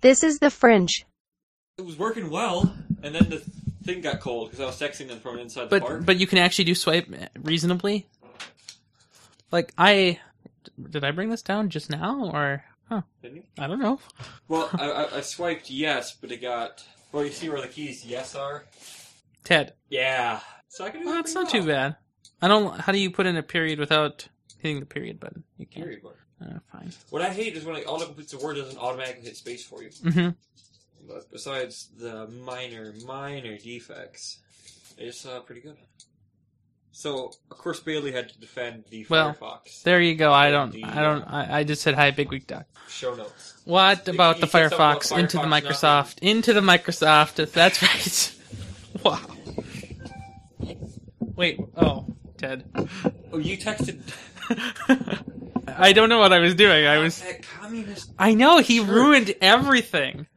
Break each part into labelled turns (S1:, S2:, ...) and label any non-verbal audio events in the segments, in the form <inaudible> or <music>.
S1: This is the fringe.
S2: It was working well, and then the thing got cold because I was texting them from inside the park.
S3: But but you can actually do swipe reasonably. Like I did I bring this down just now or huh?
S2: Didn't you?
S3: I don't know.
S2: Well, I, I, I swiped yes, but it got. Well, you see where the keys yes are.
S3: Ted,
S2: Yeah. So I can do
S3: well,
S2: that
S3: that's
S2: pretty
S3: not too
S2: well.
S3: bad. I don't. How do you put in a period without hitting the period button? You can't.
S2: Period mark.
S3: Uh, fine.
S2: What I hate is when like, all it completes a word doesn't automatically hit space for you.
S3: hmm
S2: But besides the minor, minor defects, it's uh, pretty good. So, of course, Bailey had to defend the
S3: Well,
S2: Firefox
S3: There you go. I don't.
S2: The,
S3: I don't.
S2: uh,
S3: I, I just said hi, big week doc.
S2: show notes.
S3: What
S2: You-
S3: about
S2: you
S3: the
S2: said something about
S3: Firefox into the
S2: Firefox,
S3: Microsoft into the Microsoft? That's <laughs> right. wow. Wait. Oh, Ted. <laughs>
S2: Oh, you texted
S3: I don't know what I was doing. I was.
S2: that communist.
S3: I know he
S2: Sure.
S3: ruined <laughs> everything.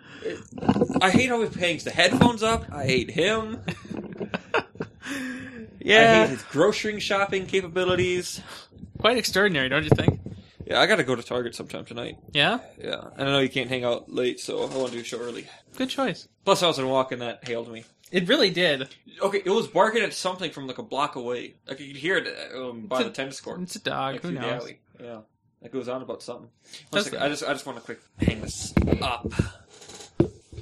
S2: I hate how he hangs the headphones up. I hate him. I hate
S3: Yeah.
S2: his grocery shopping capabilities.
S3: Quite extraordinary, don't you think?
S2: Yeah, I gotta go to Target sometime tonight.
S3: Yeah.
S2: Yeah, and I know you can't hang out late, so I want to do a show early.
S3: Good choice.
S2: Plus, I was in walk and that hailed me.
S3: It really did.
S2: Okay, it was barking at something from like a block away. Like you could hear it um, by
S3: It's a-
S2: the tennis court.
S3: It's a dog.
S2: Like,
S3: Who
S2: through the
S3: knows?
S2: alley. Yeah, that goes on about something. One
S3: Does
S2: second,
S3: it?
S2: I just I just want to quick hang this up.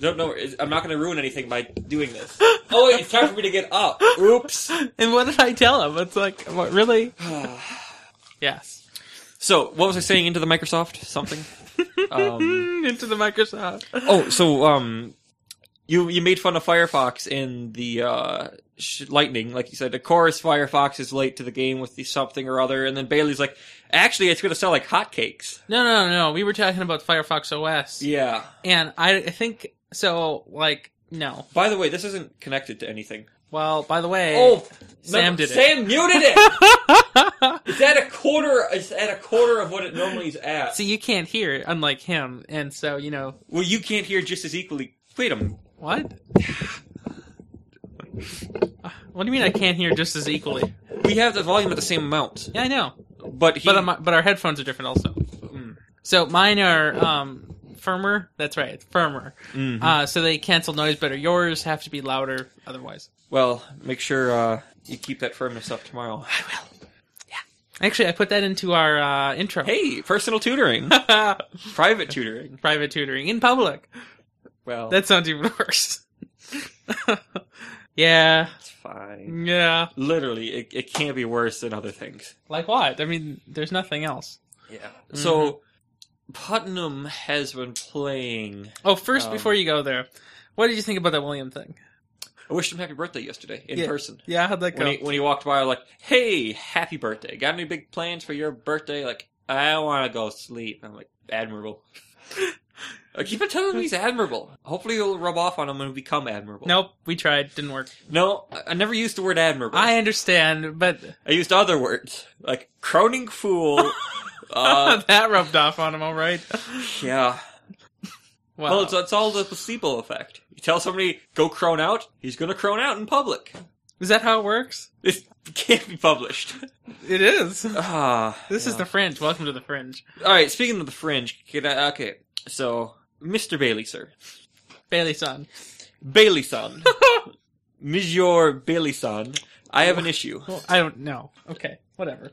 S2: No, no, it- I'm not going to ruin anything by doing
S3: <laughs>
S2: this. oh wait, it's time for me to get up. Oops.
S3: <laughs> And what did I tell him? It's like, what, really? <sighs> yes.
S2: So what was I saying? Into the Microsoft something. Um, <laughs>
S3: Mm, Into the Microsoft.
S2: oh, so um, you you made fun of Firefox in the uh, sh- Lightning, like you said. Of course, Firefox is late to the game with the something or other, and then Bailey's like, actually, it's going to sell like hotcakes.
S3: <laughs> No, no, no. We were talking about Firefox OS.
S2: Yeah.
S3: And I, I think, so, like, no.
S2: By the way, this isn't connected to anything.
S3: Well, by the way.
S2: Oh,
S3: Sam did it.
S2: Sam muted it.
S3: <laughs>
S2: it's at a quarter. It's at a quarter of what it normally is at.
S3: So you can't hear, unlike him. And so, you know,
S2: well, you can't hear just as equally. Wait a minute.
S3: what? What do you mean I can't hear just as equally?
S2: We have the volume at the same amount,
S3: Yeah, I know. Hmm.
S2: but he,
S3: But, um, but our headphones are different also. So mine are um, firmer. That's right, firmer. Uh, so they cancel noise better. Yours have to be louder otherwise.
S2: well, make sure uh, you keep that firmness up tomorrow. <laughs>
S3: I will. Yeah. Actually, I put that into our uh, intro.
S2: Hey, personal tutoring, <laughs> private tutoring.
S3: <laughs> Private tutoring in public.
S2: Well,
S3: That sounds even worse. <laughs> yeah.
S2: that's fine.
S3: Yeah.
S2: Literally, it, it can't be worse than other things.
S3: Like what? I mean, there's nothing else.
S2: Yeah. So, Putnam has been playing.
S3: Oh, first,
S2: Um,
S3: before you go there, what did you think about that William thing?
S2: I wished him happy birthday yesterday in
S3: Yeah.
S2: person.
S3: Yeah, how'd that go?
S2: when he, when he walked by, like, hey, happy birthday. Got any big plans for your birthday? Like, I want to go sleep. I'm like, admirable. <laughs> I keep on telling him he's admirable. Hopefully, it'll rub off on him and become admirable.
S3: nope, we tried. Didn't work.
S2: No, I I never used the word admirable.
S3: I understand, but <laughs>
S2: I used other words, like croning fool. uh,
S3: that rubbed off on him, all right.
S2: yeah.
S3: Wow.
S2: <laughs> Well, it's, it's all the placebo effect. You tell somebody, go crone out, he's going to crone out in public.
S3: is that how it works?
S2: This <laughs> can't be published.
S3: <laughs>
S2: <laughs>
S3: It is. This
S2: Ah.
S3: is the Fringe. Welcome to the Fringe.
S2: All right. Speaking of the fringe, can I, okay. So, Mr. Bailey, sir,
S3: Bailey son.
S2: Bailey
S3: <laughs>
S2: son, Monsieur Bailey son, I have
S3: Oh.
S2: an issue.
S3: Well, I don't know. Okay, whatever.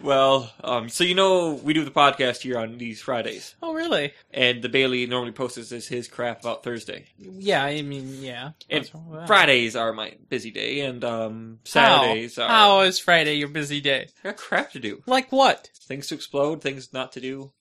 S2: Well, um, so you know we do the podcast here on these Fridays,
S3: Oh, really?
S2: and the Bailey normally posts his, his crap about Thursday.
S3: Yeah, I mean, yeah.
S2: And
S3: What's wrong with that?
S2: Fridays are my busy day, and um,
S3: How?
S2: Saturdays are
S3: How is Friday your busy day?
S2: I got crap to do,
S3: Like what?
S2: things to explode, things not to do.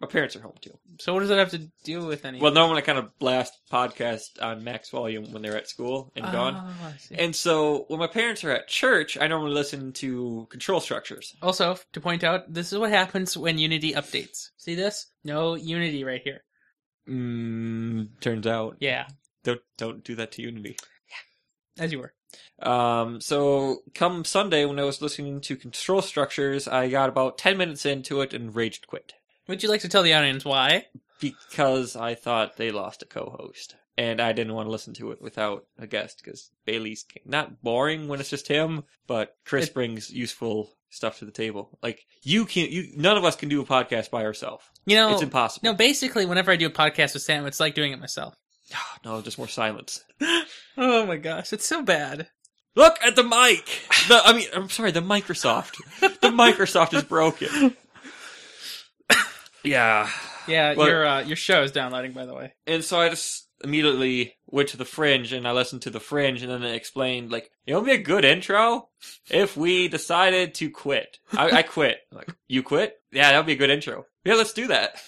S2: My parents are home too.
S3: So what does that have to do with anything?
S2: Well, normally I kind of blast podcast on max volume when they're at school and gone.
S3: Ah, I see.
S2: And so when my parents are at church, I normally listen to control structures.
S3: Also, f- to point out, this is what happens when Unity updates. See this? No Unity right here.
S2: Mm, turns out,
S3: Yeah,
S2: don't don't do that to Unity.
S3: as you were.
S2: Um, so come Sunday when I was listening to control structures, I got about ten minutes into it and raged quit.
S3: Would you like to tell the audience why?
S2: because I thought they lost a co-host, and I didn't want to listen to it without a guest because Bailey's ca- not boring when it's just him, but Chris
S3: It-
S2: brings useful stuff to the table. Like you can, you none of us can do a podcast by ourselves.
S3: You know,
S2: it's impossible.
S3: no. Basically, whenever I do a podcast with Sam, it's like doing it myself.
S2: No, just more silence.
S3: Oh my gosh, it's so bad.
S2: Look at the mic. The I mean, I'm sorry, the Microsoft.
S3: <laughs>
S2: the Microsoft is broken. yeah.
S3: Yeah,
S2: Well-
S3: your uh, your show is downloading, by the way.
S2: And so I just immediately went to the fringe and I listened to the fringe and then they explained like it would be a good intro if we decided to quit. I, I quit. I'm like, you quit? Yeah, that would be a good intro. Yeah, let's do that.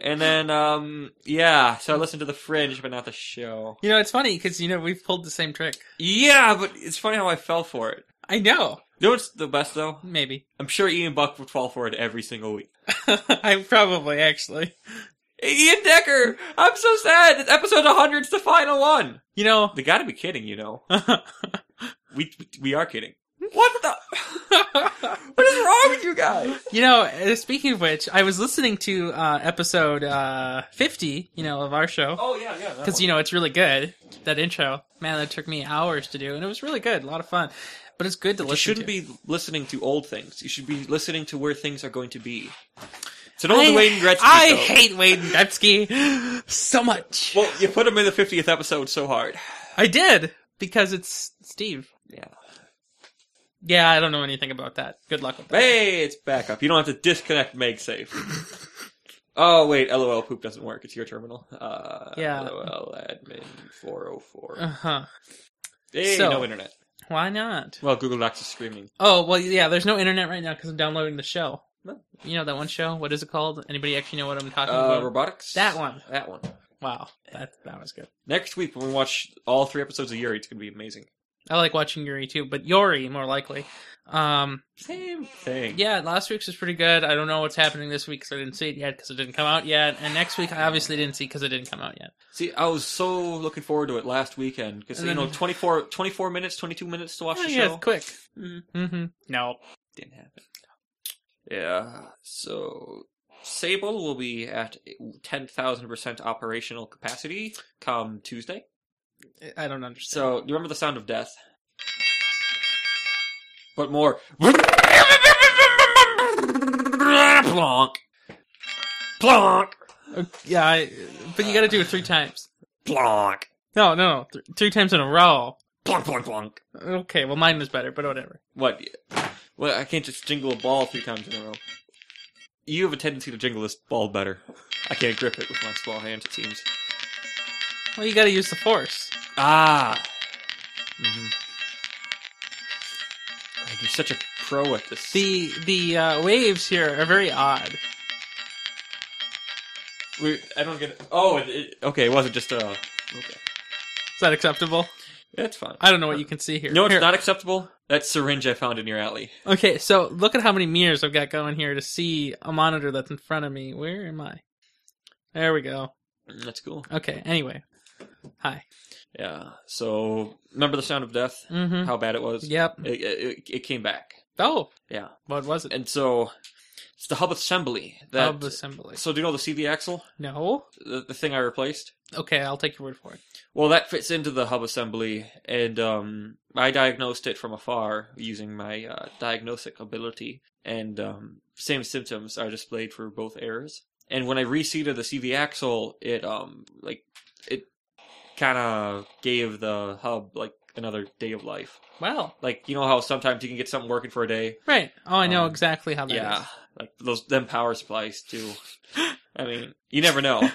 S2: and then um yeah, so I listened to the fringe but not the show.
S3: You know, it's funny because you know we've pulled the same trick.
S2: Yeah, but it's funny how I fell for it.
S3: I know,
S2: You know what's the best though?
S3: maybe.
S2: I'm sure Ian Buck would fall for it every single week.
S3: <laughs> I probably actually.
S2: Ian Decker! I'm so sad! It's episode 100's the final one!
S3: You <laughs> know,
S2: They gotta be kidding, you know. <laughs> We, we, we are kidding. What the? What is wrong with you guys?
S3: you know. uh, Speaking of which, I was listening to uh, episode uh, fifty. You know, of our show
S2: Oh, yeah, yeah.
S3: because you know it's really good. That intro, man, that took me hours to do, and it was really good, a lot of fun. But it's good to
S2: you
S3: listen.
S2: shouldn't
S3: to.
S2: be listening to old things. You should be listening to where things are going to be. It's an old Wayne Gretzky.
S3: I
S2: show.
S3: hate Wayne Gretzky so much.
S2: Well, you put him in the 50th episode so hard.
S3: I did because it's Steve.
S2: Yeah.
S3: Yeah, I don't know anything about that. Good luck with that.
S2: Hey, it's back up. You don't have to disconnect MagSafe. oh, wait, LOL poop doesn't work. It's your terminal. Uh,
S3: Yeah.
S2: LOL admin 404.
S3: Uh huh.
S2: hey,
S3: so-
S2: no internet.
S3: Why not?
S2: Well, Google Docs is screaming.
S3: Oh well, yeah. There's no internet right now because I'm downloading the show.
S2: No.
S3: You know that one show? What is it called? Anybody actually know what I'm talking
S2: Uh,
S3: about?
S2: robotics?
S3: that one.
S2: That one.
S3: Wow, that that was good.
S2: Next week, when we watch all three episodes of Yuri, it's going to be amazing.
S3: I like watching Yuri too, but Yori more likely. Um,
S2: Same thing.
S3: yeah, last week's was pretty good. I don't know what's happening this week because I didn't see it yet because it didn't come out yet, and next week I obviously didn't see because it didn't come out yet.
S2: See, I was so looking forward to it last weekend because,
S3: And
S2: you
S3: then-
S2: know, 24, 24 minutes, 22 minutes to watch
S3: Oh,
S2: the
S3: yeah,
S2: show.
S3: it's quick. Mm-hmm. No,
S2: Didn't happen. Yeah. So Sable will be at ten thousand percent operational capacity come Tuesday.
S3: I don't understand.
S2: So do you remember the sound of death? But more plonk, plonk,
S3: Uh, yeah, I, but you got to do it three times.
S2: plonk,
S3: No, no, th- three times in a row.
S2: plonk, plonk, plonk.
S3: Okay, well, mine was better, but whatever.
S2: What? Well, I can't just jingle a ball three times in a row. You have a tendency to jingle this ball better. I can't grip it with my small hands. It seems.
S3: Well, you got to use the force.
S2: Ah. Mm-hmm. You're such a pro at this.
S3: The the uh, waves here are very odd.
S2: we, I don't get. It. Oh, it, it, okay. It wasn't just a. Okay,
S3: Is that acceptable?
S2: that's fine.
S3: I don't know what you can see here.
S2: No, it's
S3: Here.
S2: not acceptable. That syringe I found in your alley.
S3: Okay, so look at how many mirrors I've got going here to see a monitor that's in front of me. Where am I? There we go.
S2: Mm, That's cool.
S3: Okay. Anyway, hi.
S2: Yeah. So remember the sound of death?
S3: Mm-hmm.
S2: How bad it was.
S3: Yep.
S2: It, it, it came back.
S3: Oh,
S2: Yeah.
S3: what was it?
S2: And so it's the hub assembly. That.
S3: Hub assembly.
S2: So do you know the CV axle?
S3: No.
S2: The, the thing I replaced.
S3: Okay, I'll take your word for it.
S2: Well, that fits into the hub assembly, and um, I diagnosed it from afar using my uh, diagnostic ability, and um, same symptoms are displayed for both errors. And when I reseated the CV axle, it um like it kind of gave the hub like another day of life.
S3: Wow.
S2: Like you know how sometimes you can get something working for a day.
S3: Right. Oh, I know
S2: Um,
S3: exactly how that is.
S2: yeah, like those them power supplies too. I mean, you never know.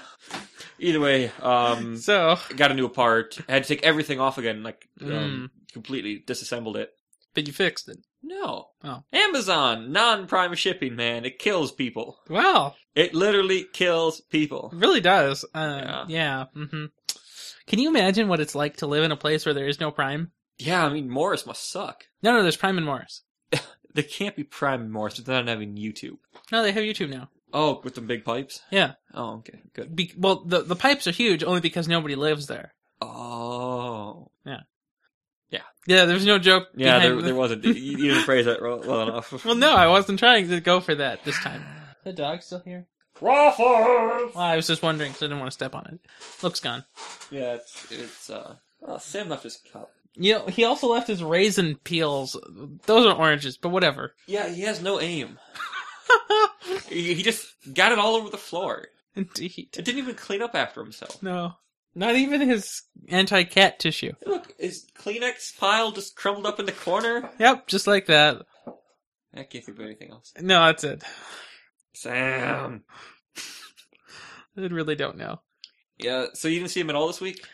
S2: Either way, um,
S3: <laughs> So,
S2: got a new part. Had to take everything off again, like um,
S3: Mm.
S2: completely disassembled it.
S3: but you fixed it.
S2: No.
S3: Oh.
S2: Amazon non-prime shipping, man. It kills people.
S3: Wow,
S2: It literally kills people.
S3: it really does. Uh,
S2: Yeah.
S3: yeah. hmm Can you imagine what it's like to live in a place where there is no Prime?
S2: Yeah, I mean Morris must suck.
S3: No, no, there's Prime and Morris.
S2: They can't be prime in Morris without having YouTube.
S3: No, they have YouTube now.
S2: Oh, with the big pipes.
S3: Yeah.
S2: Oh, okay, good.
S3: Be- well, the the pipes are huge only because nobody lives there.
S2: Oh.
S3: Yeah, there's no joke.
S2: Yeah,
S3: behind
S2: there,
S3: <laughs>
S2: there wasn't. You, you didn't phrase that well well enough.
S3: <sighs> Well, no, I wasn't trying to go for that this time. The dog's still here.
S2: Crawford!
S3: Well, I was just wondering because I didn't want to step on it. Luke's gone.
S2: Yeah, it's, it's, uh, oh, Sam left his cup.
S3: You know, he also left his raisin peels. Those are oranges, but whatever. <laughs>
S2: Yeah, he has no aim. he he just got it all over the floor.
S3: Indeed.
S2: It didn't even clean up after himself.
S3: No. Not even his anti cat tissue.
S2: Look, his Kleenex pile just crumbled up in the corner.
S3: Yep, just like that.
S2: I can't think of anything else.
S3: No, that's it.
S2: Sam.
S3: I really don't know.
S2: Yeah, so you didn't see him at all this week?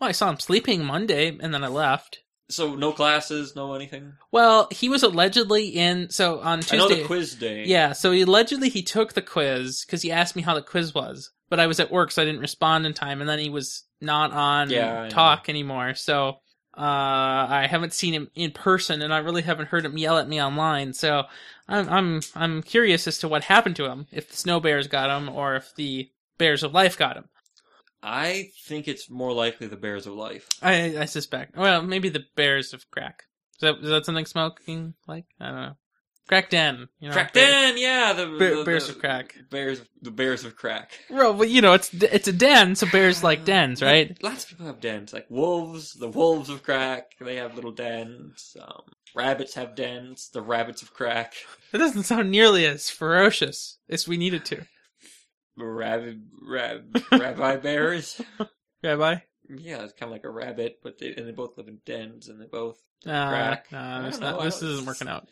S3: Well, I saw him sleeping Monday and then I left.
S2: So no classes, no anything?
S3: Well, he was allegedly in. So on Tuesday.
S2: I know the quiz day.
S3: Yeah, so he allegedly he took the quiz because he asked me how the quiz was, but I was at work, so I didn't respond in time, and then he was not on
S2: Yeah, I
S3: talk anymore. So uh, I haven't seen him in person, and I really haven't heard him yell at me online. So I'm I'm I'm curious as to what happened to him. If the snow bears got him, or if the bears of life got him.
S2: I think it's more likely the Bears of Life.
S3: I I suspect. Well, maybe the bears of crack. Is that is that something smoking like? I don't know. Crack den. You know,
S2: crack
S3: bear-
S2: den, yeah, the,
S3: bear-
S2: the-
S3: bears
S2: the-
S3: of crack.
S2: Bears, the Bears of Crack.
S3: Well, but you know, it's it's a den, so bears like <laughs> dens, right?
S2: Um, Lots of people have dens, like wolves. The wolves of crack. They have little dens. Um, rabbits have dens. The rabbits of crack.
S3: It doesn't sound nearly as ferocious as we needed to,
S2: Rabbit,
S3: <laughs>
S2: rab, rabbi bears.
S3: Rabbi.
S2: Yeah, it's kind of like a rabbit, but they, and they both live in dens, and they both.
S3: Uh, Nah,
S2: Crack. I
S3: nah,
S2: don't
S3: this, not,
S2: know, I
S3: this
S2: don't-
S3: isn't working out.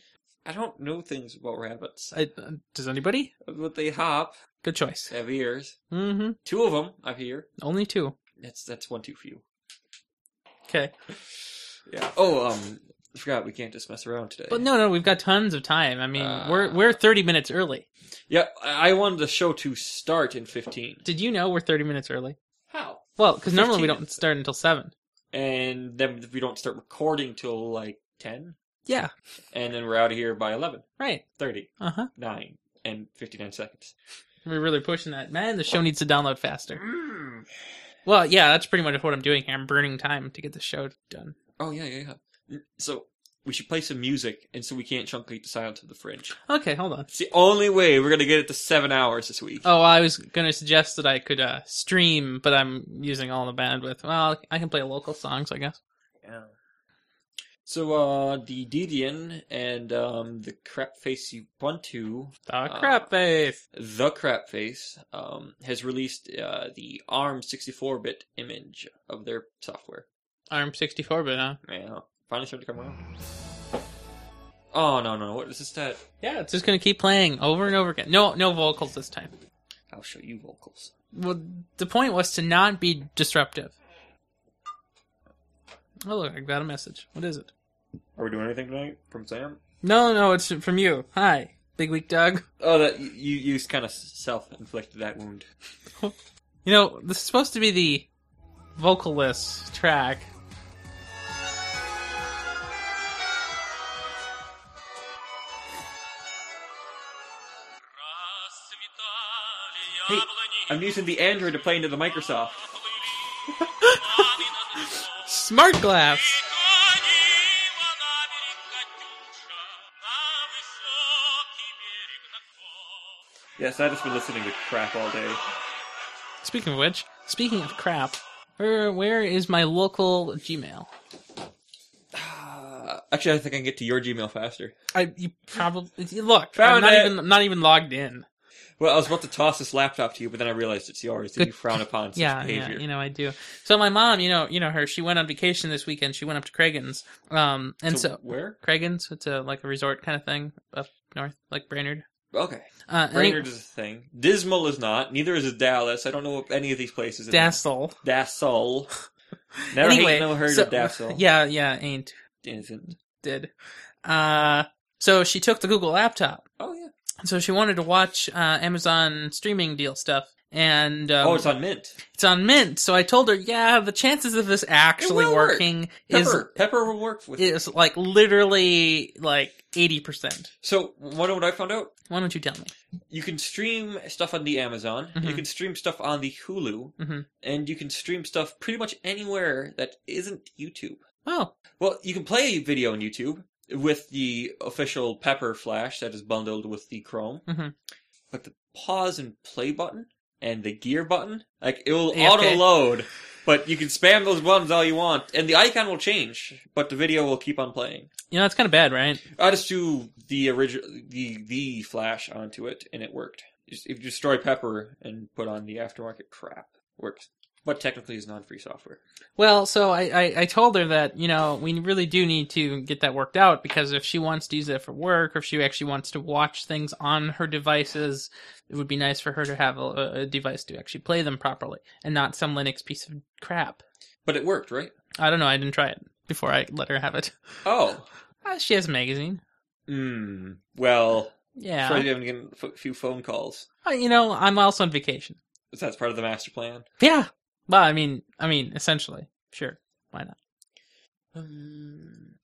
S2: I don't know things about rabbits,
S3: I, uh, does anybody?
S2: but they hop.
S3: Good choice.
S2: They have ears.
S3: Mm-hmm.
S2: Two of them, I hear.
S3: Only two.
S2: That's that's one too few.
S3: Okay,
S2: Yeah. Oh, um, I forgot we can't just mess around today.
S3: but no, no, we've got tons of time. I mean,
S2: Uh.
S3: we're we're thirty minutes early.
S2: Yeah, I I wanted the show to start in fifteen.
S3: Did you know we're thirty minutes early?
S2: How?
S3: Well, because normally we
S2: 15
S3: don't start until seven.
S2: And then we don't start recording till like ten,
S3: Yeah,
S2: and then we're out of here by eleven
S3: right.
S2: thirty
S3: Uh huh.
S2: nine and fifty nine seconds.
S3: We're really pushing that. Man, the show needs to download faster.
S2: Mm.
S3: Well, yeah, that's pretty much what I'm doing here. I'm burning time to get the show done.
S2: Oh yeah, yeah, yeah. So we should play some music, and so we can't truncate the silence of the fringe.
S3: Okay, hold on.
S2: It's the only way we're gonna get it to seven hours this week.
S3: Oh, I was going to suggest that I could uh, stream, but I'm using all the bandwidth. Well, I can play local songs, I guess.
S2: Yeah. So uh, the Dedean and um, the crap face Ubuntu
S3: The
S2: Uh,
S3: Ah, crap face.
S2: the crap face um, has released uh, the ARM 64-bit image of their software.
S3: ARM uh, 64 bit, huh?
S2: Yeah, finally starting to come around. Oh no no! What is this? That
S3: Yeah, it's just going to keep playing over and over again. No, no vocals this time.
S2: I'll show you vocals.
S3: Well, the point was to not be disruptive. Oh, look, I got a message. What is it?
S2: Are we doing anything tonight from Sam?
S3: No, no, it's from you. Hi, Big Week Doug.
S2: Oh, that you you, you kind of self-inflicted that wound.
S3: You know, this is supposed to be the vocalless track.
S2: Hey, I'm using the Android to play into the Microsoft.
S3: Smart glass.
S2: Yes, I just been listening to crap all day.
S3: Speaking of which, speaking of crap, where where is my local Gmail?
S2: Uh, actually, I think I can get to your Gmail faster.
S3: I you probably you look.
S2: Found
S3: I'm not
S2: it.
S3: even I'm not even logged in.
S2: Well, I was about to toss this laptop to you, but then I realized it's yours, and
S3: <laughs> Good.
S2: you frown upon such
S3: yeah, yeah,
S2: behavior.
S3: you know I do. So my mom, you know, you know her. She went on vacation this weekend. She went up to Craigan's, um, and so,
S2: where?
S3: Craigan's. It's a like a resort kind of thing up north, like Brainerd.
S2: Okay,
S3: Uh, any-
S2: Brainerd is a thing. Dismal is not. Neither is Dallas. I don't know of any of these places. in-
S3: Dassel. <laughs>
S2: Dassel. Never
S3: anyway,
S2: hate, never heard
S3: so-
S2: of Dassel.
S3: <laughs> Yeah, yeah, ain't
S2: Isn't.
S3: did. Uh, so she took the Google laptop.
S2: Oh yeah.
S3: So she wanted to watch uh, Amazon streaming deal stuff, and um,
S2: oh, it's on Mint.
S3: it's on Mint. So I told her, yeah, the chances of this actually
S2: will work.
S3: working is
S2: Pepper. Pepper will work with.
S3: is like literally like eighty percent.
S2: So, what what I found out?
S3: Why don't you tell me?
S2: You can stream stuff on the Amazon. You
S3: Mhm.
S2: can stream stuff on the Hulu,
S3: Mhm.
S2: and you can stream stuff pretty much anywhere that isn't YouTube.
S3: Oh,
S2: Well, you can play a video on YouTube with the official Pepper Flash that is bundled with the Chrome.
S3: Mhm.
S2: But the pause and play button and the gear button. Like it will
S3: Yeah, okay.
S2: auto load, but you can spam those buttons all you want, and the icon will change, but the video will keep on playing.
S3: You know, that's kind of bad, right?
S2: I just do the original, the the Flash onto it, and it worked. Just- If you destroy Pepper and put on the aftermarket crap, works. But technically, is non-free software.
S3: Well, so I, I, I told her that, you know, we really do need to get that worked out because if she wants to use it for work or if she actually wants to watch things on her devices, it would be nice for her to have a, a device to actually play them properly and not some Linux piece of crap.
S2: But it worked, right?
S3: I don't know. I didn't try it before I let her have it. <laughs>
S2: Oh,
S3: Uh, she has a magazine.
S2: mm, well,
S3: Yeah.
S2: yeah. you haven't getting a f- few phone calls.
S3: Uh, you know, I'm also on vacation.
S2: So That's part of the master plan.
S3: Yeah. Well, I mean, I mean, essentially, sure. Why not?
S2: Um,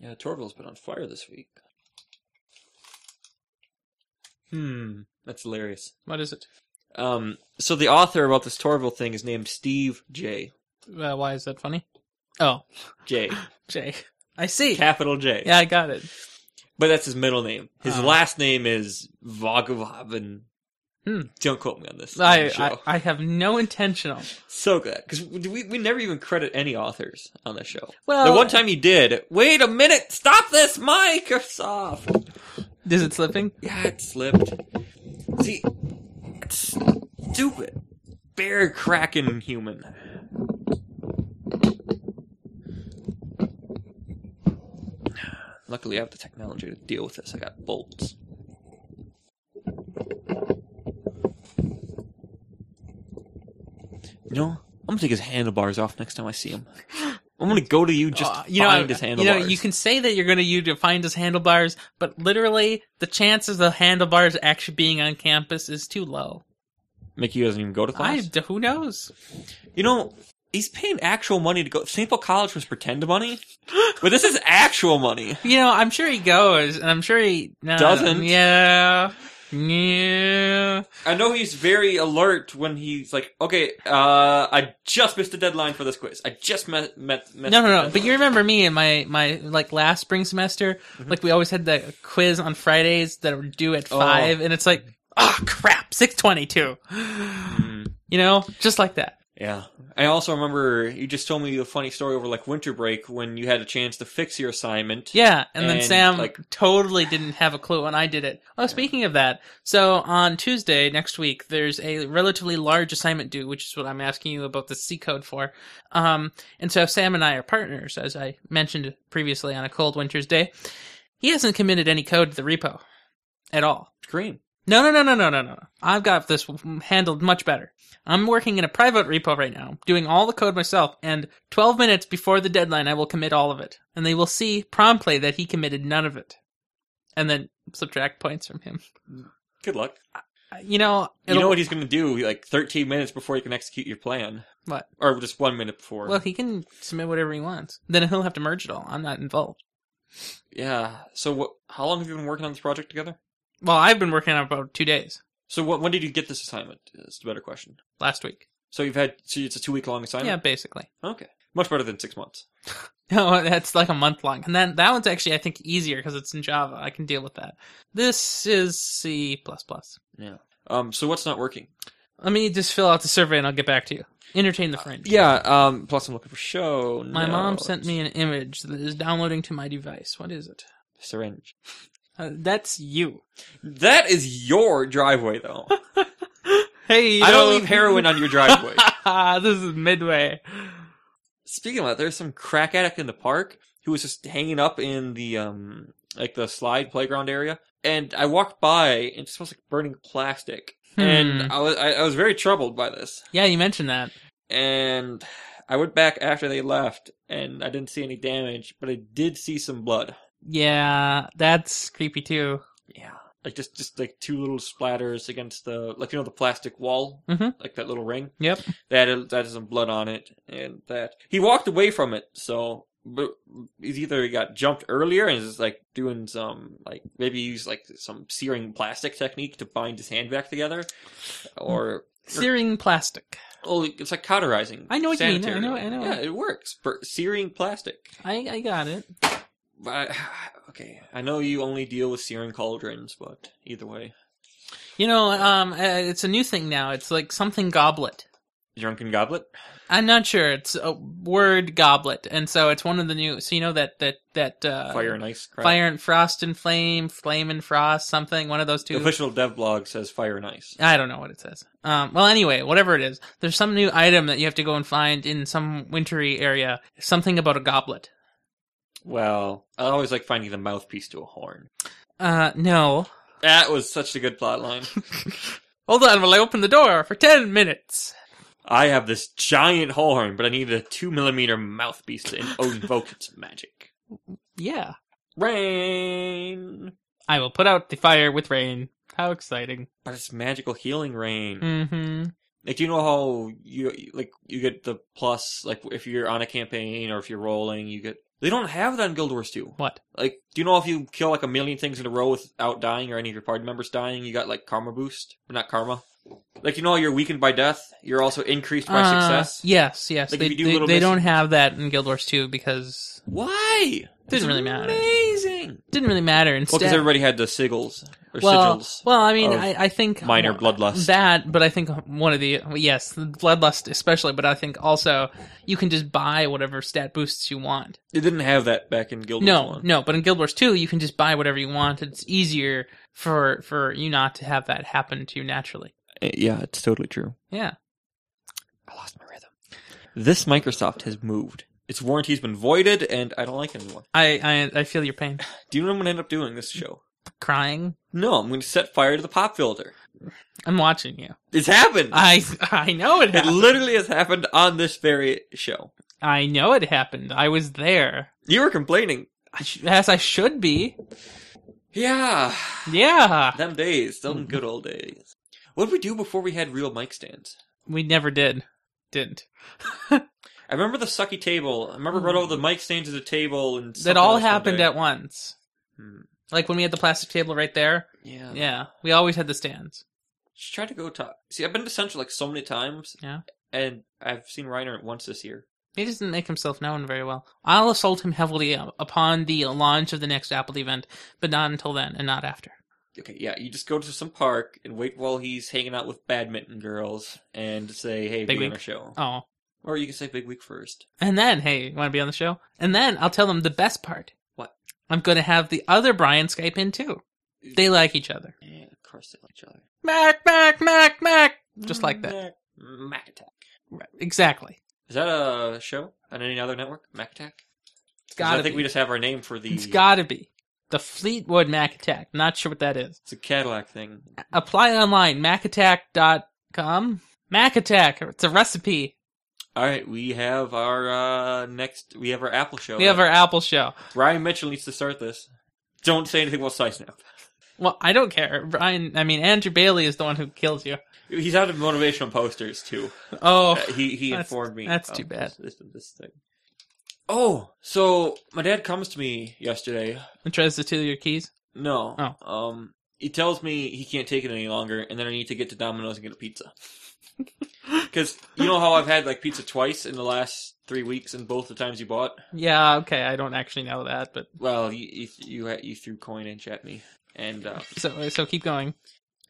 S2: yeah, Torvald's been on fire this week. Hmm, that's hilarious.
S3: What is it?
S2: Um, so the author about this Torvald thing is named Steve J.
S3: Uh, why is that funny? Oh, <gasps>
S2: J.
S3: Jay. I see.
S2: Capital J.
S3: Yeah, I got it.
S2: But that's his middle name. His
S3: Oh.
S2: last name is Vagavavan.
S3: Hmm.
S2: Don't quote me on this. on
S3: I,
S2: the show.
S3: I I have no intentional.
S2: so glad because we we never even credit any authors on this show.
S3: Well,
S2: the one time he did. Wait a minute! Stop this, Microsoft.
S3: is it slipping?
S2: Yeah, it slipped. See, it's stupid. Bear cracking human. Luckily, I have the technology to deal with this. I got bolts. You know, I'm gonna take his handlebars off next time I see him. I'm gonna go to you just
S3: Uh,
S2: you find his
S3: you
S2: handlebars.
S3: know, you can say that you're going to use to find his handlebars, but literally, the chances of the handlebars actually being on campus is too low.
S2: Mickey doesn't even go to class.
S3: I d- who knows?
S2: You know, he's paying actual money to go. St. Paul College was pretend money, <gasps> but this is actual money.
S3: You know, I'm sure he goes, and I'm sure he no,
S2: Doesn't.
S3: Yeah, yeah.
S2: I know he's very alert when he's like, okay, uh, I just missed the deadline for this quiz. I just met, met, met
S3: No, no, no. But you remember me and my my like last spring semester, like we always had the quiz on Fridays that were due at
S2: Oh.
S3: five, and it's like, oh crap, six twenty two. You know, just like that.
S2: Yeah. I also remember you just told me a funny story over like winter break when you had a chance to fix your assignment.
S3: Yeah, and, then
S2: And,
S3: Sam
S2: like-
S3: totally didn't have a clue when I did it. Oh, speaking of that, so on Tuesday next week, there's a relatively large assignment due, which is what I'm asking you about the C code for. Um, and so Sam and I are partners, as I mentioned previously on a cold winter's day. He hasn't committed any code to the repo at all.
S2: Green.
S3: No, no, no, no, no, no, no. no. I've got this handled much better. I'm working in a private repo right now, doing all the code myself, and 12 minutes before the deadline, I will commit all of it. And they will see promptly that he committed none of it. And then subtract points from him. Uh,
S2: Good luck.
S3: You know,
S2: You know what he's going to do like 13 minutes before you can execute your plan.
S3: What?
S2: Or just one minute before.
S3: well, he can submit whatever he wants. Then he'll have to merge it all. I'm not involved.
S2: yeah. So what, how long have you been working on this project together?
S3: Well, I've been working on it for about two days
S2: So what, when did you get this assignment? That's the better question.
S3: last week.
S2: So you've had so it's a two week long
S3: yeah,
S2: assignment.
S3: basically. <laughs>
S2: Okay. Much better than six months.
S3: No, that's like a month long. And then that one's actually, I think, easier because it's in Java. I can deal with that. This is C.
S2: Yeah. Um. So what's not working?
S3: Let me just fill out the survey and I'll get back to you. Entertain the friend.
S2: Yeah. Um. Plus I'm looking for show.
S3: My mom
S2: notes.
S3: sent me an image that is downloading to my device. What is it?
S2: syringe.
S3: Uh, that's you.
S2: That is your driveway,
S3: <laughs>
S2: though.
S3: Hey,
S2: I don't
S3: yo.
S2: leave heroin on your
S3: <laughs>
S2: driveway.
S3: this is midway.
S2: Speaking of that, there's some crack addict in the park who was just hanging up in the um like the slide playground area, and I walked by and it smells like burning plastic,
S3: Hmm.
S2: and I was I, I was very troubled by this.
S3: Yeah, you mentioned that.
S2: and I went back after they left, and I didn't see any damage, but I did see some blood.
S3: Yeah, that's creepy too.
S2: Yeah, like just just like two little splatters against the like you know the plastic wall,
S3: Mhm.
S2: like that little ring.
S3: Yep.
S2: That had- that had some blood on it, and that he walked away from it. So, but he's either he got jumped earlier and is like doing some like maybe use like some searing plastic technique to bind his hand back together,
S3: Hmm.
S2: or
S3: Searing plastic.
S2: Oh, it's like cauterizing.
S3: I know what you mean. I
S2: Sanitary.
S3: know- I know.
S2: Yeah, it works. For searing plastic.
S3: I, I got it.
S2: <sighs> But okay, I know you only deal with searing cauldrons, but either way,
S3: You know, um, uh, it's a new thing now. It's like something goblet.
S2: Drunken Goblet?
S3: I'm not sure. It's a word goblet, and so it's one of the new. So you know that that that uh,
S2: Fire and Ice. crap.
S3: fire and frost and flame, flame and frost, something. One of those
S2: The
S3: two.
S2: official dev blog says Fire and Ice.
S3: I don't know what it says. Um, well, anyway, whatever it is, there's some new item that you have to go and find in some wintry area. Something about a goblet.
S2: Well, I always like finding the mouthpiece to a horn.
S3: Uh, no.
S2: That was such a good plot
S3: <laughs>
S2: line.
S3: Hold on while I open the door for ten minutes.
S2: I have this giant horn, but I need a two millimeter mouthpiece to invoke its magic.
S3: Yeah.
S2: Rain,
S3: I will put out the fire with rain. How exciting.
S2: but it's magical healing rain.
S3: Mm-hmm.
S2: Like, do you know how you like you get the plus? Like, if you're on a campaign or if you're rolling, you get. They don't have that in Guild Wars 2.
S3: What?
S2: Like, do you know if you kill like a million things in a row without dying or any of your party members dying, you got like karma boost? Or not karma. Like, you know how you're weakened by death? You're also increased by
S3: Uh,
S2: success?
S3: Yes, yes.
S2: Like, if
S3: they
S2: you do
S3: they,
S2: little
S3: they
S2: miss-
S3: don't have that in Guild Wars 2 because
S2: Why? It's
S3: really matter.
S2: Amazing.
S3: it didn't really matter.
S2: Well,
S3: Instead,
S2: because everybody had the sigils or
S3: well,
S2: sigils.
S3: well, I mean,
S2: of
S3: I, I think
S2: minor
S3: wha-
S2: bloodlust.
S3: That, but I think one of the yes, bloodlust especially, but I think also you can just buy whatever stat boosts you want.
S2: They didn't have that back in Guild Wars
S3: No,
S2: 1.
S3: no, but in Guild Wars 2, you can just buy whatever you want. It's easier for for you not to have that happen to you naturally.
S2: Uh, Yeah, it's totally true.
S3: Yeah.
S2: I lost my rhythm. This Microsoft has moved. Its warranty's been voided, and I don't like it anymore.
S3: I I, I feel your
S2: <laughs>
S3: pain.
S2: Do you know what I'm going to end up doing this show?
S3: Crying.
S2: No, I'm going to set fire to the pop filter.
S3: I'm watching you.
S2: It's happened.
S3: I <laughs> I know it
S2: it
S3: happened.
S2: literally has happened on this very show.
S3: I know it happened. I was there.
S2: You were complaining.
S3: I sh- as I should be.
S2: Yeah.
S3: Yeah.
S2: Them days. Them good old days. What did we do before we had real mic stands?
S3: We never did. Didn't.
S2: I remember the sucky table. I remember right over the mic stand to the table and
S3: That
S2: something
S3: all
S2: else one
S3: happened
S2: day.
S3: at once.
S2: Hmm.
S3: Like when we had the plastic table right there.
S2: yeah.
S3: Yeah. We always had the stands.
S2: Just try to go talk. See, I've been to Central like so many times.
S3: Yeah.
S2: And I've seen Reiner once this year.
S3: He doesn't make himself known very well. I'll assault him heavily upon the launch of the next Apple event, but not until then and not after.
S2: Okay, yeah, you just go to some park and wait while he's hanging out with badminton girls and say, "Hey,
S3: Big
S2: be on
S3: Week.
S2: our show."
S3: Oh.
S2: Or you can say "Big Week" first.
S3: And then, hey, you want to be on the show? And then I'll tell them the best part.
S2: What?
S3: I'm going to have the other Brian Skype in too. They like each other.
S2: Yeah, of course they like each other.
S3: Mac, Mac, Mac, Mac. Just like that.
S2: Mac, Mac Attack.
S3: Right. Exactly.
S2: Is that a show on any other network? Mac Attack. 'Cause
S3: It's gotta
S2: I think
S3: be.
S2: we just have our name for the.
S3: It's gotta be. The Fleetwood Mac Attack. Not sure what that is.
S2: it's a Cadillac thing.
S3: Apply online, macattack.com. Mac Attack. It's a recipe.
S2: All right, we have our uh next. We have our Apple show.
S3: We have our Apple show.
S2: Ryan Mitchell needs to start this. Don't say anything about SciSnap.
S3: Well, I don't care. Brian, I mean, Andrew Bailey is the one who kills you.
S2: He's out of motivational posters too.
S3: Oh,
S2: Uh, he he
S3: That's-
S2: informed me.
S3: that's
S2: of
S3: too bad.
S2: This, this, this thing. Oh, so my dad comes to me yesterday.
S3: and tries to steal your keys.
S2: No.
S3: Oh.
S2: Um, he tells me he can't take it any longer, and then I need to get to Domino's and get a pizza. Because you know how I've had like pizza twice in the last three weeks, and both the times you bought.
S3: Yeah, okay. I don't actually know that, but
S2: Well, you you you, had- you threw coinage at me, and uh,
S3: so so
S2: <laughs>
S3: keep going.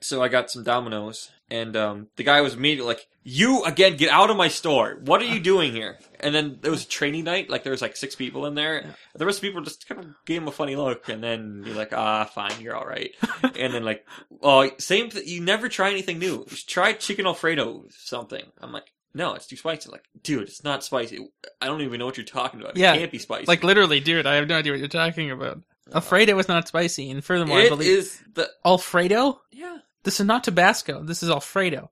S2: so I got some Domino's, and um, the guy was immediately like, "You again? Get out of my store! What are you doing here?" And then there was a training night. Like there was like six people in there.
S3: Yeah.
S2: The rest of the people just kind of gave him a funny look, and then you're like, "Ah, fine, you're all
S3: <laughs>
S2: right." and then like, "Oh, same. Th- you never try anything new. Just try chicken alfredo something." I'm like. No, it's too spicy. Like, dude, it's not spicy. I don't even know what you're talking about. It
S3: Yeah.
S2: can't be spicy.
S3: Like literally, dude, I have no idea what you're talking about. Alfredo is not spicy, and furthermore, I
S2: it
S3: believe
S2: is the
S3: Alfredo.
S2: yeah.
S3: This is not Tabasco. This is Alfredo.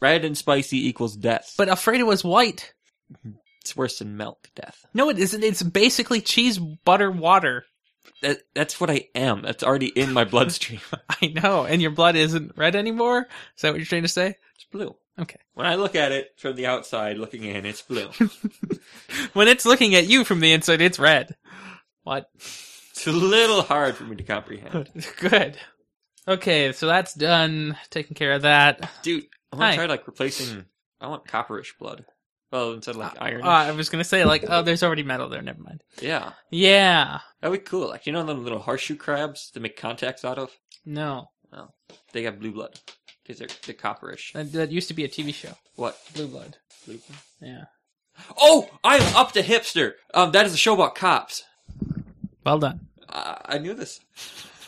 S2: Red and spicy equals death.
S3: But Alfredo is white.
S2: it's worse than milk death.
S3: No, it isn't. It's basically cheese, butter, water. <laughs>
S2: that that's what I am. That's already in my
S3: <laughs>
S2: bloodstream.
S3: I know, and your blood isn't red anymore. Is that what you're trying to say?
S2: it's blue.
S3: Okay.
S2: When I look at it from the outside looking in, it's
S3: <laughs>
S2: blue.
S3: When it's looking at you from the inside, it's red. What?
S2: it's a little hard for me to comprehend.
S3: <laughs> Good. Okay, so that's done. Taking care of that.
S2: Dude, I want
S3: Hi.
S2: to try like replacing I want copperish blood. Well, instead of like iron.
S3: Uh, I was gonna say like, oh, there's already metal there. Never mind.
S2: yeah.
S3: Yeah.
S2: That'd be cool. Like you know them little horseshoe crabs to make contacts out of?
S3: No.
S2: They got blue blood because they're they're copperish.
S3: That, that used to be a TV show,
S2: What?
S3: Blue Blood.
S2: Blue blood?
S3: Yeah.
S2: Oh, I'm up to hipster. Um, that is a show about cops.
S3: Well done.
S2: I, I knew this.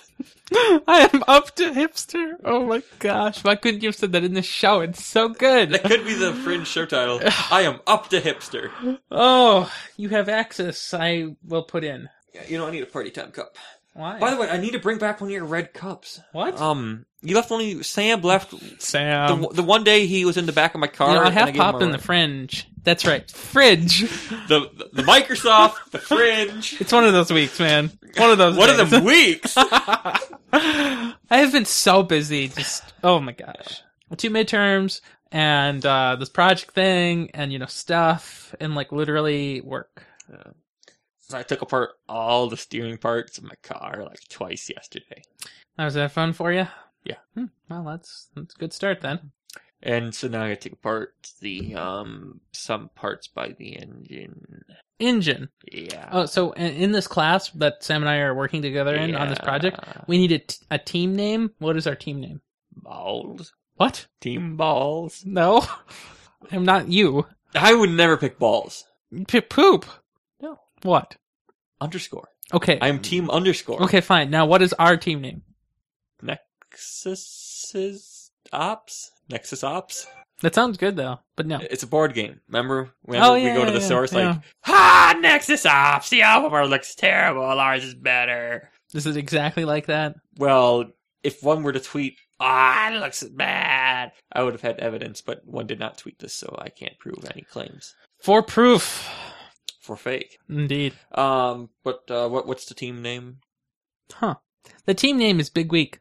S3: <laughs> I am up to hipster. Oh my gosh. Why couldn't you have said that in the show? It's so good.
S2: That could be the
S3: <laughs>
S2: fringe show title. I am up to hipster.
S3: Oh, you have access. I will put in.
S2: Yeah, you know, I need a party time cup.
S3: Why? Uh,
S2: By the way, I need to bring back one of your red cups.
S3: what?
S2: Um, you left only. <laughs> Sam left
S3: Sam.
S2: the, the one day he was in the back of my car.
S3: you know, I
S2: and
S3: have
S2: gave him
S3: popped
S2: a
S3: in the
S2: red.
S3: fringe. That's right, fringe.
S2: the, the the Microsoft, the <laughs> fringe.
S3: It's one of those weeks, man. One of those.
S2: One of <laughs>
S3: days.
S2: them weeks.
S3: <laughs> I have been so busy. Just oh my gosh, two midterms and uh, this project thing, and you know stuff, and like literally work.
S2: I took apart all the steering parts of my car like twice yesterday.
S3: Now, Was that fun for you?
S2: Yeah.
S3: Hmm, well, that's that's a good start then.
S2: And so now I gotta take apart the um some parts by the engine.
S3: Engine.
S2: Yeah.
S3: Oh, so in in this class that Sam and I are working together in on this project,
S2: Yeah.
S3: we need a, t- a team name. What is our team name?
S2: balls.
S3: What?
S2: Team balls.
S3: No, <laughs> I'm not you.
S2: I would never pick balls.
S3: P- poop.
S2: No.
S3: What?
S2: Underscore.
S3: Okay.
S2: I am team underscore.
S3: okay, fine. Now, what is our team name?
S2: Nexus ops. Nexus ops.
S3: That sounds good though, but no.
S2: It's a board game. Remember when
S3: Oh,
S2: we
S3: yeah,
S2: go to
S3: yeah,
S2: the
S3: yeah,
S2: source
S3: yeah.
S2: like, ha, Nexus ops. The album art looks terrible. Ours is better.
S3: This is exactly like that.
S2: Well, if one were to tweet, ah, it looks bad, I would have had evidence, but one did not tweet this, so I can't prove any claims
S3: For proof.
S2: for fake.
S3: Indeed.
S2: Um, but uh, what what's the team name?
S3: Huh. The team name is Big Week.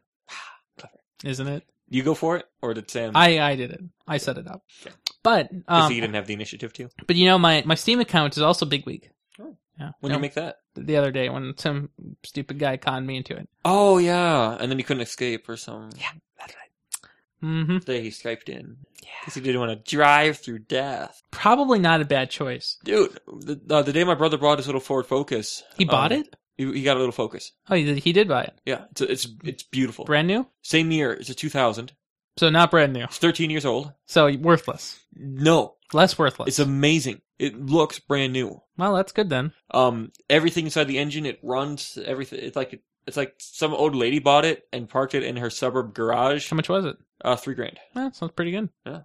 S2: Clever.
S3: <sighs> Isn't it?
S2: You go for it, or did Sam?
S3: I I did it. I set it up.
S2: Yeah.
S3: But
S2: 'cause
S3: um,
S2: he didn't have the initiative too.
S3: but you know my my Steam account is also Big Week.
S2: Oh.
S3: Yeah.
S2: When
S3: No,
S2: you make that?
S3: the other day when some stupid guy conned me into it.
S2: Oh yeah, and then he couldn't escape or some
S3: Yeah. That's right. Mm-hmm.
S2: day he skyped in
S3: Yeah.
S2: because he didn't want to drive through death.
S3: Probably not a bad choice.
S2: Dude, the, uh, the day my brother bought his little Ford Focus,
S3: He bought
S2: um,
S3: it.
S2: He, he got a little Focus.
S3: Oh, he did, he did buy it.
S2: Yeah, it's it's, it's beautiful.
S3: Brand Oh. new.
S2: Same year, it's a 2000.
S3: So not brand new.
S2: It's 13 years old.
S3: So worthless.
S2: No,
S3: Less worthless.
S2: it's amazing. It looks brand new.
S3: well, that's good then.
S2: Um, everything inside the engine, it runs. Everything. It's like it's like some old lady bought it and parked it in her suburb garage.
S3: How much was it?
S2: Uh, three grand.
S3: Well, sounds pretty good.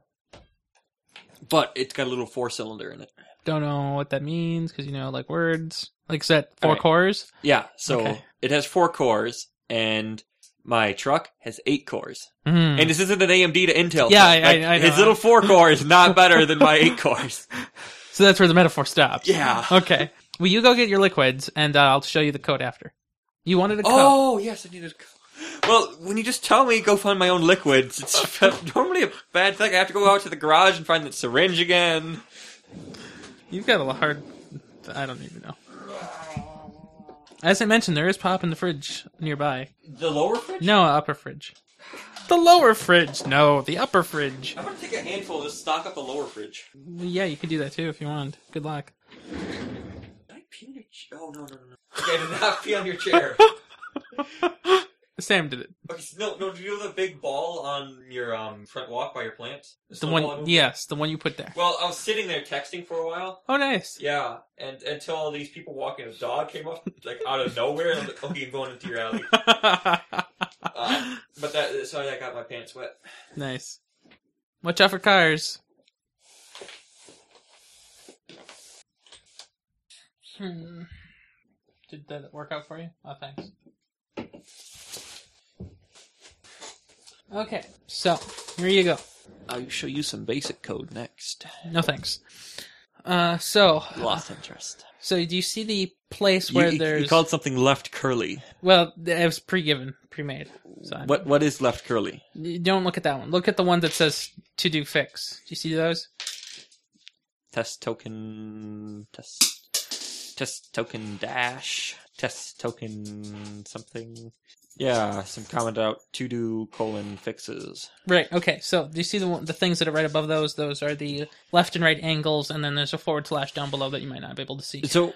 S2: But it's got a little four cylinder in it.
S3: Don't know what that means because you know, like words. Like is that four
S2: Alright.
S3: cores?
S2: Yeah. So
S3: Okay.
S2: it has four cores, and my truck has eight cores.
S3: Mm.
S2: And this isn't an AMD to Intel.
S3: Yeah,
S2: thing.
S3: I- I- I know.
S2: His little four core is
S3: <laughs>
S2: not better than my eight cores.
S3: so that's where the metaphor stops.
S2: Yeah.
S3: Okay. Well, you go get your liquids, and uh, I'll show you the code after. You wanted a code.
S2: Oh yes, I needed. a cup. Well, when you just tell me go find my own liquids, it's <laughs> normally a bad thing. I have to go out to the garage and find that syringe again.
S3: You've got a lo- hard. I don't even know. As I mentioned, there is pop in the fridge nearby.
S2: The lower fridge.
S3: No, upper fridge. The lower fridge. No, the upper fridge.
S2: I'm gonna take a handful of this, stock up the lower fridge.
S3: Yeah, you could do that too if you want. Good luck.
S2: Did I pee on your? Ch- oh no no no no! Okay, I did not pee on your chair. <laughs>
S3: Sam did it.
S2: Okay, so- no no. Do you know the big ball on your um front walk by your plants?
S3: The
S2: snow ball I
S3: one,
S2: moved?
S3: yes, the one you put there.
S2: Well, I was sitting there texting for a while.
S3: Oh, nice.
S2: Yeah, and until all these people walking a dog came up like out of nowhere, and I'm like, okay, I'm going into your alley. <laughs>
S3: <laughs>
S2: Uh, but that so I got my pants wet.
S3: nice. Watch out for cars. Hmm. Did that work out for you? Oh, thanks. Okay, so here you go.
S2: I'll show you some basic code next.
S3: No thanks. Uh, so,
S2: Lost interest.
S3: so do you see the place
S2: You,
S3: where
S2: you- you
S3: there's
S2: called something left curly.
S3: well, it was pre-given, pre-made. So I'm-
S2: What what is left curly?
S3: You Don't look at that one. Look at the one that says to do fix. Do you see those?
S2: Test token test test token dash test token something. Yeah, some comment out to do colon fixes.
S3: Right. Okay. So do you see the one, the things that are right above those? Those are the left and right angles, and then there's a forward slash down below that you might not be able to see.
S2: So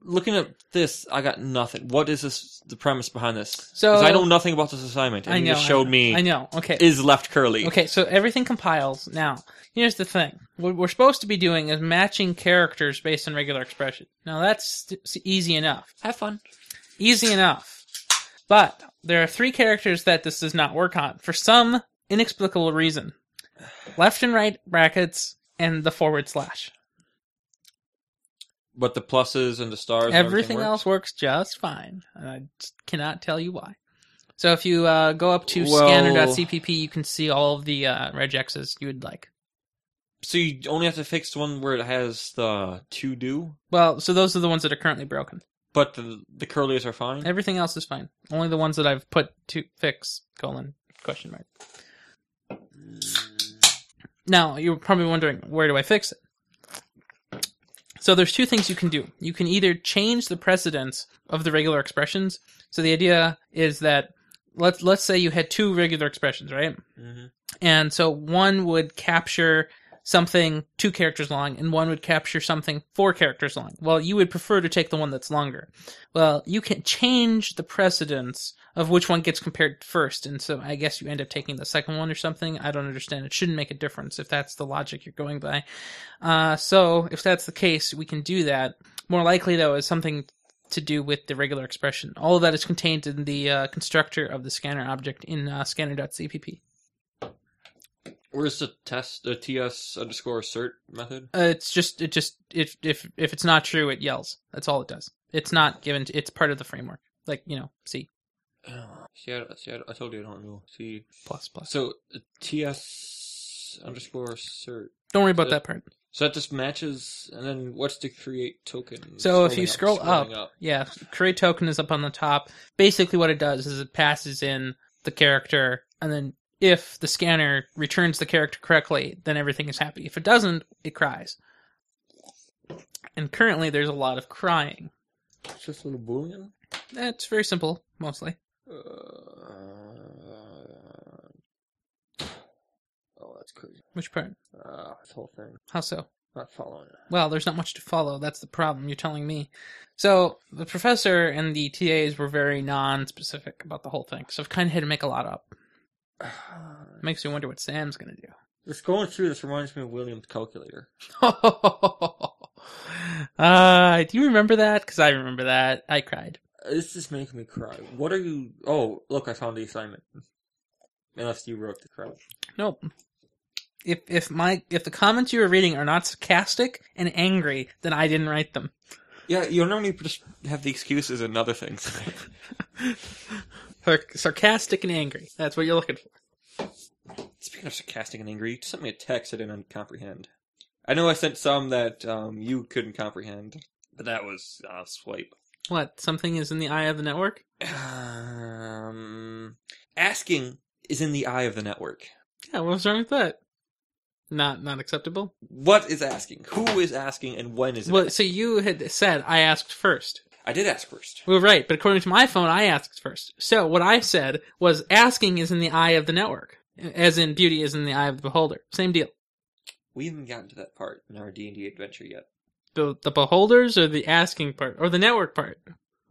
S2: looking at this, I got nothing. What is this? The premise behind this? 'Cause
S3: So-
S2: I know nothing about this assignment. And
S3: I
S2: You
S3: know,
S2: just showed me
S3: I know. Okay.
S2: is left curly.
S3: Okay, so everything compiles. Now, here's the thing. What we're supposed to be doing is matching characters based on regular expression. Now, that's s- easy enough.
S2: Have fun.
S3: Easy enough. But there are three characters that this does not work on for some inexplicable reason left and right brackets and the forward slash.
S2: But the pluses and the stars. and
S3: Everything
S2: works?
S3: else works just fine. And I just cannot tell you why. So if you uh, go up to
S2: Well-
S3: scanner.cpp, you can see all of the uh, regexes you would like.
S2: So you only have to fix the one where it has the to do,
S3: Well, so those are the ones that are currently broken.
S2: but the the curlies are fine.
S3: Everything else is fine. Only the ones that I've put to fix colon question mark. Now you're probably wondering where do I fix it? So there's two things you can do. You can either change the precedence of the regular expressions. So the idea is that let's let's say you had two regular expressions, right?
S2: hmm
S3: And so one would capture something two characters long, and one would capture something four characters long. Well, you would prefer to take the one that's longer. Well, you can change the precedence of which one gets compared first, and so I guess you end up taking the second one or something. I don't understand. It shouldn't make a difference if that's the logic you're going by. Uh, so if that's the case, we can do that. More likely, though, is something to do with the regular expression. All of that is contained in the uh, constructor of the scanner object in uh, scanner.cpp.
S2: Where's the test the ts underscore cert method?
S3: Uh, it's just it just if if if it's not true, it yells. That's all it does. It's not given. To, it's part of the framework. Like you know, C Oh.
S2: See, I, see, I, I told you I don't know. See,
S3: plus plus.
S2: so uh, ts underscore cert.
S3: Don't worry about
S2: Uh,
S3: that part.
S2: So that just matches, and then what's the create token?
S3: So if you
S2: Scrolling
S3: scroll up,
S2: scrolling
S3: yeah, create token is up on the top. Basically, what it does is it passes in the character, and then if the scanner returns the character correctly, then everything is happy. If it doesn't, it cries. And currently, there's a lot of crying.
S2: it's just a little boolean.
S3: That's very simple, mostly.
S2: Uh, oh, that's crazy.
S3: Which part?
S2: Uh, this whole thing
S3: How so?
S2: not following. <sighs> it.
S3: Well, there's not much to follow. That's the problem. You're telling me. So the professor and the TAs were very non-specific about the whole thing. So I've kind of had to make a lot up. Makes me wonder what Sam's gonna do. <laughs>
S2: Just going through this reminds me of William's calculator.
S3: uh, do you remember that? Because I remember that. I cried.
S2: This is making me cry. What are you? Oh, look, I found the assignment. Unless you wrote the correct.
S3: Nope. If if my if the comments you were reading are not sarcastic and angry, then I didn't write them.
S2: Yeah, you normally just have the excuses and other things.
S3: Sarc- sarcastic and angry. That's what you're looking for.
S2: <laughs> Speaking of sarcastic and angry, you sent me a text I didn't comprehend. I know I sent some that um, you couldn't comprehend, but that was uh, swipe.
S3: What? Something is in the eye of the network.
S2: Um, asking is in the eye of the network.
S3: Yeah. What was wrong with that? Not not acceptable.
S2: What is asking? Who is asking? And when is it?
S3: Well, so you had said I asked first.
S2: I did ask first.
S3: Well, right, but according to my phone, I asked first. So what I said was asking is in the eye of the network, as in beauty is in the eye of the beholder. Same deal.
S2: We haven't gotten to that part in our D and D adventure yet.
S3: The the beholders or the asking part or the network part.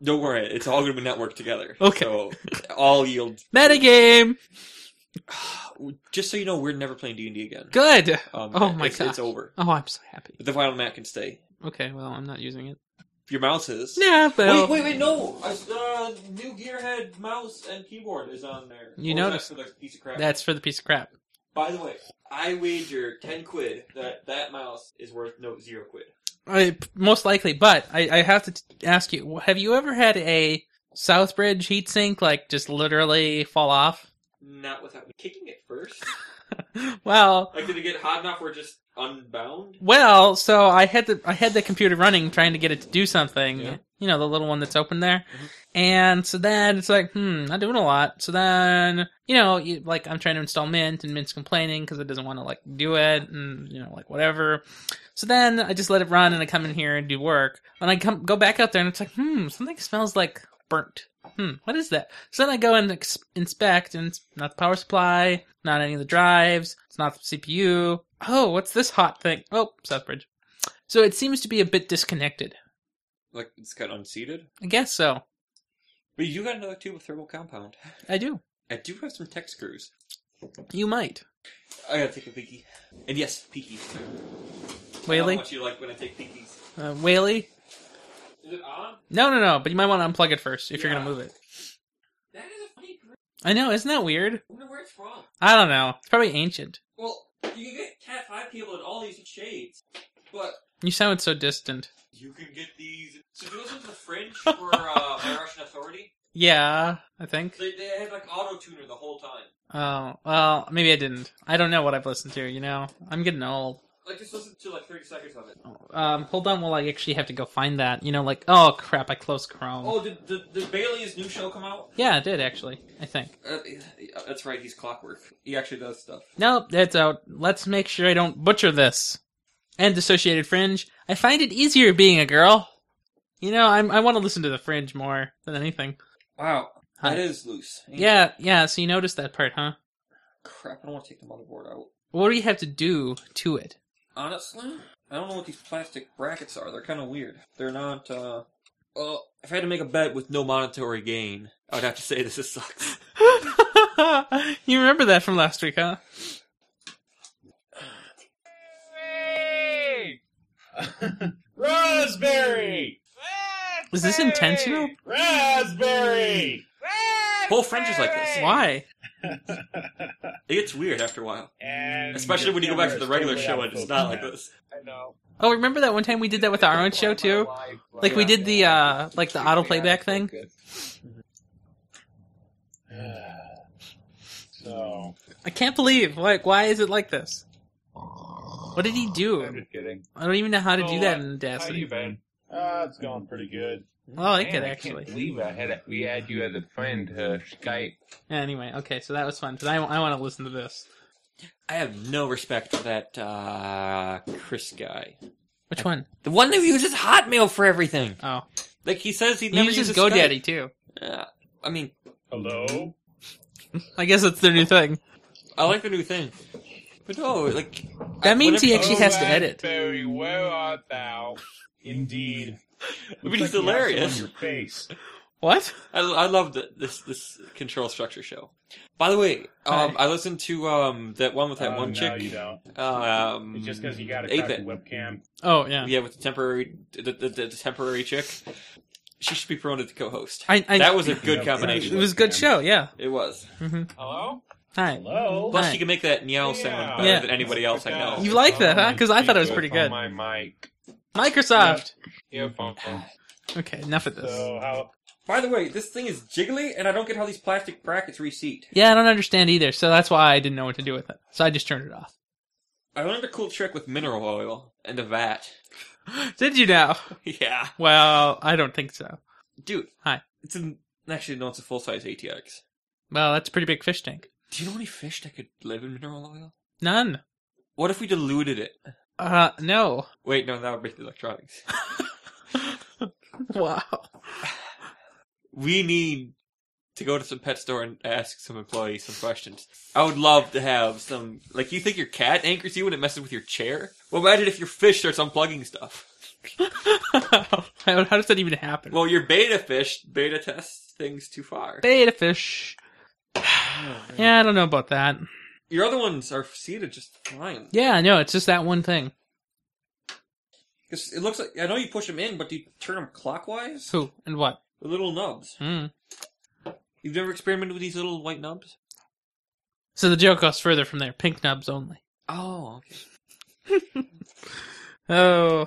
S2: Don't worry, it's all going to be networked together.
S3: Okay.
S2: So, all
S3: <laughs>
S2: yield.
S3: Metagame.
S2: Just so you know, we're never playing D and D again.
S3: Good.
S2: Um,
S3: Oh my
S2: it's,
S3: gosh.
S2: It's over.
S3: Oh, I'm so happy.
S2: But the final mat can stay.
S3: Okay, well, I'm not using it.
S2: Your mouse is.
S3: Yeah,
S2: Wait,
S3: but
S2: wait, wait! No, I, uh, new Gearhead mouse and keyboard is on there.
S3: You
S2: Or
S3: noticed.
S2: that's for the piece of crap.
S3: that's for the piece of crap.
S2: By the way, I wager ten quid that that mouse is worth no zero quid.
S3: I, most likely, but I, I have to t- ask you: Have you ever had a Southbridge heatsink like just literally fall off?
S2: Not without me kicking it
S3: <laughs>
S2: first.
S3: well,
S2: Like, did it get hot enough or just unbound?
S3: well, so I had the I had the computer running trying to get it to do something.
S2: Yeah.
S3: You know, the little one that's open there.
S2: Mhm.
S3: And so then it's like, hmm, not doing a lot. So then, you know, you, like I'm trying to install Mint and Mint's complaining because it doesn't want to like do it and, you know, like whatever. So then I just let it run and I come in here and do work. And I come go back out there and it's like, hmm, something smells like burnt. Hmm, what is that? So then I go and ex- inspect, and it's not the power supply, not any of the drives, it's not the CPU. Oh, what's this hot thing? Oh, Southbridge. So it seems to be a bit disconnected.
S2: Like it's got unseated.
S3: I guess so.
S2: But you got another tube of thermal compound.
S3: I do.
S2: I do have some tech screws.
S3: You might.
S2: I gotta take a peeky. And yes, peeky. How
S3: Whaley?
S2: much you like when I take peekies?
S3: Uh, Whaley?
S2: Is it on?
S3: No, no, no, but you might want to unplug it first if you're going
S2: Yeah.
S3: to move it.
S2: That is a funny group.
S3: I know, isn't that weird?
S2: I wonder where it's from.
S3: I don't know. It's probably ancient.
S2: Well, you can get Cat 5 cable in all these shades, but
S3: You sound so distant.
S2: you can get these. So, do you listen to the Fringe for uh, <laughs> my Russian Authority?
S3: Yeah, I think.
S2: They, they had like auto tuner the whole time.
S3: Oh, well, maybe I didn't. I don't know what I've listened to, you know? I'm getting old.
S2: Like, just listen to like 30 seconds of it.
S3: Um, hold on while I actually have to go find that. You know, like, oh crap, I closed Chrome.
S2: Oh, did, did, did Bailey's new show come out?
S3: Yeah, it did actually, I think.
S2: Uh, yeah, that's right, he's clockwork. He actually does stuff.
S3: Nope, that's out. Let's make sure I don't butcher this. And Associated Fringe. I find it easier being a girl. You know, I'm, I want to listen to the Fringe more than anything.
S2: Wow.
S3: Huh.
S2: That is loose. Ain't it?
S3: Yeah, yeah, so you noticed that part, huh?
S2: Crap, I don't want to take the motherboard out.
S3: What do you have to do to it? <laughs>
S2: Honestly, I don't know what these plastic brackets are. They're kind of weird. They're not, uh. Well, if I had to make a bet with no monetary gain, I would have to say this is
S3: <laughs>
S2: sucks.
S3: you remember that from last week, huh?
S1: Raspberry!
S3: Is this intentional?
S1: Raspberry!
S2: Whole French is like this.
S3: Why?
S2: It gets weird after a while.
S1: and
S2: Especially when you go back to the regular show and it's not like this.
S1: I know.
S3: Oh, remember that one time we did that with our own show too? Like we did the uh like the auto playback thing?
S1: Mm-hmm. <sighs> so.
S3: I can't believe like why is it like this? What did he
S1: I'm
S3: do?
S1: just kidding.
S3: I don't even know how to
S1: So,
S3: do that in
S1: uh, How you
S3: Audacity.
S1: been? Uh, it's going pretty good.
S3: Oh, I like
S4: Man,
S3: it
S4: I
S3: actually.
S4: can't believe I had we had you as a friend to Skype.
S3: Anyway, okay, so that was fun, but I, I want to listen to this.
S2: I have no respect for that, uh. Chris guy.
S3: Which one?
S2: The one that uses Hotmail for everything!
S3: Oh,
S2: Like, he says he
S3: he
S2: never
S3: uses
S2: uses
S3: GoDaddy too.
S2: Skype. Yeah. I mean,
S1: Hello?
S3: I guess that's their new thing.
S2: I like the new thing. But no, like.
S3: That means
S2: whenever-
S3: he actually
S1: Oh,
S3: has to edit.
S1: Raspberry, where art thou? Indeed.
S2: But
S1: Looks
S2: he's
S1: like you have someone
S2: hilarious.
S1: in your face.
S3: What?
S2: I, I love the, this this control structure show. By the way, um, I listened to um, that one with that
S1: Oh,
S2: one
S1: no, you
S2: chick.
S1: don't.
S2: Um,
S1: It's just because you got a
S2: Ape
S1: crappy
S2: It.
S1: webcam.
S3: Oh yeah.
S2: yeah, with the temporary the, the, the temporary chick. She should be promoted to co-host.
S3: I, I
S2: that was a
S1: <laughs> Yeah,
S2: good
S3: it
S2: combination.
S3: was a good show. Yeah.
S2: It was.
S3: hmm
S4: Hello?
S3: Hi.
S1: Hello?
S2: Plus,
S3: Hi.
S2: she can make that meow sound
S1: Yeah.
S2: better
S3: Yeah.
S2: than anybody else I know.
S3: You like that, huh? 'Cause I thought it was
S4: Speaker
S3: pretty
S4: for
S3: good.
S4: My mic.
S3: Microsoft.
S4: Earphone.
S3: Okay, enough of this.
S1: So how
S2: By the way, this thing is jiggly, and I don't get how these plastic brackets reseat.
S3: Yeah, I don't understand either, so that's why I didn't know what to do with it. So I just turned it off. <gasps>
S2: I learned a cool trick with mineral oil and a vat. <laughs>
S3: Did you now?
S2: yeah,
S3: Well, I don't think so.
S2: dude.
S3: Hi.
S2: It's an actually no, it's a full size ATX.
S3: Well, that's a pretty big fish tank.
S2: Do you know any fish that could live in mineral oil?
S3: None.
S2: What if we diluted it?
S3: Uh, no.
S2: Wait, no, that would break the electronics.
S3: <laughs>
S2: <laughs>
S3: Wow.
S2: we need to go to some pet store and ask some employees some questions. I would love to have some. Like, you think your cat anchors you when it messes with your chair? Well, imagine if your fish starts unplugging stuff.
S3: How <laughs> how does that even happen?
S2: Well, your beta fish beta tests things too far. <sighs>
S3: Beta fish. Yeah, I don't know about that.
S2: Your other ones are seated just fine.
S3: Yeah, I know. It's just that one thing.
S2: 'Cause it looks like I know you push them in, but do you turn them clockwise?
S3: Who and what?
S2: The little nubs.
S3: Hmm.
S2: You've never experimented with these little white nubs?
S3: So the joke goes further from there. Pink nubs only.
S2: Oh, okay.
S3: Oh,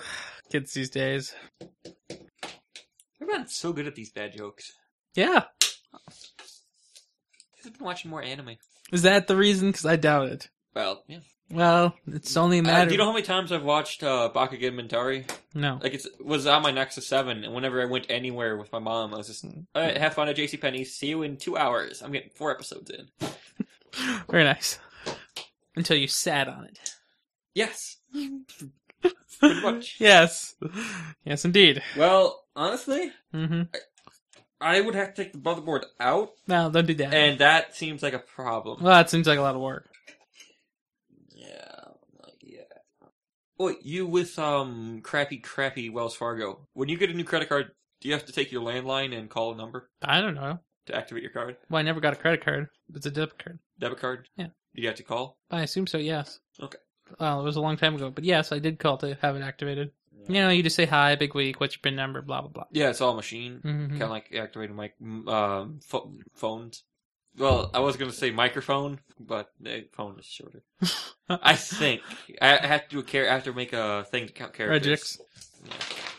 S3: kids these days.
S2: I've gotten so good at these bad jokes.
S3: Yeah.
S2: I've been watching more anime.
S3: Is that the reason? Because I doubt it.
S2: Well, yeah.
S3: Well, it's only a
S2: Uh,
S3: matter.
S2: do you know how many times I've watched uh, Bakugan Mentari?
S3: no.
S2: Like it's was on my Nexus Seven, and whenever I went anywhere with my mom, I was just, "All right, have fun at J.C. Penney's. See you in two hours." I'm getting four episodes in.
S3: Very nice. Until you sat on it.
S2: Yes, pretty much.
S3: yes. Yes, indeed.
S2: Well, honestly,
S3: Mm-hmm.
S2: I would have to take the motherboard out,
S3: No, don't do that.
S2: and that seems like a problem.
S3: well, that seems like a lot of work.
S2: Yeah, yeah. Well, Oh, you with um crappy, crappy Wells Fargo. When you get a new credit card, do you have to take your landline and call a number
S3: I don't know.
S2: to activate your card,
S3: Well, I never got a credit card. It's a debit card.
S2: debit card?
S3: Yeah.
S2: Do you have to call?
S3: I assume so. Yes.
S2: Okay.
S3: Well, it was a long time ago, but yes, I did call to have it activated. You know, you just say hi, big week, what's your PIN number, blah blah blah.
S2: Yeah, it's all machine.
S3: Mhm.
S2: Kind of like activating mic m- um, pho- phones. Well, I was gonna say microphone, but eh, phone is shorter. I think I I have to do a care. I have to make a thing to count characters.
S3: Regix.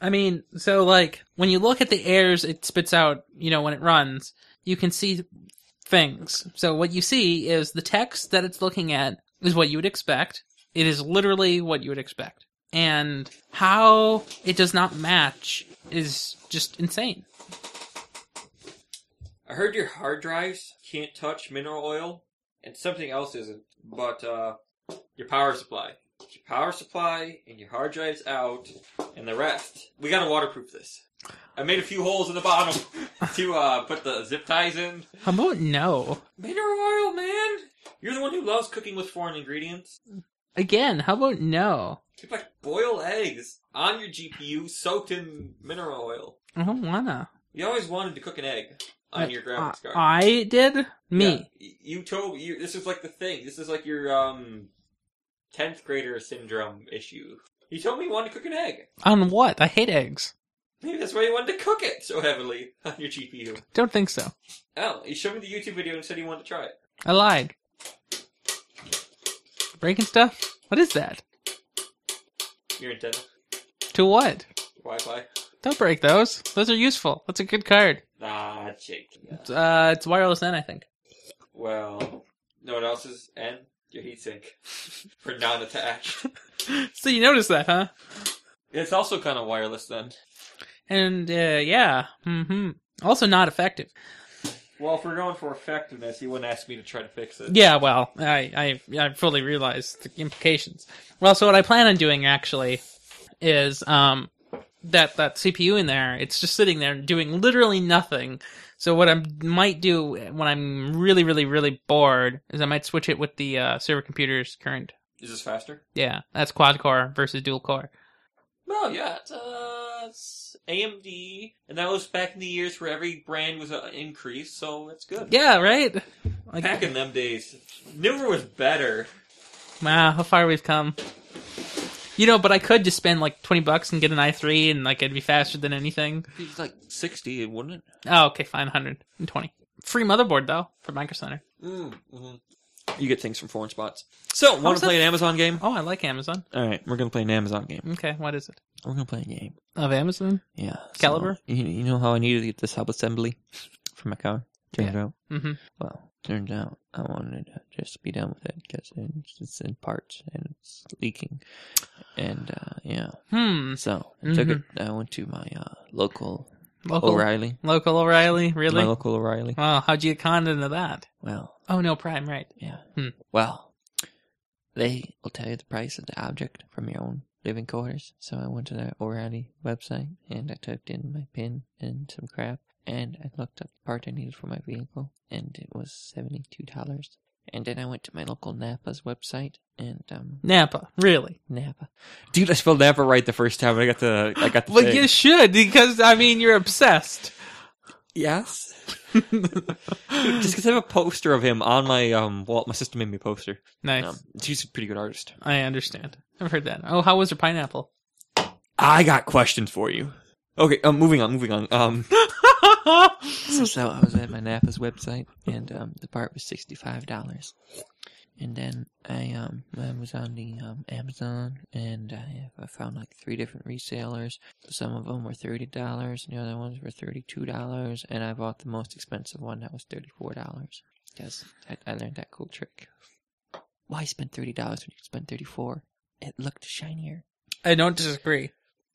S3: I mean, so like when you look at the errors it spits out, you know, when it runs, you can see things. So what you see is the text that it's looking at is what you would expect. It is literally what you would expect. And how it does not match is just insane.
S2: I heard your hard drives can't touch mineral oil, and something else isn't, but uh, your power supply. Get Your power supply and your hard drives out, and the rest. We gotta waterproof this. I made a few holes in the bottom <laughs> to uh, put the zip ties in.
S3: How about no?
S2: Mineral oil, man! You're the one who loves cooking with foreign ingredients.
S3: Again, how about no?
S2: You like boil eggs on your GPU soaked in mineral oil.
S3: I don't wanna.
S2: You always wanted to cook an egg on your graphics card.
S3: I, I did? Me.
S2: Yeah, y- you told you this is like the thing. This is like your um tenth grader syndrome issue. You told me you wanted to cook an egg.
S3: On what? I hate eggs.
S2: Maybe that's why you wanted to cook it so heavily <laughs> on your GPU.
S3: Don't think so.
S2: Oh, you showed me the YouTube video and said you wanted to try it.
S3: I lied. Breaking stuff? What is that?
S2: Your Nintendo
S3: To what?
S2: Wi-Fi.
S3: Don't break those. Those are useful. That's a good card.
S2: Nah, Jake. Yeah.
S3: Uh, it's wireless N, I think. <gasps>
S2: Well, no one else's and your heatsink <laughs> for non-attached.
S3: So you noticed that, huh?
S2: <laughs> It's also kind of wireless then.
S3: And uh, yeah, hmm. Also not effective.
S2: Well, if we're going for effectiveness, you wouldn't ask me to try to fix it.
S3: Yeah, well, I I I fully realize the implications. Well, so what I plan on doing actually is um that that CPU in there, it's just sitting there doing literally nothing. So what I might do when I'm really really really bored is I might switch it with the uh, server computer's current.
S2: Is this faster?
S3: Yeah, that's quad core versus dual core.
S2: No, yeah, it's, uh, it's AMD, and that was back in the years where every brand was an increase, so it's good.
S3: Yeah, right. Like,
S2: Back in them days, newer was better.
S3: Wow, how far we've come. You know, but I could just spend like twenty bucks and get an i3, and like it'd be faster than anything.
S2: It's like sixty, wouldn't it?
S3: Oh, okay, fine, 120. Free motherboard though for Micro Center.
S2: Mm, hmm You get things from foreign spots. So, want
S3: was
S2: to play an Amazon game?
S3: Oh, I like Amazon.
S2: All right, we're gonna play an Amazon game.
S3: Okay, what is it?
S2: We're gonna play a game.
S3: Of Amazon?
S2: Yeah, so,
S3: Caliber?
S2: you, you know how I needed to get this subassembly for my car? Turns out,
S3: Mm-hmm.
S2: well, turns out I wanted to just be done with it because it's, it's in parts and it's leaking, and uh, yeah.
S3: Hmm.
S2: So I took it. I went to my uh, local
S3: Mm-hmm. Local.
S2: O'Reilly.
S3: Local O'Reilly. Really?
S2: My local O'Reilly.
S3: wow. How'd you get conned into that?
S2: Well,
S3: Oh no, Prime. Right.
S2: yeah.
S3: Hmm.
S2: Well, they will tell you the price of the object from your own living quarters. So I went to the O'Reilly website and I typed in my pin and some crap, and I looked up the part I needed for my vehicle, and it was seventy-two dollars. And then I went to my local Napa's website, and um,
S3: Napa. Really?
S2: Napa, dude, I spelled Napa right the first time. I got the, I got the.
S3: Well,
S2: thing.
S3: you should because I mean you're obsessed.
S2: Yes. <laughs> Just because I have a poster of him on my um wall, my sister made me a poster.
S3: Nice.
S2: Um, she's a pretty good artist.
S3: I understand. I've heard that. Oh, how was your pineapple? <laughs>
S2: I got questions for you. Okay, um, moving on, moving on. Um, <laughs> so, so I was at my Napa's website, and um, the part was sixty five dollars. And then I um I was on the um, Amazon, and I, I found like three different resellers. Some of them were thirty dollars, and the other ones were thirty two dollars. And I bought the most expensive one that was thirty four dollars. Yes, I, I learned that cool trick. Why spend thirty dollars when you can spend thirty four? It looked shinier.
S3: I don't disagree.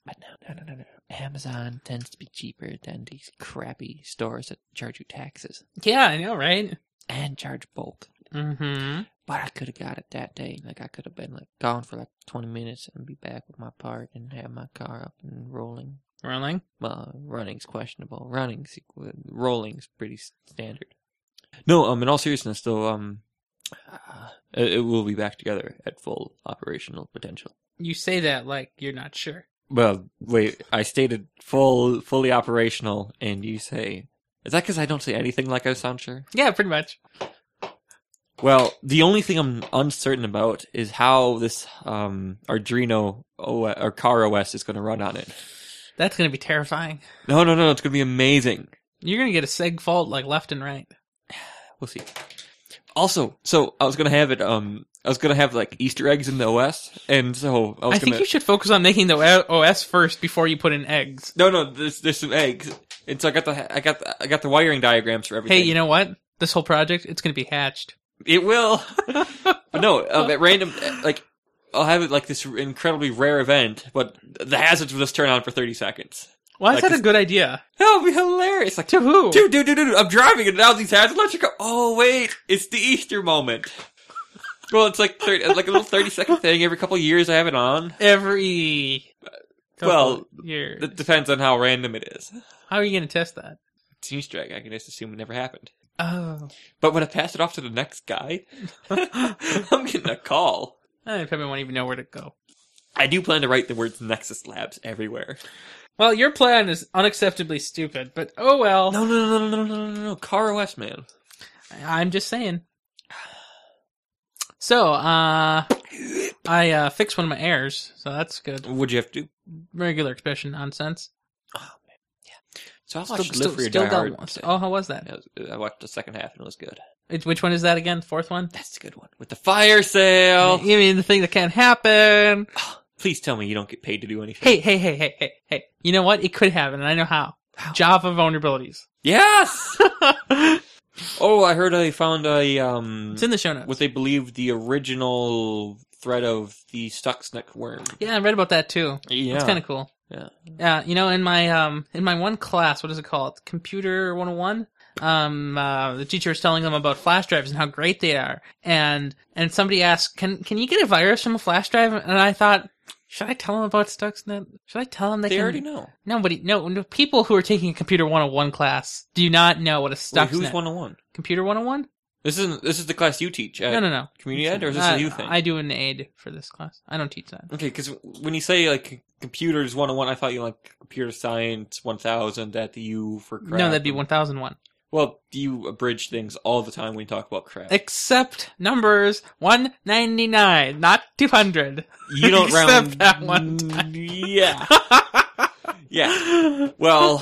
S2: But no, no, no, no, no. Amazon tends to be cheaper than these crappy stores that charge you taxes
S3: Yeah, I know, right?
S2: and charge bulk.
S3: Mm-hmm.
S2: But I could have got it that day. Like I could have been like gone for like twenty minutes and be back with my part and have my car up and rolling.
S3: Rolling.
S2: Well, running's questionable. Running's rolling's pretty standard. No, um, in all seriousness though, um, uh, it it will be back together at full operational potential.
S3: You say that like you're not sure.
S2: Well, wait. I stated full, fully operational, and you say, "Is that because I don't say anything like I sound sure?"
S3: Yeah, pretty much.
S2: Well, the only thing I'm uncertain about is how this um, Arduino o- or Car OS is going to run on it.
S3: That's gonna be terrifying.
S2: No, no, no. It's going to be amazing.
S3: You're gonna get a seg fault like left and right.
S2: We'll see. Also, so I was going to have it. Um, I was going to have like Easter eggs in the OS, and so I
S3: I,
S2: was
S3: think
S2: going
S3: you
S2: to.
S3: should focus on making the OS first before you put in eggs.
S2: No, no. There's there's some eggs, and so I got the I got the, I got the wiring diagrams for everything.
S3: Hey, you know what? This whole project, it's gonna be hatched. <laughs>
S2: It will. but no, um, at random, like I'll have it like this incredibly rare event, but the hazards will just turn on for thirty seconds.
S3: Why is
S2: Like
S3: that a
S2: this-
S3: good idea?
S2: That would be hilarious. Like,
S3: To who?
S2: dude, dude, dude, dude, I'm driving and now these hazards let you go. Oh wait, it's the Easter moment. Well, it's like 30, like a little thirty second thing every couple of years. I have it on.
S3: Every
S2: Well,
S3: year.
S2: It depends on how random it is.
S3: How are you gonna test that?
S2: It's an Easter egg. I can just assume it never happened.
S3: Oh,
S2: But when I pass it off to the next guy, <laughs> I'm getting a call.
S3: I probably won't even know where to go.
S2: I do plan to write the words Nexus Labs everywhere.
S3: Well, your plan is unacceptably stupid, but oh well.
S2: No, no, no, no, no, no, no, no, no. Car OS, man.
S3: I'm just saying. So, uh, I uh, fixed one of my errors, so that's good.
S2: What'd you have to do?
S3: Regular expression nonsense.
S2: So I watched
S3: Still-
S2: Live
S3: Oh, still-
S2: Free or
S3: still
S2: Die
S3: got
S2: Hard.
S3: one.
S2: today.
S3: Oh, how was that?
S2: That was- I watched the second half and it was good.
S3: It- Which one is that again? Fourth one?
S2: That's a good one. With the fire sale.
S3: You mean the thing that can't happen?
S2: Please tell me you don't get paid to do anything.
S3: Hey, hey, hey, hey, hey, hey. You know what? It could happen, and I know how. Java <laughs> vulnerabilities.
S2: <laughs> Yes! oh, I heard I found a, um,
S3: It's in the show notes.
S2: what they believe the original thread of the Stuxnet worm.
S3: yeah, I read about that too.
S2: Yeah.
S3: That's kind of cool.
S2: Yeah.
S3: Yeah, you know, in my um in my one class, what is it called? Computer 101. Um uh, the teacher was telling them about flash drives and how great they are. And and somebody asked, "Can can you get a virus from a flash drive?" And I thought, "Should I tell them about Stuxnet? Should I tell them they,
S2: They
S3: can
S2: already know.
S3: Nobody no, no people who are taking a computer 101 class do not know what a
S2: Wait,
S3: Stuxnet
S2: who's 101?
S3: computer 101?
S2: This isn't, this is the class you teach at
S3: no, no, no.
S2: community ed, Uh, or is this
S3: Uh,
S2: a you thing?
S3: I do an aid for this class. I don't teach that.
S2: Okay, because when you say like computers 101, I thought you like computer science 1000 at the U for crap.
S3: No, that'd be 1001.
S2: Well, you abridge things all the time when you talk about crap.
S3: except numbers 199, not 200.
S2: You
S3: <laughs>
S2: don't
S3: except
S2: round
S3: that one time.
S2: <laughs>
S3: <laughs>
S2: Yeah, yeah. Well,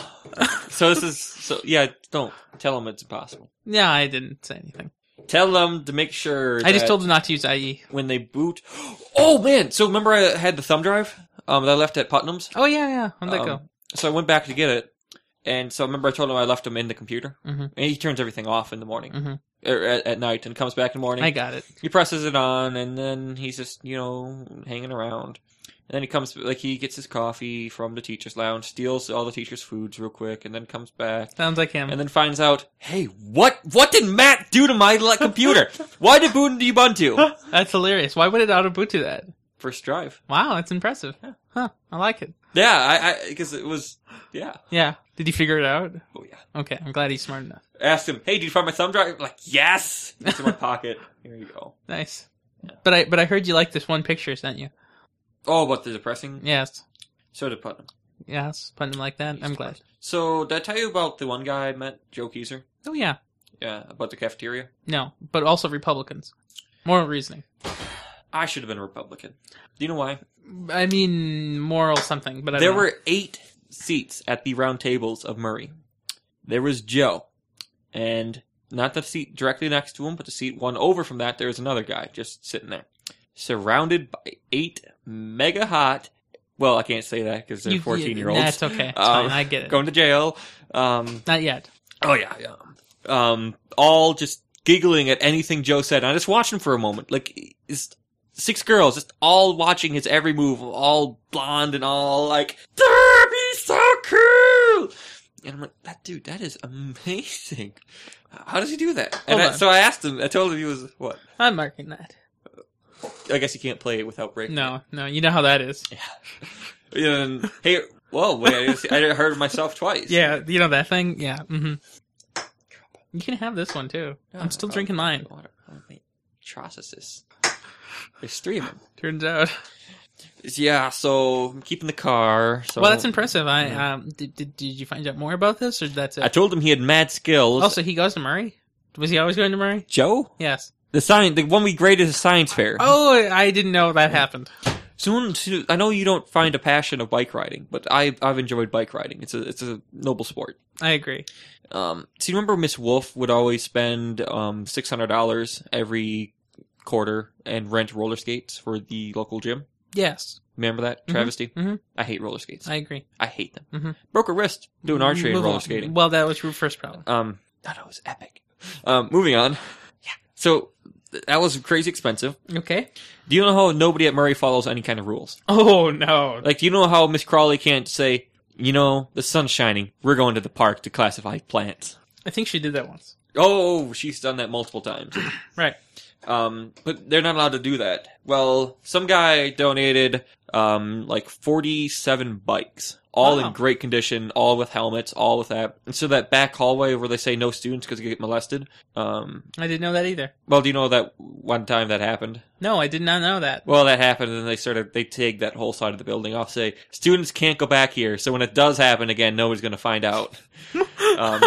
S2: so this is so yeah. Don't tell them it's impossible.
S3: yeah, I didn't say anything.
S2: Tell them to make sure.
S3: I E. just
S2: that
S3: told them not to use IE.
S2: when they boot. <gasps> Oh man! So remember I had the thumb drive um, that I left at Putnam's.
S3: Oh, yeah, yeah. How'd that
S2: Um,
S3: go?
S2: So I went back to get it, and so I remember I told him I left him in the computer,
S3: Mhm.
S2: and he turns everything off in the morning
S3: Mhm.
S2: or at, at night, and comes back in the morning.
S3: I got it.
S2: he presses it on, and then he's just you know hanging around, and then he comes like he gets his coffee from the teachers' lounge, steals all the teachers' foods real quick, and then comes back.
S3: Sounds like him.
S2: And then finds out, hey, what what did Matt do to my le- computer? Why did boot into
S3: <laughs>
S2: Ubuntu?
S3: That's hilarious. Why would it auto boot to that?
S2: First drive.
S3: Wow, that's impressive. Huh, I like it.
S2: Yeah, I because it was yeah.
S3: Yeah. Did he figure it out?
S2: Oh yeah.
S3: Okay, I'm glad he's smart enough.
S2: asked him, "Hey, did you find my thumb drive?" Like, "Yes, it's
S3: <laughs>
S2: in my pocket." Here you go.
S3: Nice. But I but I heard you liked this one picture I sent you.
S2: Oh, but the depressing.
S3: Yes.
S2: So did Putnam.
S3: Yes, putting like that. I'm glad.
S2: So did I tell you about the one guy I met, Joe Keezer?
S3: Oh yeah.
S2: Yeah, about the cafeteria.
S3: No, but also Republicans. Moral reasoning.
S2: I should have been a Republican. Do you know why?
S3: I mean moral something, but I
S2: there
S3: don't know.
S2: were eight seats at the round tables of Murray. There was Joe, and not the seat directly next to him, but the seat one over from that. There was another guy just sitting there, surrounded by eight mega hot. Well, I can't say that because they're
S3: You- you-
S2: fourteen year olds.
S3: That's okay. It's
S2: Um,
S3: fine. I get
S2: <laughs>
S3: it.
S2: going to jail. Um,
S3: Not yet.
S2: oh yeah, yeah. Um, all just giggling at anything Joe said. And I just watched him for a moment, like it's six girls, just all watching his every move, all blonde and all like, "Derp, he's so cool. And I'm like, that dude, that is amazing. How does he do that? And
S3: Hold
S2: I,
S3: on.
S2: so I asked him. I told him he was what?
S3: I'm marking that.
S2: I guess you can't play it without breaking. it.
S3: No, no, you know how that is.
S2: And then, hey, whoa, wait, I, just, I heard myself twice.
S3: Yeah, Mm-hmm. you know that thing. Yeah. hmm You can have this one too. I'm still drinking mine.
S2: Water. Oh, wait. Trossuses. There's three of them.
S3: Turns out. <laughs>
S2: Yeah, so I'm keeping the car. So
S3: well, that's impressive. I
S2: Yeah.
S3: um, did, did did you find out more about this, or that's
S2: I
S3: it?
S2: told him he had mad skills.
S3: Also, he goes to Murray. Was he always going to Murray?
S2: Joe,
S3: Yes.
S2: the science, the one we graded as science fair.
S3: <laughs> Oh, I didn't know that happened.
S2: Soon, soon, I know you don't find a passion of bike riding, but I I've enjoyed bike riding. It's a it's a noble sport.
S3: I agree.
S2: Um, so you remember Miss Wolf would always spend um six hundred dollars every quarter and rent roller skates for the local gym.
S3: Yes,
S2: Remember that
S3: Mhm,
S2: travesty?
S3: mhm.
S2: I hate roller skates. I,
S3: I agree.
S2: hate them.
S3: Mhm.
S2: Broke a wrist doing archery and
S3: Move
S2: roller
S3: on.
S2: skating.
S3: Well, that was your first problem.
S2: Um, God, it was epic. Um, moving on. Yeah. So th- that was crazy expensive.
S3: Okay.
S2: Do you know how nobody at Murray follows any kind of rules?
S3: Oh no.
S2: Like, do you know how Miss Crawley can't say, you know, the sun's shining. We're going to the park to classify plants.
S3: I think she did that once.
S2: Oh, she's done that multiple times.
S3: Right.
S2: Um, but they're not allowed to do that. Well, some guy donated um like forty-seven bikes, all
S3: Wow.
S2: in great condition, all with helmets, all with that. And so that back hallway where they say no students because you get molested. Um,
S3: I didn't know that either.
S2: well, do you know that one time that happened?
S3: No, I did not know that. <laughs>
S2: Well, that happened, and then they sort of they take that whole side of the building off. Say students can't go back here. So when it does happen again, nobody's going to find out. um,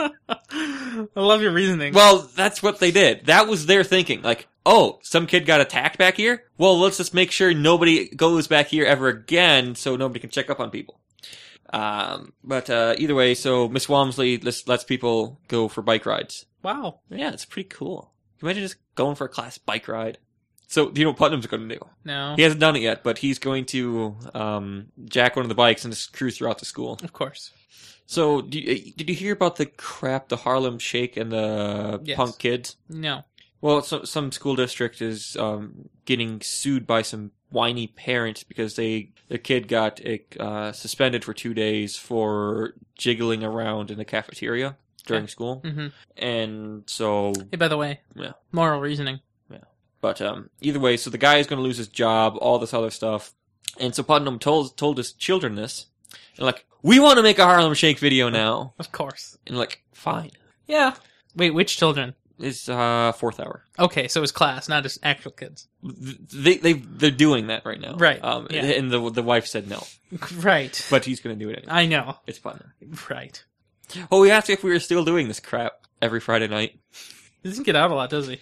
S3: I love your reasoning.
S2: Well, that's what they did. That was their thinking. Like, oh, some kid got attacked back here? Well, let's just make sure nobody goes back here ever again so nobody can check up on people. Um, but uh, either way, so Miss Walmsley lets, lets people go for bike rides.
S3: wow.
S2: Yeah, it's pretty cool. Can you imagine just going for a class bike ride? So, you know what Putnam's going to do?
S3: No.
S2: He hasn't done it yet, but he's going to um, jack one of the bikes and just cruise throughout the school.
S3: Of course.
S2: So, do you, did you hear about the crap the Harlem Shake and the
S3: Yes.
S2: punk kids?
S3: No.
S2: Well, so, some school district is um, getting sued by some whiny parents because they their kid got uh, suspended for two days for jiggling around in the cafeteria during school,
S3: hmm
S2: and so
S3: Hey, by the way.
S2: Yeah.
S3: Moral reasoning.
S2: but um, either way, so the guy is going to lose his job, all this other stuff, and so Putnam told told his children this, and like we want to make a Harlem Shake
S3: Hmm.
S2: video now,
S3: Of course.
S2: and like fine,
S3: Yeah. Wait, which children?
S2: it's uh, fourth hour.
S3: Okay, so it was class, not just actual kids. <laughs>
S2: They they they're doing that right now,
S3: Right,
S2: Um,
S3: yeah.
S2: and the the wife said no.
S3: Right.
S2: But he's gonna do it anyway.
S3: I know.
S2: It's fun.
S3: Right.
S2: Oh, he asked if we were still doing this crap every Friday night.
S3: He doesn't get out a lot, does he?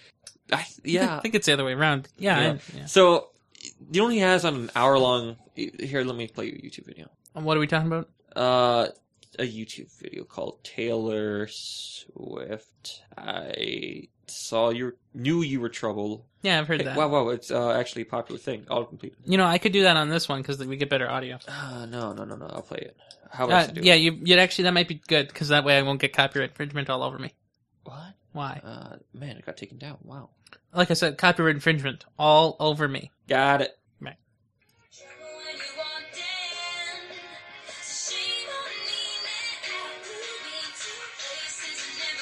S2: I,
S3: I <laughs>
S2: yeah.
S3: think it's the other way around. Yeah.
S2: Yeah.
S3: I- yeah.
S2: So, you know what he has on an hour long? Here, let me play you a YouTube video.
S3: And What are we talking about?
S2: Uh, a YouTube video called Taylor Swift. I saw you knew you were trouble.
S3: Yeah, I've heard
S2: Hey,
S3: that.
S2: wow, wow, it's uh, actually a popular thing. All complete.
S3: you know, I could do that on this one because we get better audio.
S2: Uh, no, no, no, no. I'll play it. How about
S3: Uh,
S2: Oh, I do? it?
S3: yeah, you, you'd actually that might be good because that way I won't get copyright infringement all over me.
S2: What?
S3: Why?
S2: Uh, man, it got taken down. Wow.
S3: Like I said, copyright infringement all over me.
S2: Got it.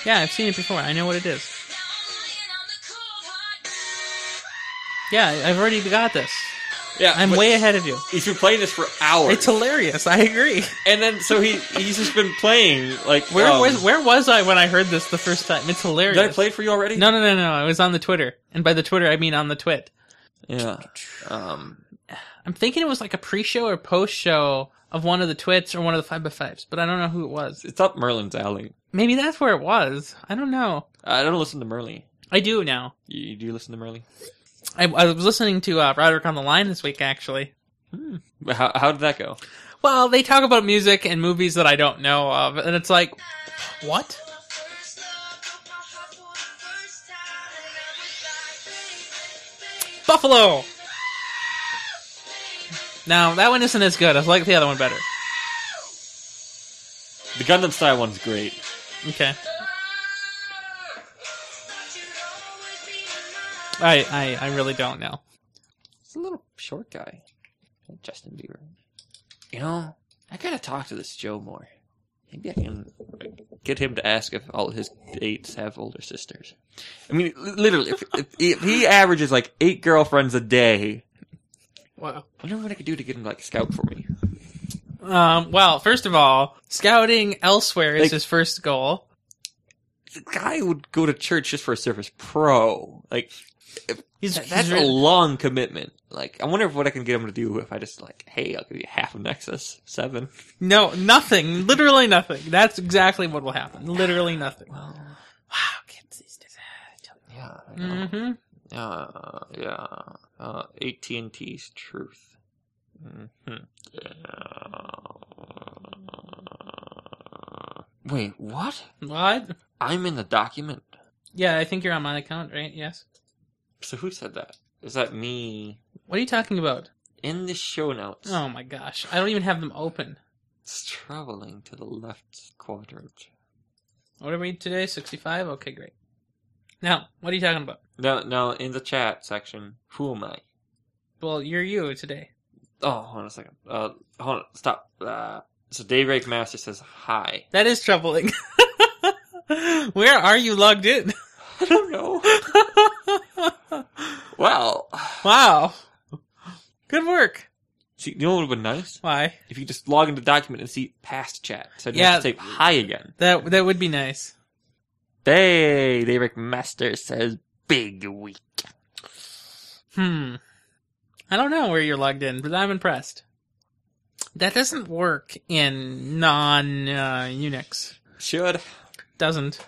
S3: Yeah, I've seen it before. I know what it is. Yeah, I- I've already got this.
S2: Yeah,
S3: I'm
S2: but
S3: way ahead of you.
S2: He's been playing this for hours.
S3: It's hilarious. I agree.
S2: And then so he he's just been playing like
S3: Where
S2: um,
S3: was where was I when I heard this the first time? It's hilarious.
S2: did I play it for you already?
S3: No, no, no, no. I was on the Twitter, and by the Twitter I mean on the twit.
S2: Yeah. Um.
S3: I'm thinking it was like a pre-show or post-show of one of the twits or one of the five by fives, but I don't know who it was.
S2: It's up Merlin's alley.
S3: Maybe that's where it was. I don't know.
S2: I don't listen to Merlin.
S3: I do now.
S2: You, you do listen to Merlin?
S3: I, I was listening to uh, Roderick on the Line this week, actually.
S2: How how did that go?
S3: Well, they talk about music and movies that I don't know of, and it's like, what? Buffalo. Now that one isn't as good. I like the other one better.
S2: The Gundam style one's great.
S3: Okay. I I, I really don't know.
S2: He's a little short guy, like Justin Bieber. You know, I gotta talk to this Joe more. Maybe I can get him to ask if all his dates have older sisters. I mean, li- literally, if, if, if he averages like eight girlfriends a day,
S3: Wow.
S2: I wonder what I could do to get him to, like scout for me.
S3: Um. Well, first of all, scouting elsewhere is
S2: Like-
S3: his first goal.
S2: the guy would go to church just for a service pro. Like
S3: He's,
S2: that-
S3: he's
S2: that's a
S3: really-
S2: long commitment. Like I wonder if what I can get him to do if I just like, hey, I'll give you half of Nexus Seven.
S3: no nothing, literally nothing. That's exactly what will happen. Literally nothing.
S2: Well,
S3: Wow, kids these days.
S2: yeah, I know.
S3: Mm-hmm.
S2: Uh, yeah. Uh, AT and T's truth. Mhm. Uh, Wait, what?
S3: What?
S2: I'm in the document.
S3: Yeah, I think you're on my account, right? Yes.
S2: So who said that? Is that me
S3: What are you talking about?
S2: in the show notes?
S3: Oh my gosh, I don't even have them open.
S2: It's traveling to the left quadrant.
S3: What are we today? Sixty-five. Okay, great. Now, what are you talking about?
S2: No, no, in the chat section. Who am I?
S3: Well, you're you today.
S2: Oh, hold on a second. Uh, hold on. Stop. Uh, so Daybreak Master says hi. <laughs>
S3: That is troubling. <laughs> Where are you logged in? <laughs>
S2: I don't know. Well,
S3: wow. Good work.
S2: see, you know what would have been nice
S3: Why?
S2: if you just log into the document and see past chat, so you
S3: Yeah.
S2: have to say hi again.
S3: That that would be nice.
S2: Hey, Daybreak Master says big week.
S3: Hmm. I don't know where you're logged in, but I'm impressed. That doesn't work in non uh, Unix.
S2: Should
S3: Doesn't.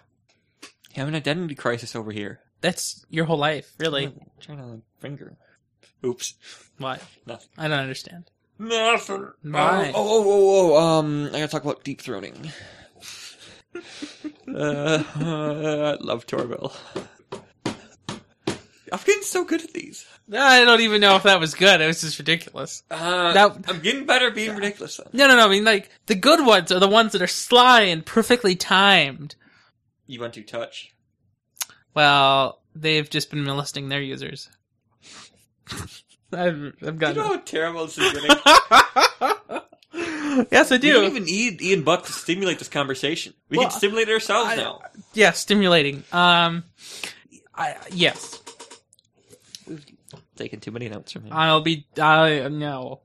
S2: have an identity crisis over here.
S3: That's your whole life, really.
S2: I'm trying to finger. Oops.
S3: What?
S2: Nothing.
S3: I don't understand.
S2: Nothing.
S3: Why?
S2: Oh, oh, oh, oh, um, I gotta talk about deep throating. <laughs> uh, uh, I love Torbil. I'm getting so good at these.
S3: I don't even know if that was good. It was just ridiculous.
S2: Uh,
S3: That-
S2: I'm getting better at being ridiculous. Then.
S3: No, no, no. I mean, like the good ones are the ones that are sly and perfectly timed.
S2: You want to touch?
S3: Well, they've just been molesting their users. <laughs> I've, I've
S2: Do you
S3: gotten.
S2: know how terrible
S3: <laughs>
S2: this is getting?
S3: yes, I
S2: We
S3: do.
S2: don't even need Ian Buck to stimulate this conversation. We
S3: Well,
S2: can stimulate it ourselves
S3: I-
S2: now.
S3: yeah, stimulating. Um, I, yes,
S2: Taking too many notes from him.
S3: I'll be.
S2: <laughs>
S3: I no.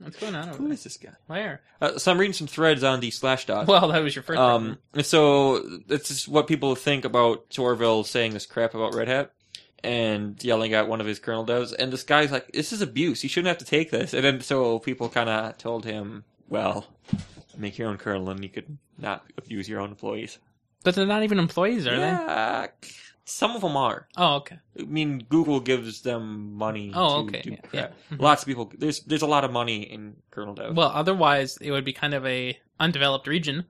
S3: What's going on? Over
S2: Who
S3: there?
S2: is this guy?
S3: Where?
S2: Uh, so I'm reading some threads on the slash dot.
S3: Well, that was your first.
S2: Um, and so that's just what people think about Torville saying this crap about Red Hat and yelling at one of his colonel devs. And this guy's like, "This is abuse. You shouldn't have to take this." And then so people kind of told him, "Well, make your own colonel, and you could not abuse your own employees."
S3: but they're not even employees, are they?
S2: yeah, some of them are.
S3: Oh, okay.
S2: I mean, Google gives them money.
S3: Oh,
S2: to
S3: okay.
S2: do
S3: Yeah,
S2: crap.
S3: yeah. Mhm.
S2: Lots of people. There's there's a lot of money in kernel dev.
S3: Well, otherwise it would be kind of a undeveloped region,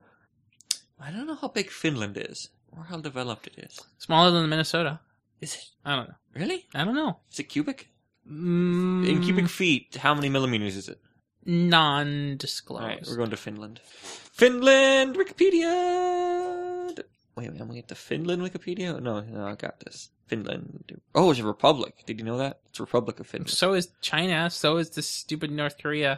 S2: I don't know how big Finland is or how developed it is.
S3: smaller than Minnesota.
S2: Is it
S3: I don't know.
S2: really?
S3: I don't know.
S2: Is it cubic?
S3: Mm,
S2: In cubic feet, how many millimeters is it? All
S3: non-disclosed.
S2: right, we're going to Finland. Finland Wikipedia. Wait, wait, I'm going to get the Finland Wikipedia. Oh, No, no, I got this. Finland. Oh, it's a republic. Did you know that? It's Republic of Finland.
S3: So is China. So is this stupid North Korea.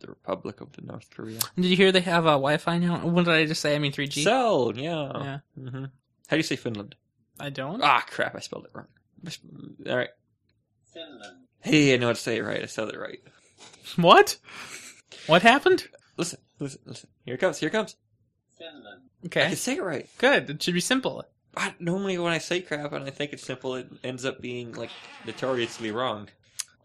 S2: the Republic of the North Korea.
S3: Did you hear they have a Wi-Fi now? What did I just say? I mean 3G.
S2: Cell, yeah.
S3: Yeah.
S2: hmm How do you say Finland?
S3: I don't.
S2: Ah, crap, I spelled it wrong. All right. Hey, I know how to say it right. I said it right.
S3: What? What happened?
S2: Listen, listen, listen. Here it comes, here it comes. I
S3: Okay.
S2: can say it right.
S3: Good. It should be simple.
S2: I, normally when I say crap and I think it's simple, it ends up being, like, notoriously wrong.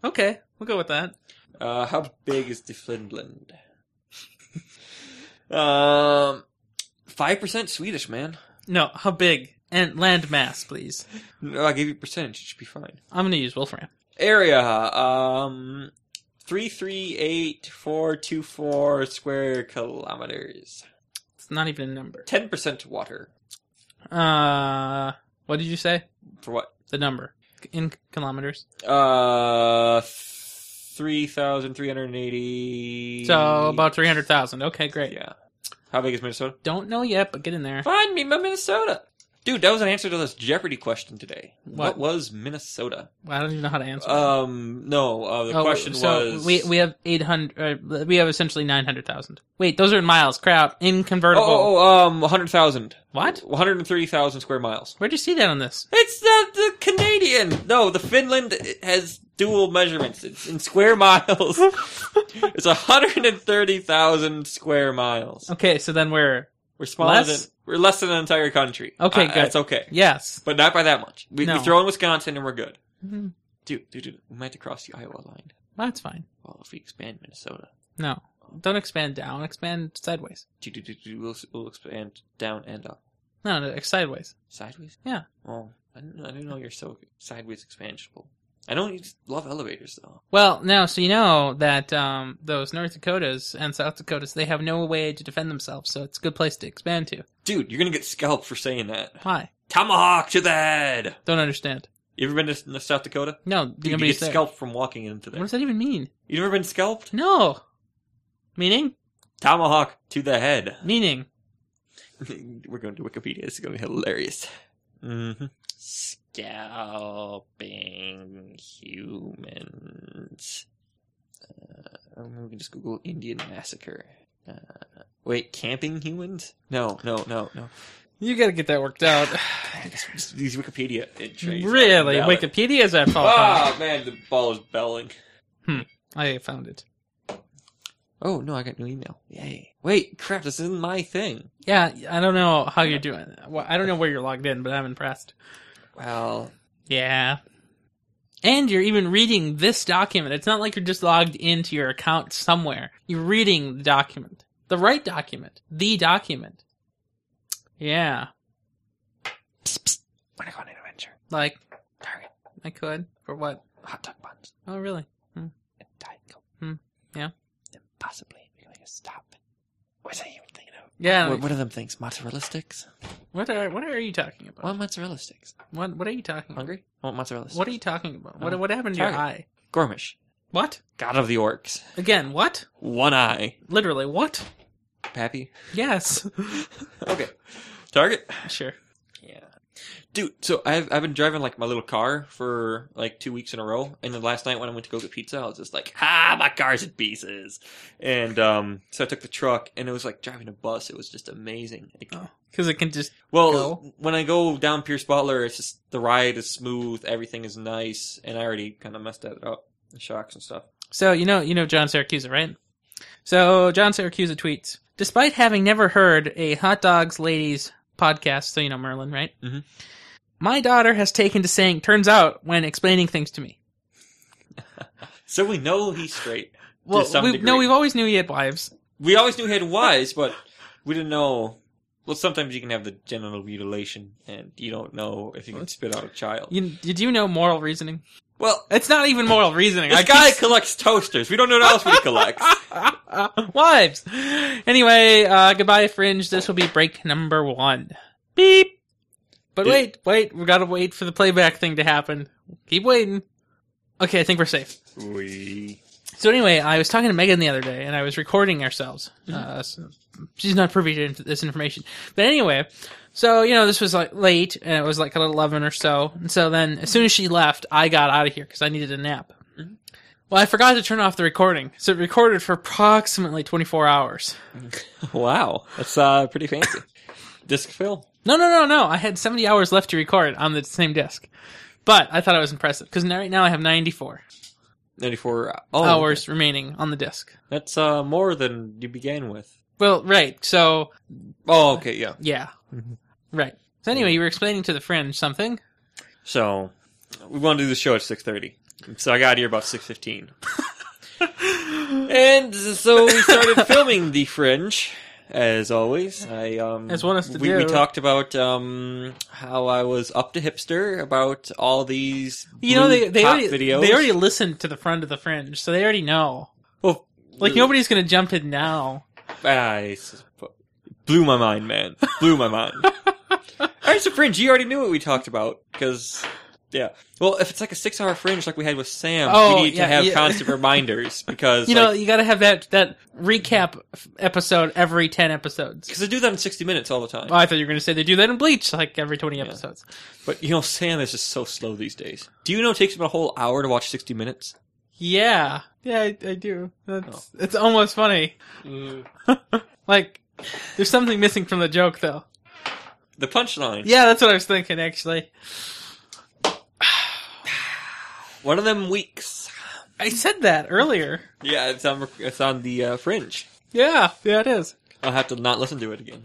S3: Okay. We'll go with that.
S2: Uh, how big is the Finland? <laughs> um, 5% Swedish, man.
S3: No. How big? And land mass, please.
S2: No, I gave you percentage. It should be fine.
S3: I'm gonna use Wolfram.
S2: Area, um, 338424 square kilometers.
S3: It's not even a number.
S2: 10% water.
S3: Uh, what did you say?
S2: For what?
S3: The number in kilometers.
S2: Uh, 3,380.
S3: So about three hundred thousand. Okay, great.
S2: Yeah. How big is Minnesota?
S3: Don't know yet, but get in there.
S2: Find me my Minnesota! Dude, that was an answer to this Jeopardy question today.
S3: What?
S2: What, was Minnesota?
S3: Well, I don't even know how to answer. that.
S2: Um, no, uh, the
S3: Oh,
S2: question
S3: so
S2: was.
S3: we we have eight hundred. Uh, we have essentially nine hundred thousand. Wait, those are in miles. Crap. In
S2: Oh,
S3: convertible.
S2: oh, oh, um, 100,000.
S3: What?
S2: 130,000 square miles.
S3: Where'd you see that on this?
S2: It's the, the Canadian. No, the Finland has dual measurements. It's in square <laughs>
S3: <laughs>
S2: miles. it's 130,000 square miles.
S3: Okay, so then we're
S2: We're smaller
S3: Less?
S2: than we're less than an entire country.
S3: Okay,
S2: I-
S3: good.
S2: That's okay,
S3: Yes.
S2: but not by that much. We,
S3: No.
S2: we throw in Wisconsin and we're good.
S3: Mhm.
S2: Dude, dude, dude, we might have to cross the Iowa line.
S3: That's fine.
S2: Well, if we expand Minnesota,
S3: No. Don't expand down, expand sideways.
S2: dude, dude, dude, dude, we'll, we'll expand down and up,
S3: No, no, sideways.
S2: sideways.
S3: Yeah.
S2: Well, I didn't, I didn't know you're so sideways expansionable. I know you just love elevators though.
S3: Well, now, so you know that um, those North Dakotas and South Dakotas, they have no way to defend themselves, so it's a good place to expand to.
S2: Dude, you're gonna get scalped for saying that.
S3: Why?
S2: Tomahawk to the head.
S3: Don't understand.
S2: You ever been to S- South Dakota?
S3: No,
S2: Dude, you
S3: nobody's
S2: get
S3: there.
S2: scalped from walking into
S3: What
S2: there.
S3: does that even mean?
S2: You never been scalped?
S3: No. Meaning?
S2: Tomahawk to the head.
S3: Meaning.
S2: <laughs> We're going to Wikipedia. This is going to be hilarious. Mm-hmm. Scalping humans. Uh, we can just Google Indian massacre. Uh, wait, camping humans? No, no, no, <sighs> no.
S3: You gotta get that
S2: <sighs>
S3: worked <sighs> out.
S2: These- These Wikipedia entries. are
S3: really?
S2: valid.
S3: Wikipedia is that fault.
S2: Oh man, the ball is belling.
S3: I found it.
S2: Oh no, I got new email. Yay! Wait, crap, this isn't my thing.
S3: Yeah, I don't know how you're doing. Well, I don't know where you're logged in, but I'm impressed.
S2: Well,
S3: Yeah. And you're even reading this document. It's not like you're just logged into your account somewhere. You're reading the document. The right document. The document. Yeah.
S2: psst, psst. want to go on an adventure?
S3: Like,
S2: Target
S3: I could. For what?
S2: hot dog buns
S3: Oh, really?
S2: and diet coke.
S3: Hmm, yeah.
S2: And possibly we can make a stop. What's that even thinking of?
S3: Yeah.
S2: What, what are them things? Mozzarella sticks?
S3: What are what are you talking
S2: I want
S3: about?
S2: mozzarella sticks.
S3: What what are you talking about?
S2: Hungry? I want mozzarella sticks.
S3: What are you talking about? What
S2: Um,
S3: what happened to your
S2: sorry.
S3: eye?
S2: Gormish,
S3: What?
S2: god of the orcs,
S3: Again, what?
S2: one eye,
S3: Literally, what?
S2: pappy. <laughs>
S3: Yes.
S2: okay, target.
S3: sure.
S2: Yeah. Dude, so I've I've been driving like my little car for like two weeks in a row, and then last night when I went to go get pizza, I was just like, "Ah, my car's in pieces," and um, so I took the truck, and it was like driving a bus. It was just amazing. Like,
S3: Because it can just
S2: well,
S3: Go.
S2: when I go down Pierce Butler, it's just the ride is smooth, everything is nice, and I already kind of messed that up, the shocks and stuff.
S3: So you know, you know John Syracuse, right? So John Syracuse tweets: Despite having never heard a hot dogs ladies podcast, so you know Merlin, right?
S2: Mhm.
S3: My daughter has taken to saying "turns out" when explaining things to me.
S2: So we know he's straight.
S3: Well,
S2: some
S3: we,
S2: degree.
S3: no, we've always knew he had wives.
S2: We always knew he had wives, but we didn't know. Well, sometimes you can have the genital mutilation, and you don't know if you can spit out a child.
S3: You, did you know moral reasoning?
S2: Well,
S3: It's not even moral
S2: <laughs>
S3: reasoning.
S2: this
S3: I
S2: guy collects toasters. We don't know what else he
S3: <laughs>
S2: collects.
S3: keep- <laughs> wives. Anyway, uh, goodbye, Fringe. This will be break number one. Beep. But
S2: It-
S3: wait, wait, we gotta wait for the playback thing to happen. Keep waiting. Okay, I think we're safe.
S2: We.
S3: So anyway, I was talking to Megan the other day, and I was recording ourselves. Uh, so she's not privy to inf- this information, but anyway, so you know this was like late, and it was like at eleven or so. And so then, as soon as she left, I got out of here because I needed a nap. Well, I forgot to turn off the recording, so it recorded for approximately twenty four hours.
S2: Wow, that's uh, pretty fancy. <coughs> Disc fill.
S3: No, no, no, no. I had seventy hours left to record on the same disk, but I thought it was impressive because now, right now I have ninety four
S2: Ninety-four oh,
S3: hours
S2: okay.
S3: remaining on the disk.
S2: That's uh, more than you began with.
S3: Well, right. So
S2: Oh, okay, yeah.
S3: Yeah.
S2: Mhm.
S3: Right. So anyway, you were explaining to the fringe something.
S2: So we want to do the show at six thirty. So I got here about six fifteen,
S3: <laughs>
S2: and so we started filming the Fringe. As always, I um
S3: As one has to
S2: we,
S3: do.
S2: we talked about um how I was up to hipster about all these
S3: You know
S2: blue
S3: they they
S2: top
S3: already
S2: videos.
S3: they already listened to the front of the fringe, so they already know.
S2: well
S3: Like nobody's gonna jump in now.
S2: Ah, it's- blew my mind, man. Blew my
S3: <laughs>
S2: mind. All right, so Fringe, you already knew what we talked about because. Yeah. Well, if it's like a six-hour fringe like we had with Sam,
S3: Oh,
S2: we need
S3: yeah,
S2: to have
S3: yeah. <laughs>
S2: constant reminders because
S3: You know, you gotta have that that recap f- episode every ten episodes.
S2: because they do that in sixty minutes all the time.
S3: Oh, I thought you were gonna say they do that in Bleach, like every twenty episodes.
S2: But you know, Sam is just so slow these days. Do you know it takes him a whole hour to watch sixty minutes?
S3: Yeah, yeah, I, I do. That's it's almost funny. <laughs> Like, there's something missing from the joke though.
S2: The punchline.
S3: Yeah, that's what I was thinking actually.
S2: One of them weeks.
S3: I said that earlier.
S2: Yeah, it's on. It's on the uh, Fringe.
S3: Yeah, yeah, it is.
S2: I'll have to not listen to it again.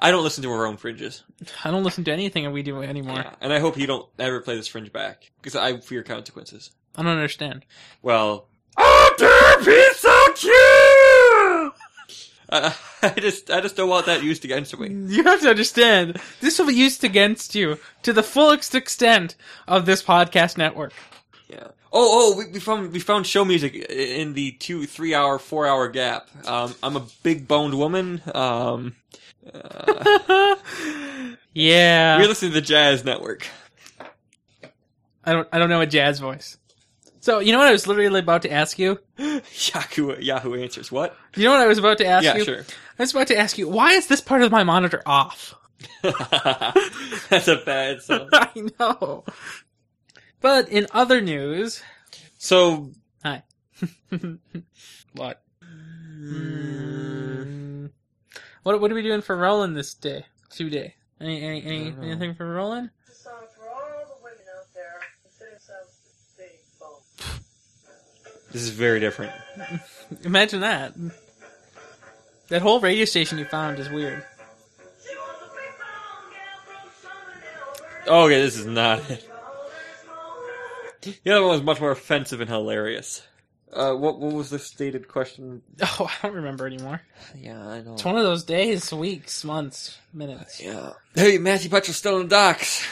S2: I don't listen to our own fringes.
S3: I don't listen to anything we do anymore.
S2: Yeah. And I hope you don't ever play this fringe back because I fear consequences.
S3: I don't understand.
S2: Well, oh, dear, he's so cute. Uh, I <laughs> just, I just don't want that used against me.
S3: You have to understand. This will be used against you to the fullest extent of this podcast network. <laughs>
S2: Yeah. Oh, oh, we, we found we found show music i- in the two, three hour, four hour gap. Um, I'm a big boned woman. Um, uh,
S3: yeah.
S2: you're listening to the Jazz Network. <laughs>
S3: I don't I don't know a jazz voice. So you know what I was literally about to ask you?
S2: Yahoo, Yahoo answers what?
S3: You know what I was about to ask
S2: yeah,
S3: you?
S2: sure. <laughs>
S3: I was about to ask you, why is this part of my monitor off? <laughs>
S2: That's a bad song.
S3: I know. But in other news <laughs>
S2: So,
S3: What? Hmm. What what are we doing for Roland this day? Today. Any any, any
S2: don't know.
S3: anything for Roland?
S5: It's a song for all the women out there who consider themselves big bones.
S2: this is very different.
S3: Imagine that. That whole radio station you found is weird. <laughs>
S5: She was a big bone gal from Southern Alberta.
S2: Okay, this is not it.
S5: Tall and small.
S2: The other one was much more offensive and hilarious. Uh, what what was the stated question?
S3: Oh, I don't remember anymore.
S2: Yeah, I know.
S3: It's one of those days, weeks, months, minutes.
S2: Yeah. Hey, Matthew Butcher's still in the docks.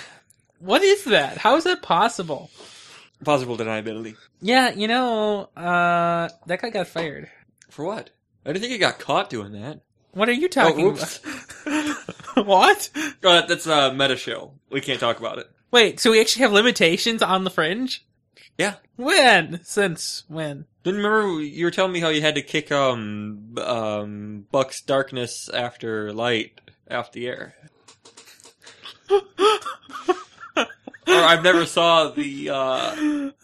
S3: What is that? How is that possible?
S2: Possible deniability.
S3: Yeah, you know, uh, that guy got fired.
S2: For what? I didn't think he got caught doing that.
S3: What are you talking
S2: oh, oops.
S3: about? <laughs> what?
S2: <laughs> Uh, that's a meta show. We can't talk about it.
S3: Wait, so we actually have limitations on the fringe?
S2: Yeah.
S3: When? Since <sighs> when?
S2: Didn't remember you were telling me how you had to kick um um Buck's darkness after light off the
S3: <laughs>
S2: air. or I've never saw the
S3: <laughs>
S2: uh,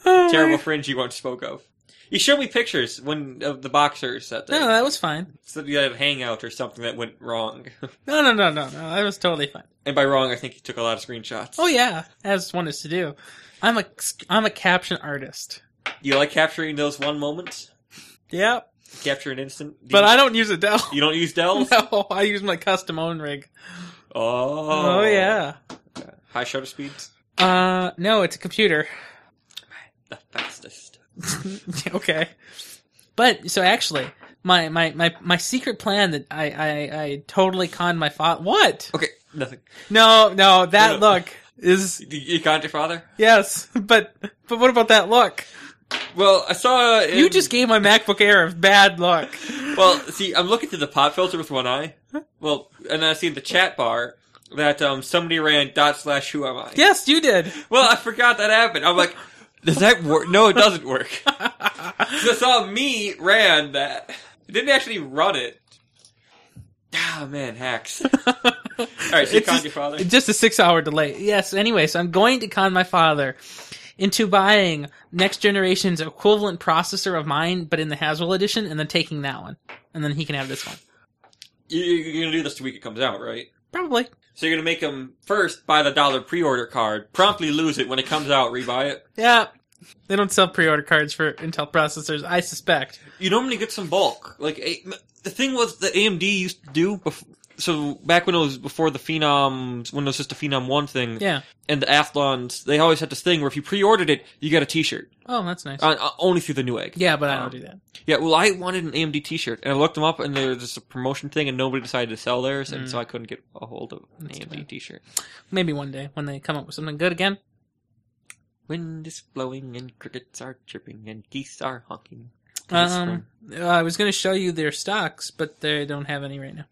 S3: Oh
S2: terrible
S3: my-
S2: fringe you once spoke of. You showed me pictures when of the boxers that they
S3: <sighs> No, that was fine.
S2: said you had a hangout or something that went wrong. <laughs>
S3: No, no, no, no, no. That was totally fine.
S2: and by wrong, I think you took a lot of screenshots.
S3: Oh yeah, as one is to do. I'm a I'm a caption artist.
S2: You like capturing those one moments,
S3: Yep.
S2: capture an instant. Do
S3: But
S2: you,
S3: I don't use Adele.
S2: you don't use Dells.
S3: <laughs> No, I use my custom own rig.
S2: Oh,
S3: Oh, yeah.
S2: high shutter speeds,
S3: Uh, no, it's a computer.
S2: the fastest.
S3: <laughs> okay. But so actually, my my my my secret plan that I I, I totally conned my father. What?
S2: Okay, nothing.
S3: No, no, that
S2: No, no.
S3: look is
S2: You, you got your father?
S3: yes, <laughs> but but what about that look?
S2: Well, I saw in-
S3: You just gave my MacBook Air a bad look.
S2: Well, see, I'm looking through the pop filter with one eye. Well, and I see in the chat bar that um somebody ran dot slash who am I?
S3: Yes, you did.
S2: Well, I forgot that happened. I'm like, does that work? No, it doesn't
S3: <laughs>
S2: work. so I saw me ran that. It didn't actually run it. Ah man, hacks. All right, so you conned
S3: It's just-
S2: your father.
S3: It's just a six hour delay. Yes, anyway, so I'm going to con my father into buying next generation's equivalent processor of mine, but in the Haswell edition, and then taking that one. And then he can have this one.
S2: You, you're gonna do this the week it comes out, right?
S3: Probably.
S2: So you're gonna make them first buy the dollar pre-order card, promptly lose it when it comes out, rebuy it.
S3: Yeah. They don't sell pre order cards for Intel processors, I suspect.
S2: You normally get some bulk. Like A- m- the thing was that AMD used to do. Bef- so back when it was before the Phenom, when it was just a Phenom One thing,
S3: Yeah.
S2: and the Athlons, they always had this thing where if you pre-ordered it, you got a T-shirt
S3: Oh, that's nice.
S2: uh, uh, only through the new egg.
S3: yeah, but I don't do that.
S2: Yeah, well, I wanted an AMD T-shirt, and I looked them up, and there was just a promotion thing, and nobody decided to sell theirs, and
S3: Mm.
S2: so I couldn't get a hold of an
S3: That's too
S2: AMD
S3: bad.
S2: T-shirt.
S3: Maybe one day when they come up with something good again.
S2: Wind is blowing, and crickets are chirping, and geese are honking. This
S3: Um, uh, I was going to show you their stocks, but they don't have any right now.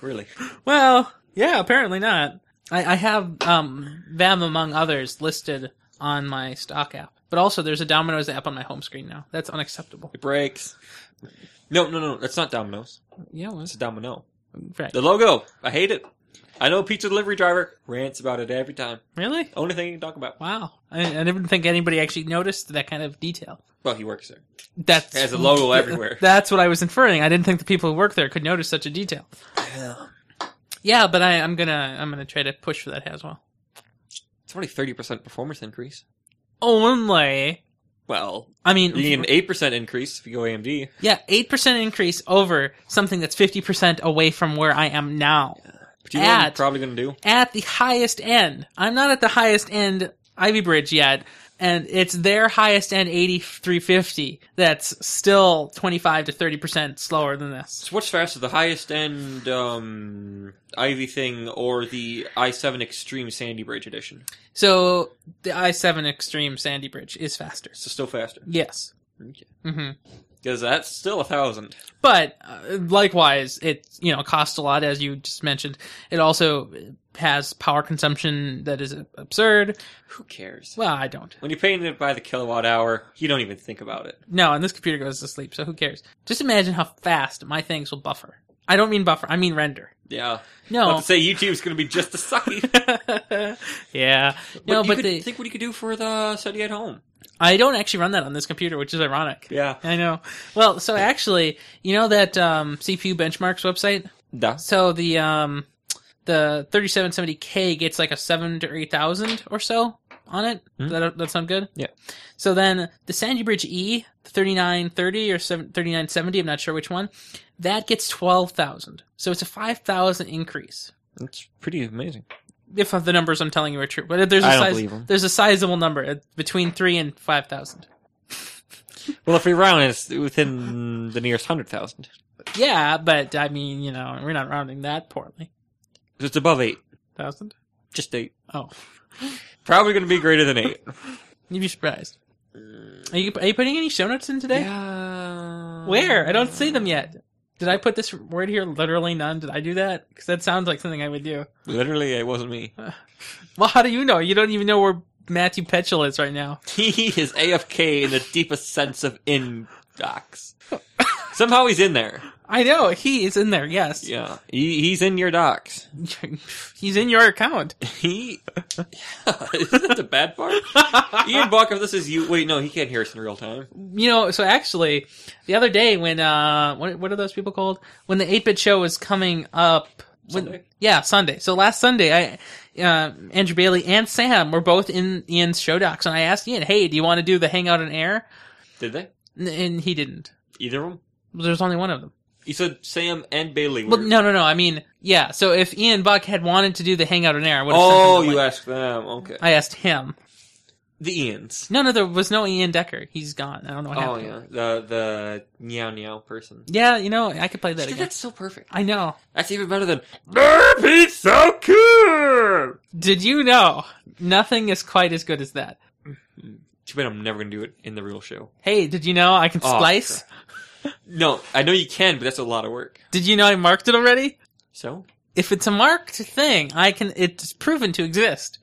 S2: Really?
S3: Well, yeah, apparently not. I, I have um, them among others listed on my stock app, but also there's a Domino's app on my home screen now. That's unacceptable.
S2: It breaks. No, no, no, that's not Domino's.
S3: Yeah,
S2: It's
S3: was
S2: a Domino.
S3: right.
S2: The logo. I hate it. I know a pizza delivery driver rants about it every time.
S3: Really?
S2: Only thing he can talk about.
S3: Wow, I, I didn't think anybody actually noticed that kind of detail.
S2: Well, he works there.
S3: That's
S2: It has a logo everywhere.
S3: <laughs> That's what I was inferring. I didn't think the people who work there could notice such a detail. Yeah, but I, I'm gonna I'm gonna try to push for that as well.
S2: It's only thirty percent performance increase.
S3: Only,
S2: Well,
S3: I mean,
S2: you get an eight percent increase if you go AMD.
S3: Yeah, eight percent increase over something that's fifty percent away from where I am now.
S2: But you know what I'm
S3: at-
S2: probably going to do?
S3: at the highest end. I'm not at the highest end Ivy Bridge yet, and it's their highest end 8350 that's still 25 to 30% slower than this.
S2: So what's faster, the highest end um, Ivy thing or the i7 Extreme Sandy Bridge edition?
S3: So the i7 Extreme Sandy Bridge is faster.
S2: So still faster.
S3: Yes.
S2: Okay.
S3: hmm
S2: Because that's still a thousand.
S3: But uh, likewise, it you know costs a lot as you just mentioned. It also has power consumption that is absurd.
S2: Who cares?
S3: Well, I don't.
S2: When you're paying it by the kilowatt hour, you don't even think about it.
S3: No, and this computer goes to sleep, so who cares? Just imagine how fast my things will buffer. I don't mean buffer, I mean render.
S2: Yeah. Oh. Not
S3: No.
S2: to say YouTube's going to be just as <laughs> sucky.
S3: <laughs> yeah. No,
S2: you
S3: but
S2: could
S3: they,
S2: think what you could do for the study at home.
S3: I don't actually run that on this computer, which is ironic.
S2: Yeah.
S3: I know. Well, so actually, you know that um, CPU benchmarks website?
S2: That's
S3: So the um, the 3770K gets like a 7 to 8,000 or so on it.
S2: Mhm.
S3: That that sound good?
S2: Yeah.
S3: So then the Sandy Bridge E, the 3930 or 7, 3970, I'm not sure which one, that gets 12,000. So it's a 5,000 increase.
S2: it's pretty amazing.
S3: If the numbers I'm telling you are true, but there's a
S2: I don't
S3: size,
S2: believe 'em.
S3: there's a sizable number uh, between three and five thousand.
S2: Well, if we round, it's within the nearest hundred thousand.
S3: Yeah, but I mean, you know, we're not rounding that poorly.
S2: It's above eight,
S3: Thousand?
S2: just eight.
S3: Oh,
S2: Probably going to be greater than <laughs> eight.
S3: you'd be surprised. Are you are you putting any show notes in today?
S2: Yeah.
S3: Where? I don't
S2: Um,
S3: see them yet. Did I put this word here? Literally none. Did I do that? Because that sounds like something I would do.
S2: Literally, it wasn't me. <laughs>
S3: Well, how do you know? You don't even know where Matthew Petchel is right now.
S2: He is AFK in the deepest sense of in <laughs> docs. Somehow he's in there.
S3: I know he is in there. Yes,
S2: Yeah, he, he's in your docs.
S3: <laughs> he's in your account.
S2: <laughs> He <laughs> isn't that the bad <laughs> part? Ian Buck, if this is you, wait, no, he can't hear us in real time.
S3: you know, so actually, the other day when uh, what what are those people called? When the eight bit show was coming up, when,
S2: Sunday?
S3: yeah, Sunday. So last Sunday, I uh, Andrew Bailey and Sam were both in Ian's show docs, and I asked Ian, "Hey, do you want to do the hangout on air?"
S2: Did they?
S3: N- And he didn't.
S2: Either of them?
S3: There's only one of them.
S2: You said Sam and Bailey. Were...
S3: Well, no, no, no. I mean, yeah. So if Ian Buck had wanted to do the hangout on air, I would have.
S2: Oh, you
S3: Asked-
S2: asked them. Okay.
S3: I asked him.
S2: The Ians.
S3: No, no, there was no Ian Decker. He's gone. I don't know what
S2: Oh
S3: happened.
S2: yeah, the the meow meow person.
S3: Yeah, you know, I could play that
S2: Dude,
S3: again.
S2: that's so perfect.
S3: I know.
S2: That's even better than "Burp, It's so cool.
S3: Did you know? Nothing is quite as good as that.
S2: Too bad I'm never gonna do it in the real show.
S3: Hey, did you know I can
S2: Oh,
S3: splice?
S2: No, I know you can, but that's a lot of work.
S3: did you know I marked it already?
S2: So,
S3: If it's a marked thing, I can. It's proven to exist.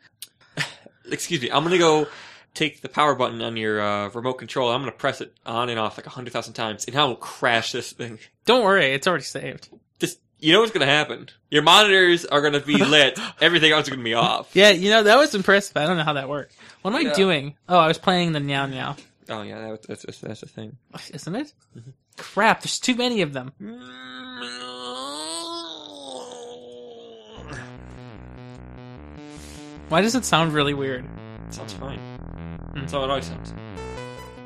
S2: excuse me, I'm gonna go take the power button on your uh, remote control. I'm gonna press it on and off like a hundred thousand times, and I will crash this thing.
S3: Don't worry, it's already saved.
S2: This, you know what's gonna happen? Your monitors are gonna
S3: <laughs>
S2: be lit. Everything else is gonna be off.
S3: Yeah, you know that was impressive. I don't know how that worked. What am I
S2: Yeah.
S3: doing? Oh, I was playing the now now,
S2: Oh yeah, that, that's that's that's the thing.
S3: isn't it?
S2: Mm-hmm.
S3: Crap, there's too many of them. Why does it sound really weird?
S2: Sounds fine. That's how it always sounds.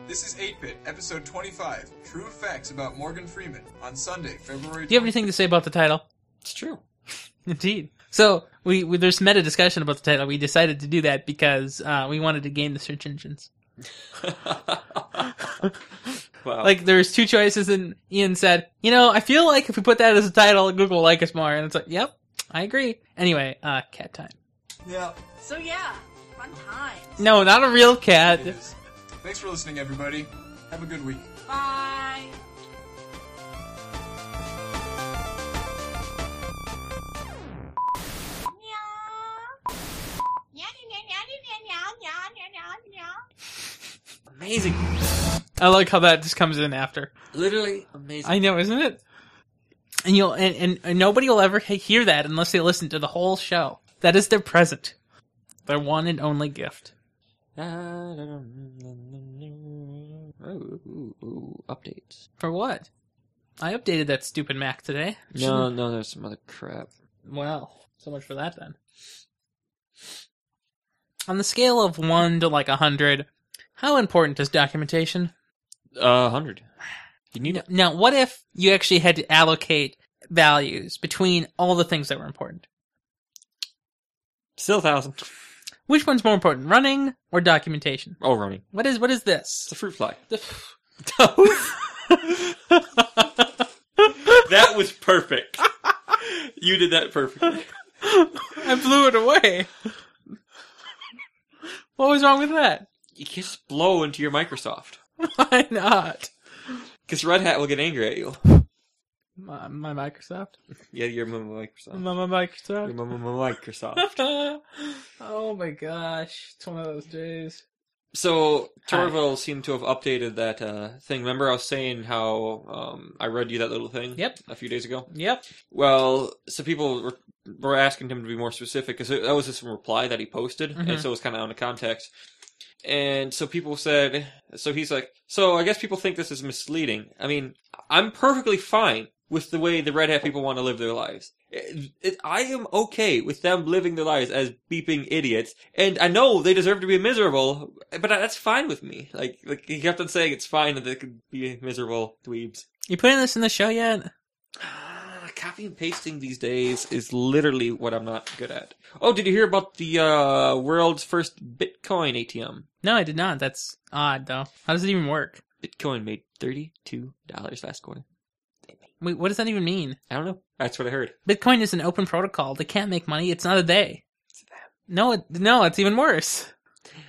S6: This is 8-Bit, episode 25, True Facts About Morgan Freeman, on Sunday, February
S3: Do you have anything to say about the title? <laughs>
S2: It's <laughs> true.
S3: Indeed. So we, we there's meta discussion about the title. We decided to do that because uh, we wanted to game the search engines.
S2: wow.
S3: Like there's two choices, and Ian said, "You know, I feel like if we put that as a title, Google will like us more." And it's like, "Yep, I agree." Anyway, uh, cat time.
S6: Yeah,
S7: So yeah, fun times.
S3: No, not a real cat.
S6: it is. Thanks for listening, everybody. Have a good week.
S7: Bye.
S2: amazing.
S3: I like how that just comes in after.
S2: Literally amazing.
S3: I know, isn't it? And you'll and, and, and nobody will ever he- hear that unless they listen to the whole show. That is their present, their one and only gift.
S2: Ooh, ooh, ooh, updates.
S3: For what? I updated that stupid Mac today.
S2: No, no, there's some other crap.
S3: Well, so much for that then. On the scale of one to like a hundred, how important is documentation?
S2: Uh, hundred. You need
S3: N- Now, what if you actually had to allocate values between all the things that were important?
S2: Still a thousand.
S3: Which one's more important, running or documentation?
S2: Oh, running.
S3: What is what is
S2: It's
S3: this? <laughs>
S2: a fruit fly.
S3: The-
S2: that was perfect. You did that perfectly.
S3: I blew it away. what was wrong with that? <laughs>
S2: You can just blow into your Microsoft.
S3: Why not?
S2: Because Red Hat will get angry at you.
S3: My, my Microsoft.
S2: Yeah, you're my Microsoft.
S3: My, my Microsoft.
S2: You're my- my- my Microsoft.
S3: oh my gosh, it's one of those days.
S2: So
S3: Hi.
S2: Torvald seemed to have updated that uh, thing. Remember, I was saying how um, I read you that little thing.
S3: Yep.
S2: A few days ago.
S3: Yep.
S2: Well, so people were, were asking him to be more specific because that was just a reply that he posted, and
S3: Mhm.
S2: so it was kind of out of context. And so people said, so he's like, so I guess people think this is misleading. I mean, I'm perfectly fine with the way the red hat people want to live their lives. It, it, I am okay with them living their lives as beeping idiots, and I know they deserve to be miserable, but that's fine with me. Like, like he kept on saying, it's fine that they could be miserable dweebs.
S3: You putting this in the show yet?
S2: Ah, Copy and pasting these days is literally what I'm not good at. Oh, did you hear about the uh, world's first Bitcoin ATM?
S3: No, I did not. That's odd though. How does it even work?
S2: Bitcoin made thirty-two dollars last quarter.
S3: Wait, what does that even mean?
S2: I don't know. That's what I heard.
S3: Bitcoin is an open protocol. They can't make money. It's not a day. No, it, no, it's even worse.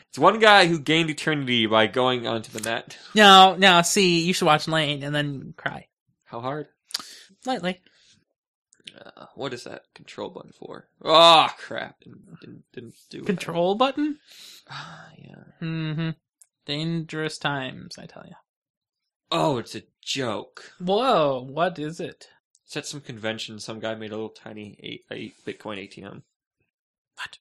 S2: It's one guy who gained eternity by going onto the net.
S3: No, no. See, you should watch Lane and then cry
S2: How hard?
S3: lightly.
S2: Uh, what is that control button for? Oh crap! Didn't, didn't, didn't do it.
S3: Control button.
S2: Ah, yeah.
S3: Mm-hmm. Dangerous times, I tell you.
S2: Oh, it's a joke.
S3: Whoa, what is it?
S2: It's at some convention. Some guy made a little tiny eight, eight Bitcoin ATM. What?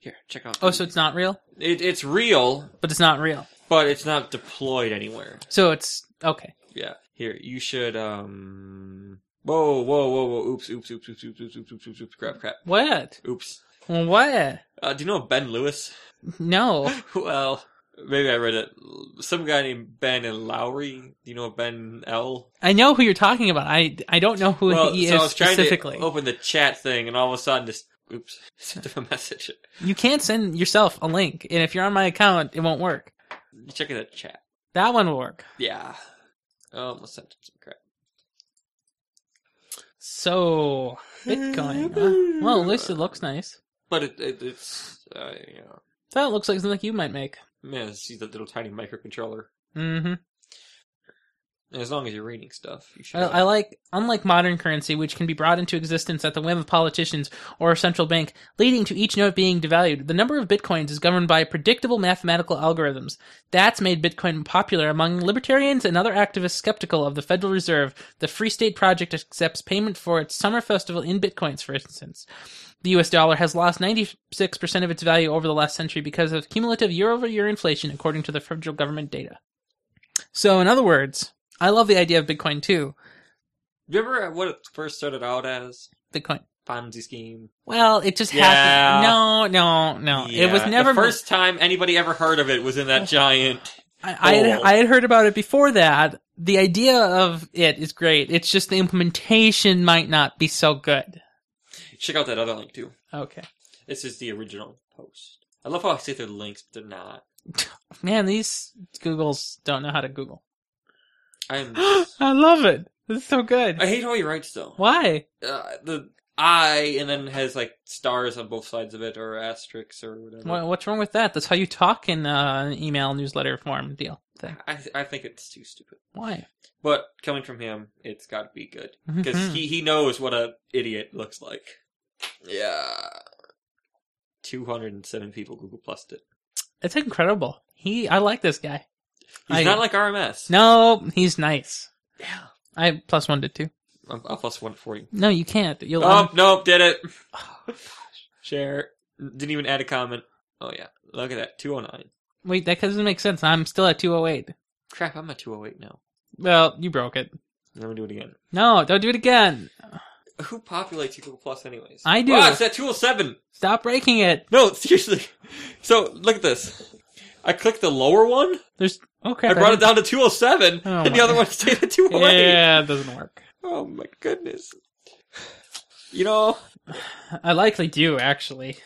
S2: Here, check out.
S3: Oh,
S2: the-
S3: so it's not real,
S2: It, it's real,
S3: but it's not real.
S2: but it's not deployed anywhere.
S3: So it's okay.
S2: Yeah. Here, you should. Um. Whoa, whoa, whoa, whoa! Oops, oops, oops, oops, oops, oops, oops, oops, oops, oops! Crap, crap!
S3: What?
S2: Oops.
S3: What?
S2: Uh, do you know Ben Lewis? <laughs>
S3: No.
S2: well, maybe I read it. Some guy named Ben and Lowry. Do you know Ben L?
S3: I know who you're talking about. I I don't know who
S2: well,
S3: he
S2: so I
S3: is
S2: was trying
S3: specifically.
S2: to open the chat thing, and all of a sudden, just oops, <laughs> sent him a message.
S3: You can't send yourself a link, and if you're on my account, it won't work.
S2: Check out the chat.
S3: That one will work.
S2: Yeah. Um, let's send him some crap.
S3: So Bitcoin. huh? Well, at least it looks nice.
S2: But it, it it's uh, you know,
S3: That looks like something you might make.
S2: man, she's a little tiny microcontroller.
S3: Mm-hmm.
S2: And as long as you're reading stuff, you should.
S3: I, I like, unlike modern currency, which can be brought into existence at the whim of politicians or a central bank, leading to each note being devalued, the number of bitcoins is governed by predictable mathematical algorithms. That's made Bitcoin popular among libertarians and other activists skeptical of the Federal Reserve. The Free State Project accepts payment for its summer festival in bitcoins, for instance. The US dollar has lost 96% of its value over the last century because of cumulative year over year inflation, according to the federal government data. So, in other words, I love the idea of Bitcoin too.
S2: Remember uh, what it first started out as?
S3: Bitcoin.
S2: Ponzi scheme.
S3: Well, it just
S2: Yeah.
S3: has to. No, no, no. Uh, it was
S2: Yeah,
S3: never.
S2: the first time anybody ever heard of it was in that
S3: <laughs>
S2: giant.
S3: I, I, had,
S2: hole.
S3: I had heard about it before that. The idea of it is great. It's just the implementation might not be so good.
S2: Check out that other link too.
S3: Okay,
S2: This is the original post. I love how I say they're links, but they're not.
S3: man, these Googles don't know how to Google. <gasps>
S2: I'm. I
S3: I love it. This is so good.
S2: hate how he writes though.
S3: Why?
S2: Uh, the I and then has like stars on both sides of it or asterisks or whatever.
S3: Wha- What's wrong with that? That's how you talk in uh, an email newsletter form deal thing.
S2: I th- I think it's too stupid.
S3: Why?
S2: But coming from him, it's got to be good. because
S3: Mhm.
S2: he, he knows what a idiot looks like. Yeah, two hundred and seven people Google plus it.
S3: it's incredible. He, I like this guy.
S2: He's
S3: I-
S2: not like RMS.
S3: No, he's nice.
S2: yeah,
S3: I plus one to two.
S2: I'm, I'm plus one for you.
S3: No, you can't. You'll.
S2: Oh nope, did it.
S3: Oh,
S2: Share didn't even add a comment. Oh yeah, look at that two hundred nine.
S3: Wait, that doesn't make sense. I'm still at 208.
S2: Crap, I'm at two hundred eight now.
S3: Well, you broke it.
S2: Let me do it again.
S3: No, don't do it again.
S2: Who populates your Google Plus anyways?
S3: I do.
S2: Wow, it's at two hundred seven.
S3: Stop breaking it.
S2: No, seriously. So look at this. I clicked the lower one.
S3: There's okay.
S2: I brought it down to 207,
S3: Oh
S2: and the
S3: my
S2: other one stayed at 208.
S3: Yeah, it doesn't work.
S2: Oh my goodness. You know,
S3: I likely do actually.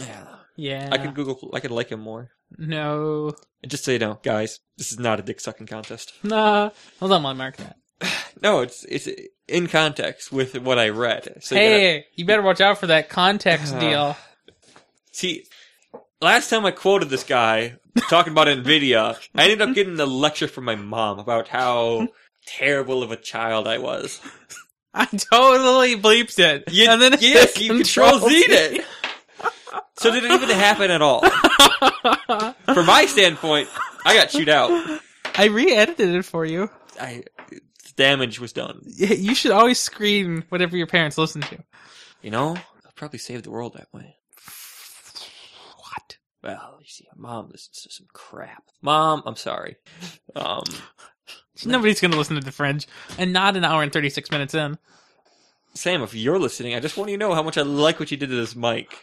S2: Yeah.
S3: Yeah.
S2: I could Google. I could like him more.
S3: No.
S2: And just so you know, guys, this is not a dick sucking contest.
S3: Nah. Hold on, I'll mark that.
S2: No, it's it's in context with what I read. So you gotta-
S3: hey, you better watch out for that context
S2: <sighs> Ah.
S3: deal.
S2: see, last time I quoted this guy talking about Nvidia, I ended up getting a lecture from my mom about how terrible of a child I was.
S3: I totally bleeped it.
S2: You,
S3: and then
S2: yes, you control Z it. So did it even happen at all? From my standpoint, I got chewed out.
S3: <laughs> I re-edited it for you.
S2: I, the damage was done.
S3: Y- You should always screen whatever your parents listen to.
S2: You know, I'll probably save the world that way.
S3: What?
S2: Well, you see, mom listens to some crap. Mom, I'm sorry. Um,
S3: Nobody's gonna listen to the Fringe, and not an hour and thirty six minutes in. <laughs>
S2: Sam, if you're listening, I just want you to know how much I like what you did to this mic.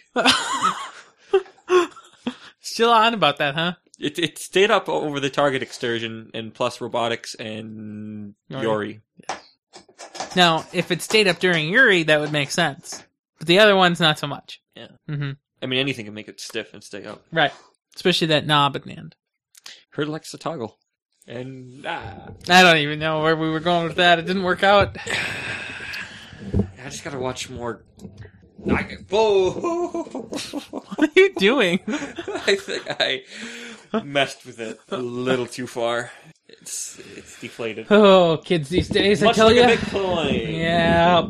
S3: Still on about that, huh?
S2: It it stayed up over the target excursion and plus robotics and
S3: Yori.
S2: Yori.
S3: Now, if it stayed up during Yuri, that would make sense. But the other one's not so much.
S2: Yeah.
S3: hmm
S2: I mean, anything can make it stiff and stay up.
S3: Right. Especially that knob at the end.
S2: Her likes to toggle. And ah,
S3: I don't even know where we were going with that. It didn't work out. <laughs>
S2: I just gotta watch more. I, whoa! <laughs>
S3: What are you doing?
S2: I think I messed with it a little too far. It's it's deflated.
S3: Oh, kids these days, I
S2: Much
S3: tell
S2: like
S3: you.
S2: a big plane.
S3: Yeah.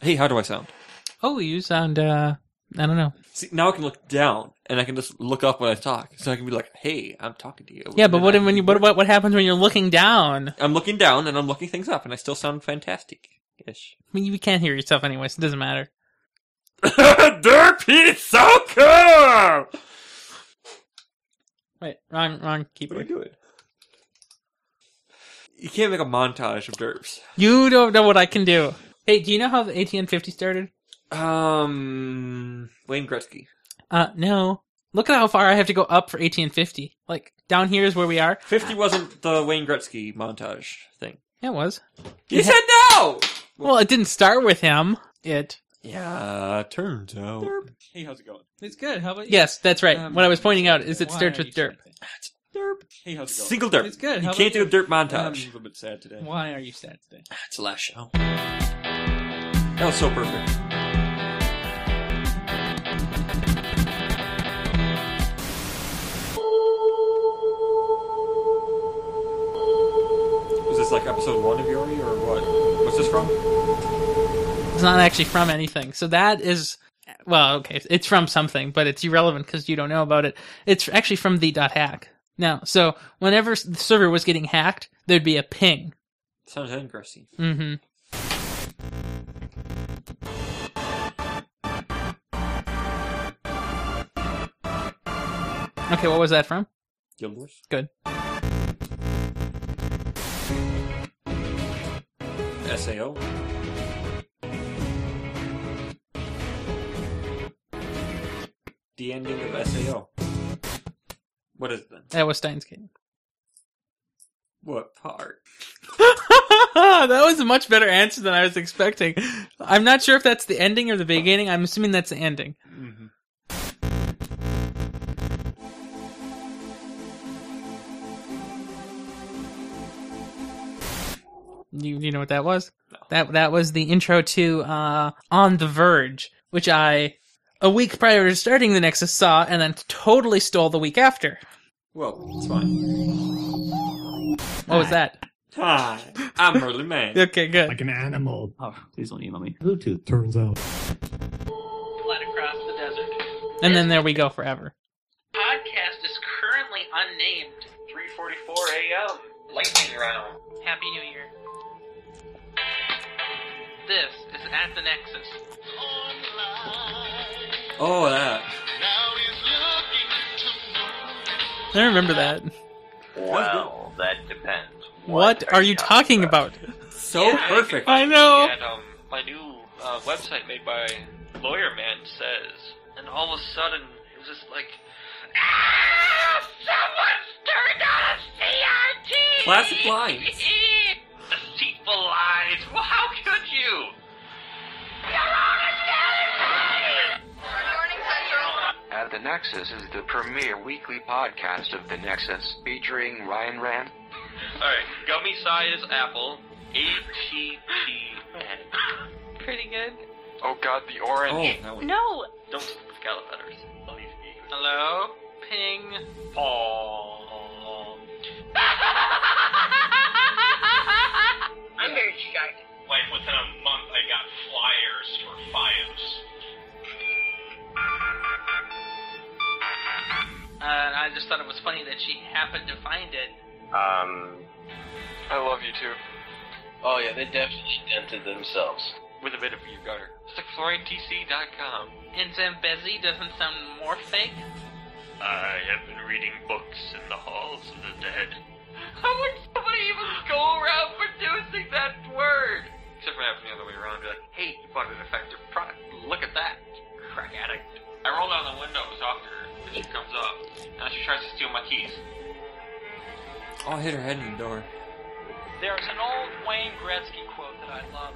S2: Hey, how do I sound?
S3: Oh, you sound, uh, I don't know.
S2: See, now I can look down and I can just look up when I talk. So I can be like, hey, I'm talking to you.
S3: Yeah, but
S2: And
S3: what
S2: I-
S3: if- when you what what what happens when you're looking down?
S2: I'm looking down and I'm looking things up and I still sound fantastic <laughs> ish.
S3: I mean, you can't hear yourself anyway, so it doesn't matter.
S2: Derp, he's so cool!
S3: Wait, wrong, wrong
S2: What are you
S3: keyboard.
S2: doing? You can't make a montage of derps.
S3: You don't know what I can do. Hey, do you know how the ATN fifty started?
S2: Um, Wayne Gretzky.
S3: Uh, no. Look at how far I have to go up for ATN fifty. Like down here is where we are.
S2: 50 wasn't the Wayne Gretzky montage thing.
S3: It was.
S2: You
S3: It
S2: said no!
S3: Well, it didn't start with him. It.
S2: Yeah, turns out. Hey, how's it going?
S8: It's good. How about you?
S3: Yes, that's right.
S8: Um,
S3: what I was pointing out is it
S8: Why
S3: starts
S8: are
S3: with
S8: you
S3: derp.
S8: sad?
S2: Derp.
S8: Hey, how's it going?
S2: Single derp.
S8: It's good.
S2: You
S8: How
S2: can't do a
S8: about
S2: derp
S8: Um,
S2: montage. little bit sad today.
S8: Why are you sad today?
S2: That's the last show. That was so perfect. Was this like episode one of Yori or what? What's this from?
S3: It's not actually from anything. So that is. Well, okay, it's from something, but it's irrelevant because you don't know about it. It's actually from the dot hack. Now, so whenever s- the server was getting hacked, there'd be a ping.
S2: Sounds interesting.
S3: Mm-hmm. Okay, what was that from?
S2: Guild Wars?
S3: Good.
S2: SAO? The ending of SAO. What is it then?
S3: That was Steins Gate.
S2: What part?
S3: <laughs> that was a much better answer than I was expecting. I'm not sure if that's the ending or the beginning. I'm assuming that's the ending. You you know what that was? That that was the intro to uh, On the Verge, which I a week prior to starting the Nexus saw and then totally stole the week after.
S2: Well, it's fine.
S3: What was that?
S2: Hi, I'm Merlin Man.
S3: Okay, good.
S9: like an animal.
S8: Oh, please don't email me.
S9: Bluetooth turns out.
S10: Let Across the Desert.
S3: And then there we go forever.
S10: Podcast is currently unnamed. 3:44 a.m. Lightning round. Happy New Year. This is at the Nexus.
S2: Oh, that.
S3: I remember that.
S2: Well,
S10: that depends.
S3: What, are you talking about?
S2: So
S10: Yeah.
S2: perfect.
S3: I know.
S10: And um, my new uh, website made by Lawyer Man says, and all of a sudden it was just like Ah, someone's turned on a CRT!
S2: Classic lines.
S10: Deceitful lies! Well, how could you? You're on a
S5: Morning Central.
S9: At the Nexus is the premier weekly podcast of the Nexus, featuring Ryan Rand,
S10: Alright, gummy size apple. A-T-T-N.
S7: Pretty good.
S9: Oh God, the orange.
S2: Oh, that one.
S7: No.
S10: Don't forget the letters. I'll need to be-
S3: Hello, ping.
S10: Paul.
S5: I'm very excited.
S10: Oh. Like within a month, I got flyers for FIOS.
S3: Uh, I just thought it was funny that she happened to find it.
S9: Um, I love you too.
S10: Oh yeah, they definitely dented themselves with a bit of you gutter. It's like FlorianTC.com.
S3: And Zambezi doesn't sound more fake.
S10: I have been reading books in the halls of the dead. How would somebody even go around producing that word? Except for having the other way around, be like, hey, you bought an effective product. Look at that. Crack addict. I roll down the windows after her. and She comes up. Now she tries to steal my keys.
S2: Oh, I hit her head in the door.
S11: There's an old Wayne Gretzky quote that I love.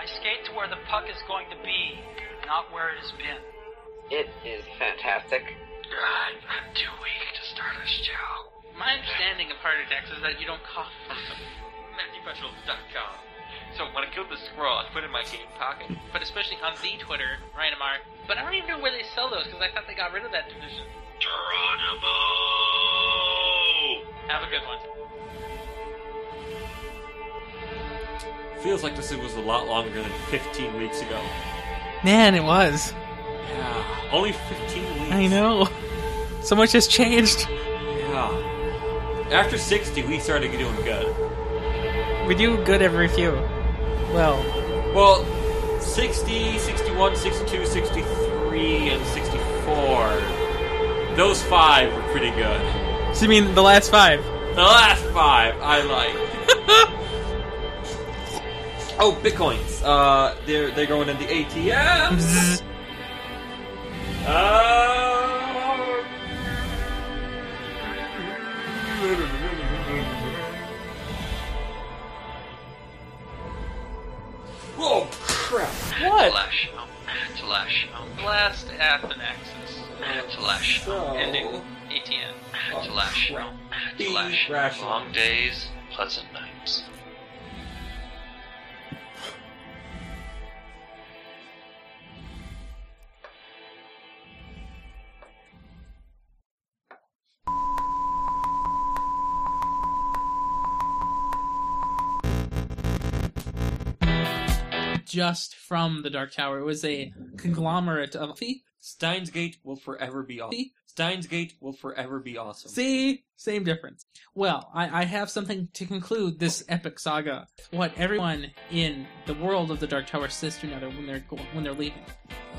S11: I skate to where the puck is going to be, not where it has been.
S9: It is fantastic.
S10: God, I'm too weak to start a show.
S3: My understanding of heart attacks is that you don't cough from them.
S10: MatthewPetrol.com. So when I killed the squirrel, I put it in my game pocket.
S3: But especially on the Twitter, random art. But I don't even know where they sell those because I thought they got rid of that division.
S10: Geronimo!
S3: Have a good one.
S2: Feels like this was a lot longer than 15 weeks ago.
S3: Man, it was.
S2: Yeah. Only 15 weeks.
S3: I know. So much has changed.
S2: Yeah. After 60, we started doing good.
S3: We do good every few. Well,
S2: Well, 60, 61, 62, 63, and 64. Those five were pretty good.
S3: so you mean the last five?
S2: The last five I like. <laughs> oh, bitcoins. Uh, they're they're going in the ATMs.
S3: Bzzz.
S2: Uh, Whoa, Oh, crap.
S3: What?
S10: Flash. Flash.
S3: Last Athanaxis.
S10: Flash.
S2: So, oh,
S3: Ending ATN.
S10: Flash.
S2: be
S10: Flash.
S2: rational.
S10: Long um, days, pleasant nights.
S3: Just from the Dark Tower. It was a conglomerate of. See?
S2: Steins Gate will forever be awesome. Steins Gate will forever be awesome.
S3: See? Same difference. Well, I, I have something to conclude this epic saga. What everyone in the world of the Dark Tower says to another when they're go- when they're leaving.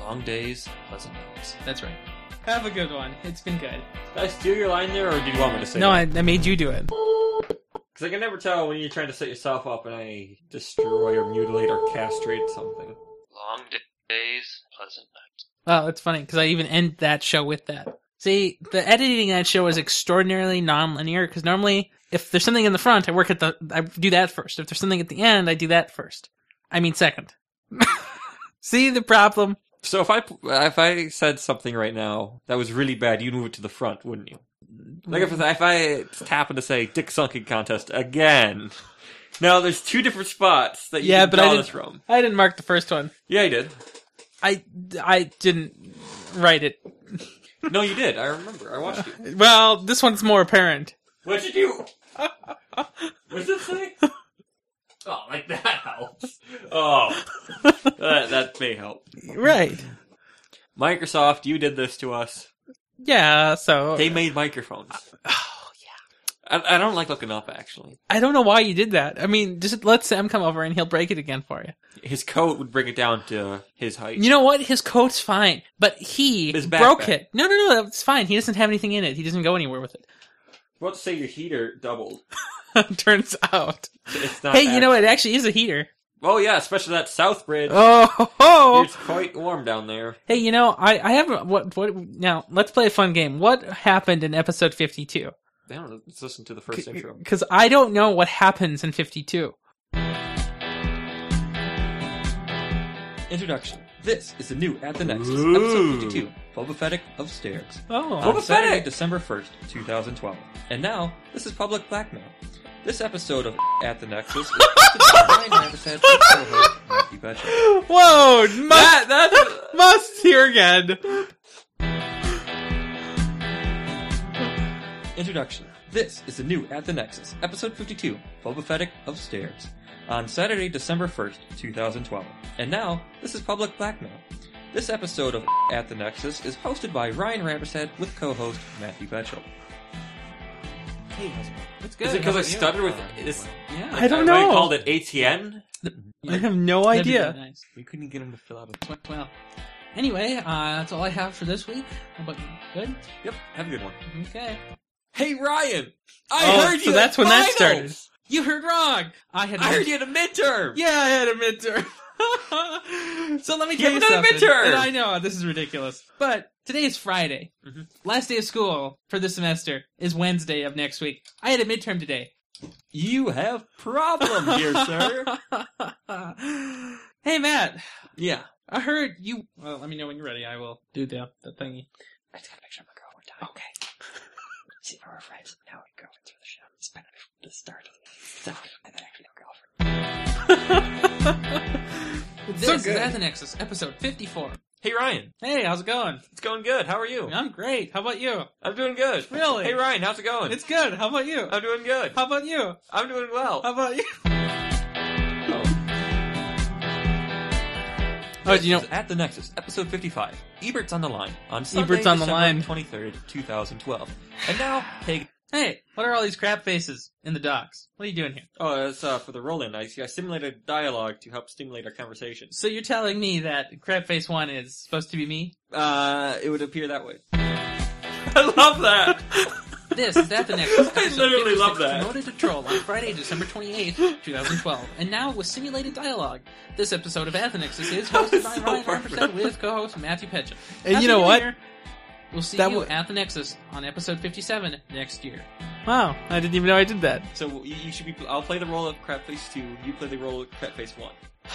S2: Long days, pleasant nights.
S3: That's right. Have a good one. It's been good.
S2: Did I steal your line there, or do you want me to say?
S3: No,
S2: that?
S3: I, I made you do it.
S2: Because I can never tell when you're trying to set yourself up and I destroy or mutilate or castrate something.
S10: Long days, pleasant nights.
S3: Oh, it's funny because I even end that show with that. See, the editing that show is extraordinarily nonlinear because normally, if there's something in the front, I work at the, I do that first. If there's something at the end, I do that first. I mean, second. <laughs> See the problem?
S2: So if I if I said something right now that was really bad, you'd move it to the front, wouldn't you? Like if if I happened to say Dick Sunken contest again. Now there's two different spots that you
S3: Yeah,
S2: can
S3: but
S2: draw
S3: I didn't-
S2: this from.
S3: I didn't mark the first one.
S2: Yeah, I did.
S3: I, I didn't write it.
S2: No, you did. I remember. I watched you.
S3: Well, this one's more apparent.
S2: What'd you do? What's it say? Oh, like that helps. Oh, that that may help.
S3: Right.
S2: Microsoft, you did this to us.
S3: Yeah, so.
S2: They made microphones.
S3: Oh,
S2: I, I don't like looking up, actually.
S3: I don't know why you did that. I mean, just let Sam come over and he'll break it again for you.
S2: His coat would bring it down to his height.
S3: You know what? His coat's fine, but he
S2: His backpack.
S3: broke it. No, no, no, that's fine. He doesn't have anything in it. He doesn't go anywhere with it. <laughs>
S2: about to say your heater doubled.
S3: Turns out.
S2: It's not
S3: Hey, you know what? It actually is a heater.
S2: Oh yeah, especially that South Bridge.
S3: Oh, ho.
S2: it's quite warm down there.
S3: <laughs> Hey, you know, I, I haven't. What, what? Now, let's play a fun game. What happened in episode 52?
S2: Damn, let's listen to the first intro.
S3: Because I don't know what happens in 52.
S2: Introduction. This is the new At the Nexus,
S3: Ooh.
S2: episode 52, Boba Fettic of Stairs.
S3: Oh.
S2: On
S3: Boba
S2: Saturday,
S3: Fettic!
S2: December 1st, 2012. And now, this is Public Blackmail. This episode of <laughs> At the Nexus is hosted by Ryan Habitat and co-host Matthew Betcher.
S3: <gasps> Whoa! Must, <laughs> must here again.
S2: Introduction. This is the new At the Nexus, episode 52, Boba Fettic of Stairs, on Saturday, December 1st, 2012. And now, this is Public Blackmail. This episode of At the Nexus is hosted by Ryan Rampershead with co-host Matthew Betchel.
S8: Hey, how's it going?
S3: It's
S2: Is it because I stuttered with this?
S8: Yeah.
S3: I don't
S2: What
S3: know.
S2: you called it ATN?
S3: I have no idea.
S8: Nice.
S2: We couldn't get him to fill out a.
S8: Well, well. Anyway, uh, that's all I have for this week. How about you? Good?
S2: Yep, have a good one.
S8: Okay.
S2: Hey Ryan, I
S3: Oh,
S2: heard you.
S3: so
S2: at
S3: that's when that
S2: finals!
S8: You heard wrong! I had
S2: I heard you at a midterm.
S8: Yeah, I had a midterm. <laughs> so let me
S2: You
S8: tell you
S2: had another
S8: something.
S2: midterm!
S8: And I know this is ridiculous, but today is Friday.
S2: Mm-hmm.
S8: Last day of school for the semester is Wednesday of next week. I had a midterm today.
S2: You have problem
S3: <laughs>
S2: here, sir.
S8: <laughs> hey, Matt.
S2: Yeah.
S8: I heard you. Well, let me know when you're ready. I will do the the thingy.
S11: I just gotta make sure my girl won't die. Okay. <laughs> See if we're friends. Now we go through the show. It's better from the start of the stuff. And then actually no girlfriend.
S8: <laughs> This
S3: So
S8: is
S3: good.
S8: At the Nexus, episode 54.
S2: Hey Ryan,
S8: Hey, how's it going?
S2: it's going good. How are you?
S8: I'm great. How about you?
S2: I'm doing good.
S8: Really?
S2: Hey Ryan, how's it going?
S8: It's good. How about you?
S2: I'm doing good.
S8: How about you?
S2: I'm doing well.
S8: How about you?
S3: Oh, you know,
S2: This is at the Nexus, episode 55. Ebert's on the line on Sunday,
S3: Ebert's on the
S2: December
S3: line.
S2: 23rd, 2012. And now, hey,
S8: Hey, what are all these crap faces in the docks? What are you doing here?
S2: oh, that's uh, for the roll-in. I, I simulated dialogue to help stimulate our conversations.
S8: So you're telling me that crap face one is supposed to be me?
S2: Uh, it would appear that way. <laughs> I love that.
S3: <laughs>
S8: This is at the Nexus.
S2: I
S8: episode
S2: literally
S8: 56,
S2: love that.
S8: Promoted to troll on Friday, December 28th, 2012. And now with simulated dialogue. This episode of At the Nexus
S3: <laughs>
S8: is
S2: That
S8: hosted
S2: was
S8: by
S2: so
S8: Ryan
S2: perfect.
S8: Armstead with co-host Matthew Petchum.
S3: And
S8: Happy
S3: you know
S8: New
S3: what?
S8: Year. We'll see
S3: That
S8: you
S3: wa-
S8: at the Nexus on episode 57 next year.
S3: wow, I didn't even know I did that.
S2: So you, you should be. I'll play the role of Crapface two. You play the role of Crapface one. <sighs>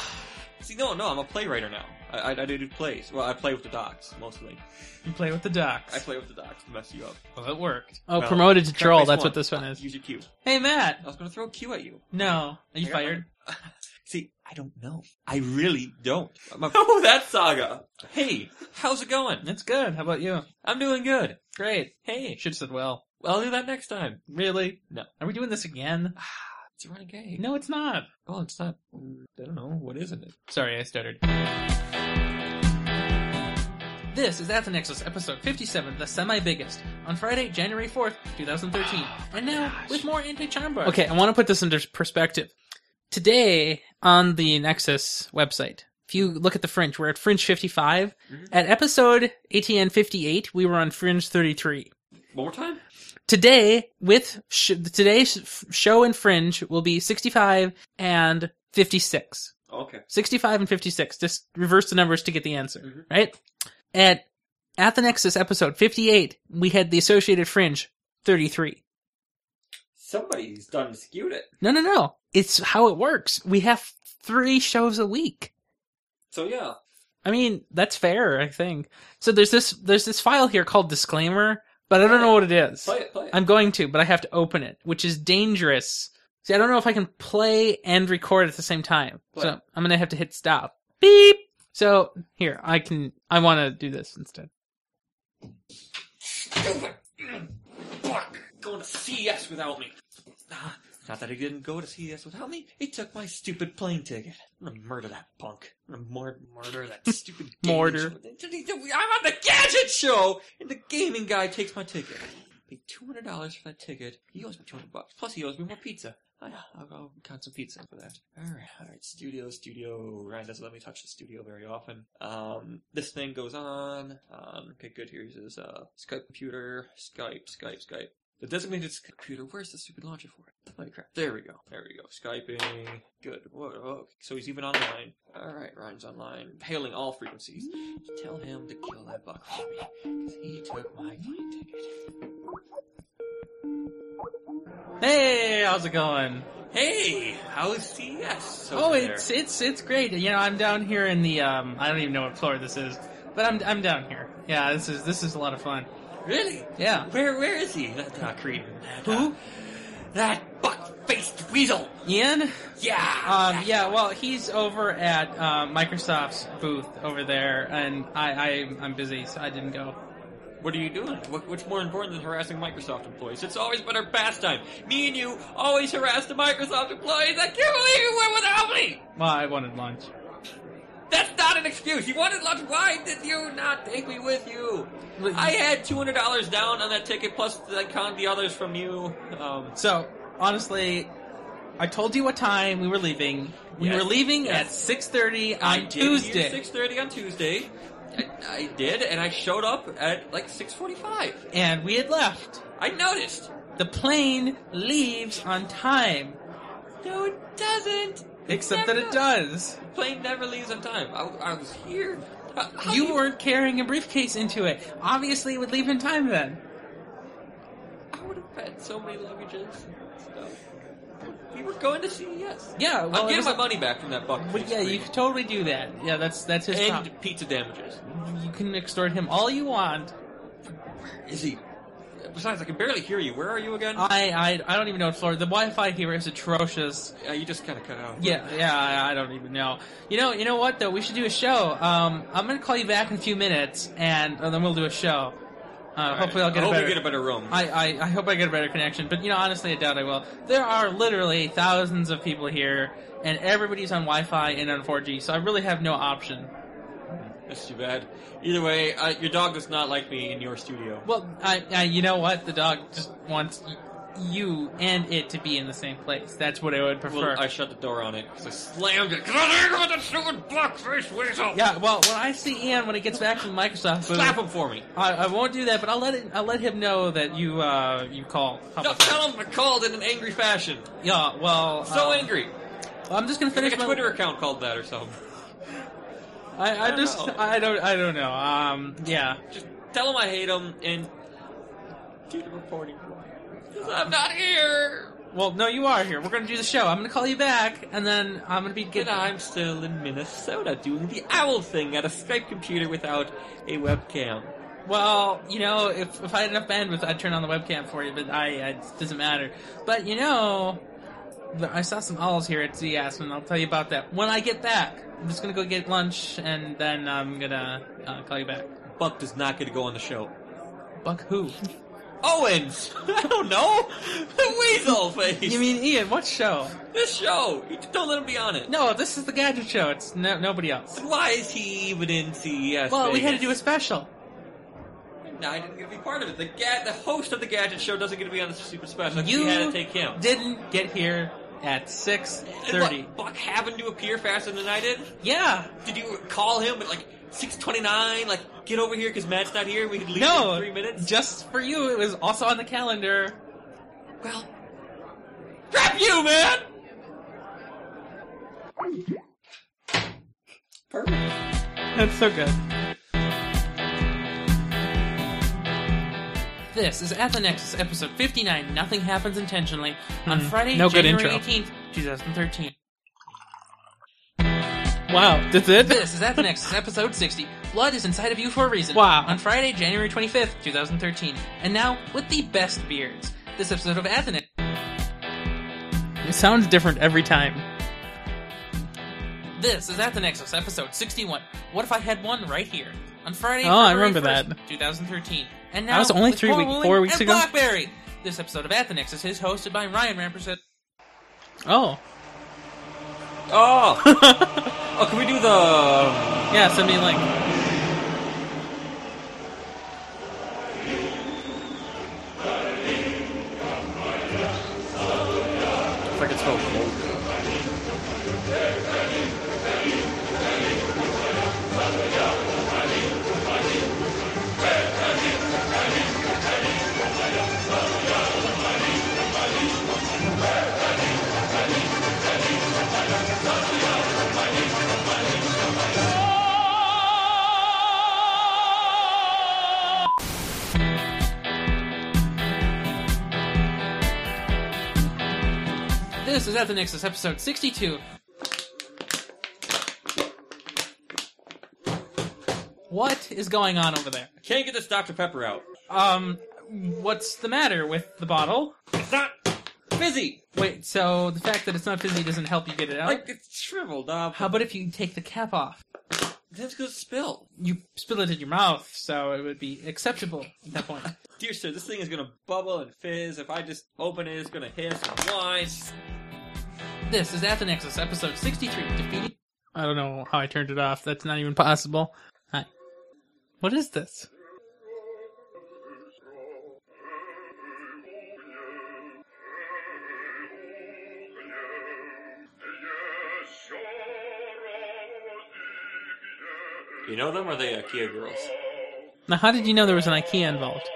S2: See, no, no, I'm a playwriter now. I, I, I do plays. Well, I play with the docs mostly.
S8: You play with the docs.
S2: I play with the docs to mess you up.
S8: Well, it worked.
S3: Oh,
S2: Well,
S3: promoted to
S2: Crapface
S3: troll. That's
S2: one.
S3: what this one is.
S2: Use your cue.
S8: Hey, Matt.
S2: I was gonna throw a cue at you.
S8: No. Are you
S2: I got
S8: fired?
S2: one. See, I don't know. I really don't. My- oh, that saga. Hey, how's it going?
S8: That's good. How about you?
S2: I'm doing good.
S8: Great.
S2: Hey,
S8: Should have said well.
S2: well, I'll do that next time.
S8: Really?
S2: No.
S8: Are we doing this again?
S2: It's a running game.
S8: No, it's not.
S2: Oh, it's not. I don't know. What isn't it?
S8: Sorry, I stuttered. This is At the Nexus, episode 57, the semi-biggest, on Friday, January 4th, 2013. and now, with more anti-charm bar.
S3: Okay, I want to put this into perspective. Today on the Nexus website, if you look at the fringe, we're at fringe 55.
S2: Mhm.
S3: At episode ATN 58, we were on fringe 33.
S2: One more time.
S3: Today with sh- today's f- show and fringe will be 65 and 56.
S2: Okay.
S3: 65 and 56. Just reverse the numbers to get the answer,
S2: Mhm.
S3: right? At at the Nexus episode 58, we had the Associated Fringe 33.
S2: Somebody's done skewed it.
S3: No, no, no. It's how it works. We have three shows a week.
S2: So yeah.
S3: I mean, that's fair, I think. So there's this there's this file here called disclaimer, but I don't know what it is.
S2: Play it, play it.
S3: I'm going to, but I have to open it, which is dangerous. See, I don't know if I can play and record at the same time.
S2: Play.
S3: So I'm gonna have to hit stop. Beep. So here, I can. I want to do this instead.
S2: Fuck! Going to CES without me. Ah, Not that he didn't go to CES without me. He took my stupid plane ticket. I'm gonna murder that punk. I'm gonna mur- murder that stupid gaming
S3: Murder.
S2: show. I'm on the gadget show, and the gaming guy takes my ticket. Paid two hundred dollars for that ticket. He owes me two hundred bucks. Plus, he owes me more pizza. I, Oh, I'll go count some pizza for that. All right, all right. Studio, studio. Ryan doesn't let me touch the studio very often. Um, this thing goes on. Um, okay, good. Here's his uh Skype computer. Skype, Skype, Skype. The designated s- computer. Where's the stupid launcher for it? Holy crap! There we go. There we go. Skyping. Good. Whoa, okay. So he's even online. All right, Ryan's online, hailing all frequencies. Tell him to kill that buck for me, 'cause he took my plane ticket.
S3: Hey, how's it going?
S2: Hey, how's CES? over
S3: Oh,
S2: there?
S3: it's it's it's great. You know, I'm down here in the um, I don't even know what floor this is, but I'm I'm down here. Yeah, this is this is a lot of fun.
S2: really.
S3: Yeah.
S2: Where where is he? That uh, Creed. Who? That buck-faced weasel.
S3: Ian?
S2: Yeah.
S3: Um, yeah, well, he's over at uh, Microsoft's booth over there, and I, I I'm busy, so I didn't go.
S2: What are you doing? What, what's more important than harassing Microsoft employees? It's always been our pastime. Me and you always harass the Microsoft employees. I can't believe you went without me.
S3: Well, I wanted lunch.
S2: That's not an excuse. You wanted lunch. Why did you not take me with you? I had two hundred dollars down on that ticket, plus I conned the others from you. Um,
S3: So honestly, I told you what time we were leaving. We
S2: Yes,
S3: were leaving
S2: yes.
S3: at six thirty on
S2: I did
S3: Tuesday.
S2: Six thirty on Tuesday. I, I did, and I showed up at like six forty-five.
S3: and we had left.
S2: I noticed.
S3: The plane leaves on time,
S2: No, it doesn't.
S3: except that it
S2: never-
S3: does.
S2: Plane never leaves on time. I, I was here. How- how do
S3: You weren't carrying a briefcase into it. Obviously, it would leave in time then.
S2: I would have had so many luggages and stuff. We were going to CES.
S3: Yeah, well,
S2: I'm
S3: it
S2: getting
S3: was
S2: my
S3: a-
S2: money back from that buck.
S3: Well, yeah, you could totally do that. Yeah, that's that's his.
S2: and
S3: prop.
S2: pizza damages.
S3: You can extort him all you want.
S2: Is he? Besides, I can barely hear you. Where are you again?
S3: I I, I don't even know what floor. The Wi-Fi here is atrocious.
S2: Yeah, you just kind of cut out.
S3: Yeah, yeah, I, I don't even know. You know, you know what though? We should do a show. Um, I'm gonna call you back in a few minutes, and uh, then we'll do a show. Uh, Hopefully, I'll get
S2: I
S3: a
S2: hope
S3: better.
S2: you get a better room.
S3: I, I, I hope I get a better connection, but you know, honestly, I doubt I will. There are literally thousands of people here, and everybody's on Wi-Fi and on 4G, so I really have no option.
S2: That's too bad. Either way, uh, your dog does not like me in your studio.
S3: Well, I, I, you know what? The dog just wants y- you and it to be in the same place. That's what I would prefer.
S2: Well, I shut the door on it because I slammed it. Get out of here with that stupid black face weasel!
S3: yeah. Well, when I see Ian when he gets back from Microsoft, booth,
S2: Slap him for me.
S3: I, I won't do that, but I'll let it, I'll let him know that you uh you call.
S2: No, tell him I called in an angry fashion.
S3: Yeah. Well,
S2: So
S3: um,
S2: angry.
S3: I'm just gonna
S2: Like
S3: finish
S2: a
S3: my
S2: Twitter account called that or something.
S3: I, I,
S2: don't
S3: just
S2: know.
S3: I don't I don't know. Um. Yeah.
S2: Just tell him I hate him and do the reporting for me. 'Cause I'm not here.
S3: Well, no, you are here. We're gonna do the show. I'm gonna call you back, and then I'm gonna be
S2: And
S3: getting.
S2: I'm still in Minnesota doing the owl thing at a Skype computer without a webcam.
S3: Well, you know, if if I had enough bandwidth, I'd turn on the webcam for you, but I, I it doesn't matter. But you know, the- I saw some owls here at ZS, and I'll tell you about that when I get back. I'm just gonna go get lunch, and then I'm gonna uh, call you back.
S2: Buck does not get to go on the show.
S3: Buck who?
S2: Owens! <laughs> I don't know! The weasel face!
S3: you mean Ian? What show?
S2: This show! You Don't let him be on it.
S3: No, this is the Gadget Show. It's no, nobody else.
S2: Why is he even in CES?
S3: Well, we had to
S2: Vegas?
S3: do a special.
S2: No, I didn't get to be part of it. The ga- the host of the gadget show doesn't get to be on the super special.
S3: You
S2: we had to take him.
S3: Didn't get here at six
S2: And what,
S3: thirty.
S2: Buck happened to appear faster than I did.
S3: Yeah.
S2: Did you call him at like six twenty nine? Like, get over here because Matt's not here. We could leave
S3: No,
S2: in three minutes.
S3: just for you. It was also on the calendar.
S2: well, crap you, man. Perfect.
S3: That's so good. This is At the Nexus, episode 59, Nothing Happens Intentionally, on
S7: Hmm,
S3: Friday,
S7: no good
S3: January
S7: intro.
S3: 18th, 2013.
S7: Wow, that's it?
S3: This is At the Nexus, episode 60, Blood is Inside of You for a Reason,
S7: Wow.
S3: on Friday, January 25th, 2013. And now, with the best beards, this episode of At the Nexus.
S7: It sounds different every time.
S3: This is At the Nexus, episode 61. What if I had one right here? On Friday,
S7: Oh, I
S3: February
S7: remember
S3: 1st,
S7: that.
S3: 2013. And now
S7: That was only
S3: with
S7: three
S3: Paul
S7: week-
S3: Woolley
S7: four weeks
S3: and
S7: ago?
S3: Blackberry. This episode of At the Nexus is hosted by Ryan Rampersett.
S7: Oh.
S3: <laughs>
S2: Oh, oh, can we do the? um,
S7: Yeah, send me a link.
S2: If I could spell Volga.
S3: is At the Nexus, episode 62. What is going on over there?
S2: Can't get this Dr. Pepper out.
S3: Um, what's the matter with the bottle?
S2: It's not fizzy.
S3: Wait, so the fact that it's not fizzy doesn't help you get it out?
S2: Like it's shriveled up.
S3: How about if you take the cap off?
S2: That's gonna spill.
S3: You spill it in your mouth, so it would be acceptable at that point. <laughs>
S2: Dear sir, this thing is gonna bubble and fizz. If I just open it, it's gonna hiss and whine.
S3: This is At the Nexus, episode 63, Defeating... I don't know how I turned it off. That's not even possible. I... What is this?
S2: You know them? Or are they IKEA girls?
S3: Now, how did you know there was an IKEA involved?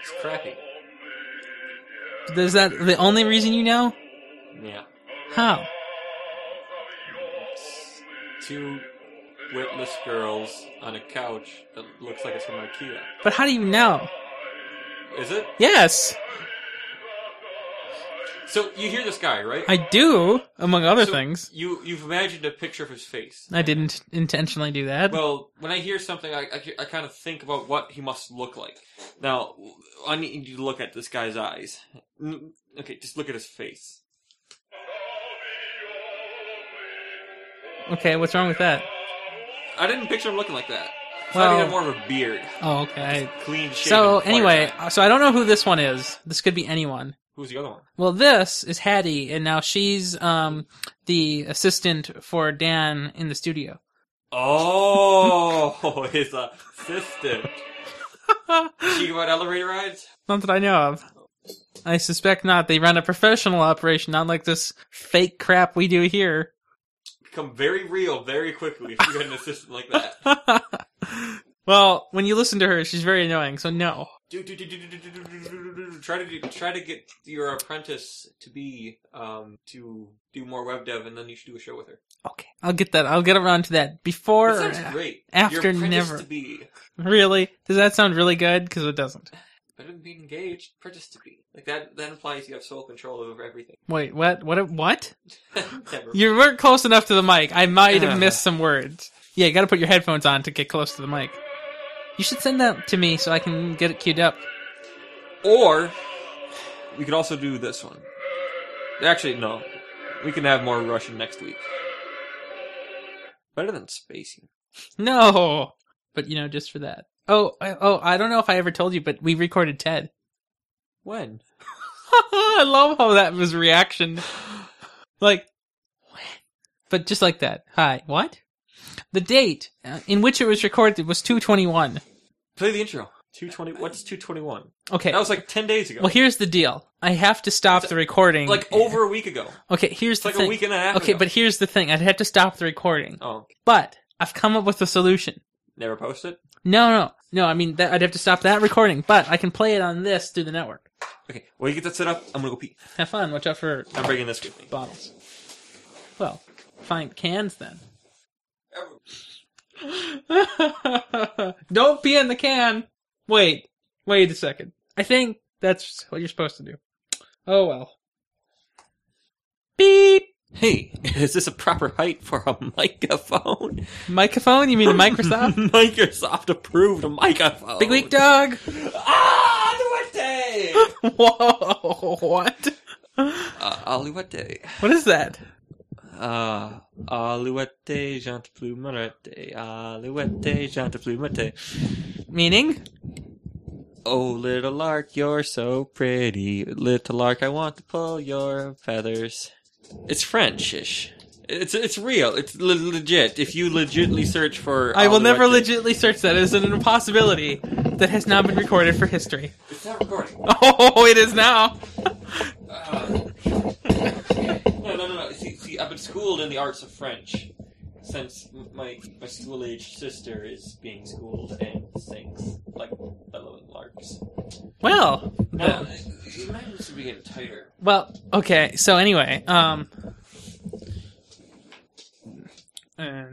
S2: It's crappy.
S3: Is that the only reason you know?
S2: Yeah.
S3: How?
S2: Two witless girls on a couch that looks like it's from IKEA.
S3: But how do you know?
S2: Is it?
S3: Yes,
S2: So you hear this guy, right?
S3: I do, among other
S2: So
S3: things.
S2: You you've imagined a picture of his face.
S3: I didn't intentionally do that.
S2: Well, when I hear something, I, I, I kind of think about what he must look like. Now, I need you to look at this guy's eyes. N- Okay, just look at his face.
S3: okay, what's wrong with that?
S2: I didn't picture him looking like that. I thought
S3: Well-
S2: he had more of a beard.
S3: Oh, okay.
S2: Clean shaven.
S3: So
S2: fire
S3: anyway,
S2: guy.
S3: uh, so I don't know who this one is. This could be anyone.
S2: who's the other one?
S3: Well, this is Hattie, and now she's um the assistant for Dan in the studio. <laughs>
S2: Oh, <laughs> his assistant. she go on elevator rides.
S3: Not that I know of. I suspect not. They run a professional operation, not like this fake crap we do here. <laughs>
S2: Become very real very quickly if you get an assistant like that.
S3: well, when you listen to her, she's very annoying. So no.
S2: do, do, do, do, do, do, do, do, do, do, do, do, try to do, try to get your apprentice to be um to do more web dev, and then you should do a show with her.
S3: Okay, I'll get that. I'll get around to that before.
S2: That
S3: or
S2: sounds great.
S3: after
S2: your apprentice
S3: never.
S2: to be.
S3: Really? Does that sound really good? Because it doesn't.
S2: Better than being engaged, apprentice to be. Like that. That implies you have sole control over everything. <laughs>
S3: Wait, what? What? What?
S2: never.
S3: You weren't close enough to the mic. I might have missed some words. Yeah, you got to put your headphones on to get close to the mic. You should send that to me so I can get it queued up.
S2: Or we could also do this one. Actually, no. We can have more Russian next week. Better than spacing.
S3: No, but you know, just for that. Oh, I, oh, I don't know if I ever told you, but we recorded Ted. <laughs>
S2: When?
S3: I love how that was reaction. Like, what? But just like that. Hi, what? The date uh, in which it was recorded was 221.
S2: Play the intro. Two twenty. What's two twenty one?
S3: Okay.
S2: That was like ten days ago.
S3: Well, here's the deal. I have to stop the recording.
S2: like over a week ago.
S3: okay, here's
S2: It's
S3: the
S2: like a
S3: thing.
S2: week and a half
S3: Okay,
S2: ago.
S3: but here's the thing. I'd have to stop the recording.
S2: Oh,
S3: But I've come up with a solution.
S2: never post it.
S3: No, no, no. I mean, that, I'd have to stop that recording, but I can play it on this through the network.
S2: Okay, well you get that set up. I'm gonna go pee.
S3: Have fun. Watch out for
S2: I'm bringing this with me.
S3: bottles. Well, find cans then. <laughs> Don't pee in the can. Wait, wait a second. I think that's what you're supposed to do. Oh well. Beep.
S2: Hey, is this a proper height for a <laughs> microphone?
S3: Microphone? You mean Microsoft?
S2: <laughs> Microsoft approved a microphone.
S3: Big week dog. <laughs>
S2: Ah, <laughs> Aluete!
S3: Whoa! What?
S2: uh, Aluete.
S3: What is that?
S2: Uh, Aluete, gente plumerete. Aluete, gente plumerete.
S3: Meaning?
S2: Oh, little lark, you're so pretty. Little lark, I want to pull your feathers. It's Frenchish. It's it's real. It's le- legit. If you legitly search for,
S3: I will never
S2: Alouette-
S3: legitly search that. It is an impossibility that has not been recorded for history. <laughs>
S2: It's not recording.
S3: Oh, it is now.
S2: No, no, no, no. See, see, I've been schooled in the arts of French since m- my my school age sister is being schooled and sings like bellowing larks.
S3: Well,
S2: Now, imagine this would be getting tighter.
S3: well, okay. So anyway, um,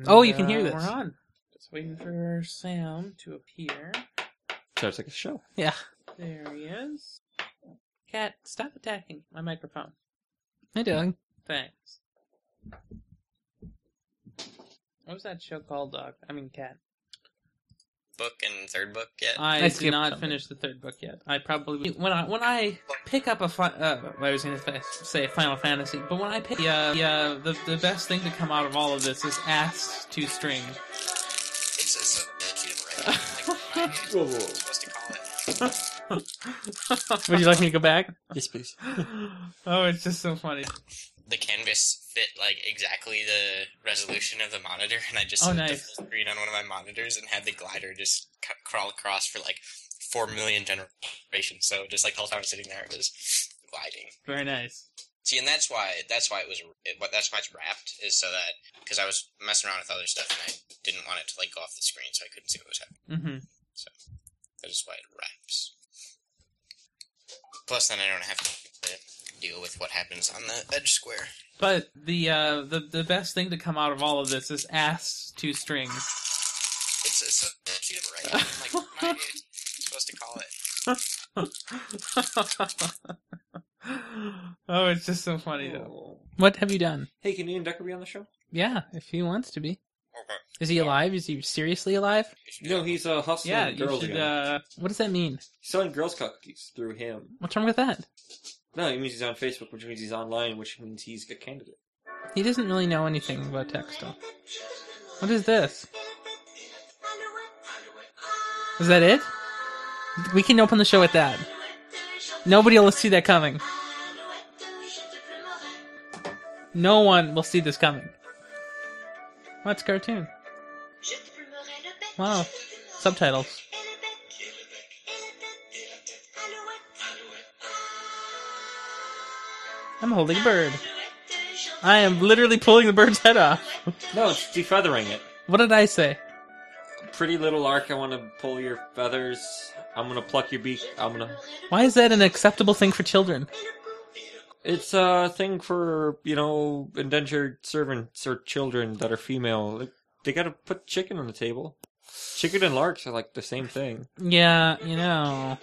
S3: Oh, you can hear this.
S8: We're on. Just waiting for Sam to appear.
S2: Sounds like a show.
S3: yeah.
S8: There he is. Cat, stop attacking my microphone.
S3: Hey, Doug. Thanks. What was that show called, Doc? I mean, Cat.
S12: Book and third book yet?
S2: Uh.
S3: I, did not finish the third book yet. I probably when I when I pick up a fi- uh, I was going to say Final Fantasy, but when I pick yeah yeah the the best thing to come out of all of this is asked to string.
S12: It's a
S2: <laughs>
S12: substitute of supposed to call it.
S3: Would you like me to go back?
S2: Yes, please.
S3: <laughs> oh, it's just so funny.
S12: The canvas fit like exactly the resolution of the monitor, and I just
S3: Oh,
S12: set
S3: nice.
S12: the full screen on one of my monitors and had the glider just c- crawl across for like four million generations. So just like the whole time I was sitting there, it was gliding.
S3: Very nice.
S12: See, and that's why that's why it was it, what that's why it's wrapped is so that because I was messing around with other stuff and I didn't want it to like go off the screen, so I couldn't see what was happening.
S3: Mm-hmm.
S12: So that is why it wraps. Plus, then I don't have to deal with what happens on the edge square.
S3: But the uh the the best thing to come out of all of this is asked to string. <laughs>
S12: It's a substitute of right. I'm like, my dude, you're supposed to call it.
S3: oh, it's just so funny though. What have you done?
S2: Hey, can Ian Decker be on the show?
S3: Yeah, if he wants to be. Is he alive? Is he seriously alive?
S2: No, he's uh, hustling
S3: Yeah, you
S2: girls.
S3: should,
S2: again.
S3: uh, what does that mean?
S2: He's selling Girl Scout cookies through him.
S3: What's wrong with that?
S2: No, it means he's on Facebook, which means he's online, which means he's a candidate.
S3: He doesn't really know anything about textile. What is this? Is that it? We can open the show with that. Nobody will see that coming. No one will see this coming. What's cartoon? Wow. Subtitles. I'm holding a bird. I am literally pulling the bird's head off.
S2: No, it's defeathering it.
S3: What did I say?
S2: Pretty little arc, I want to pull your feathers. I'm going to pluck your beak. I'm going to.
S3: Why is that an acceptable thing for children?
S2: It's a thing for, you know, indentured servants or children that are female. They got to put chicken on the table. Chicken and larks are like the same thing.
S3: Yeah, you know.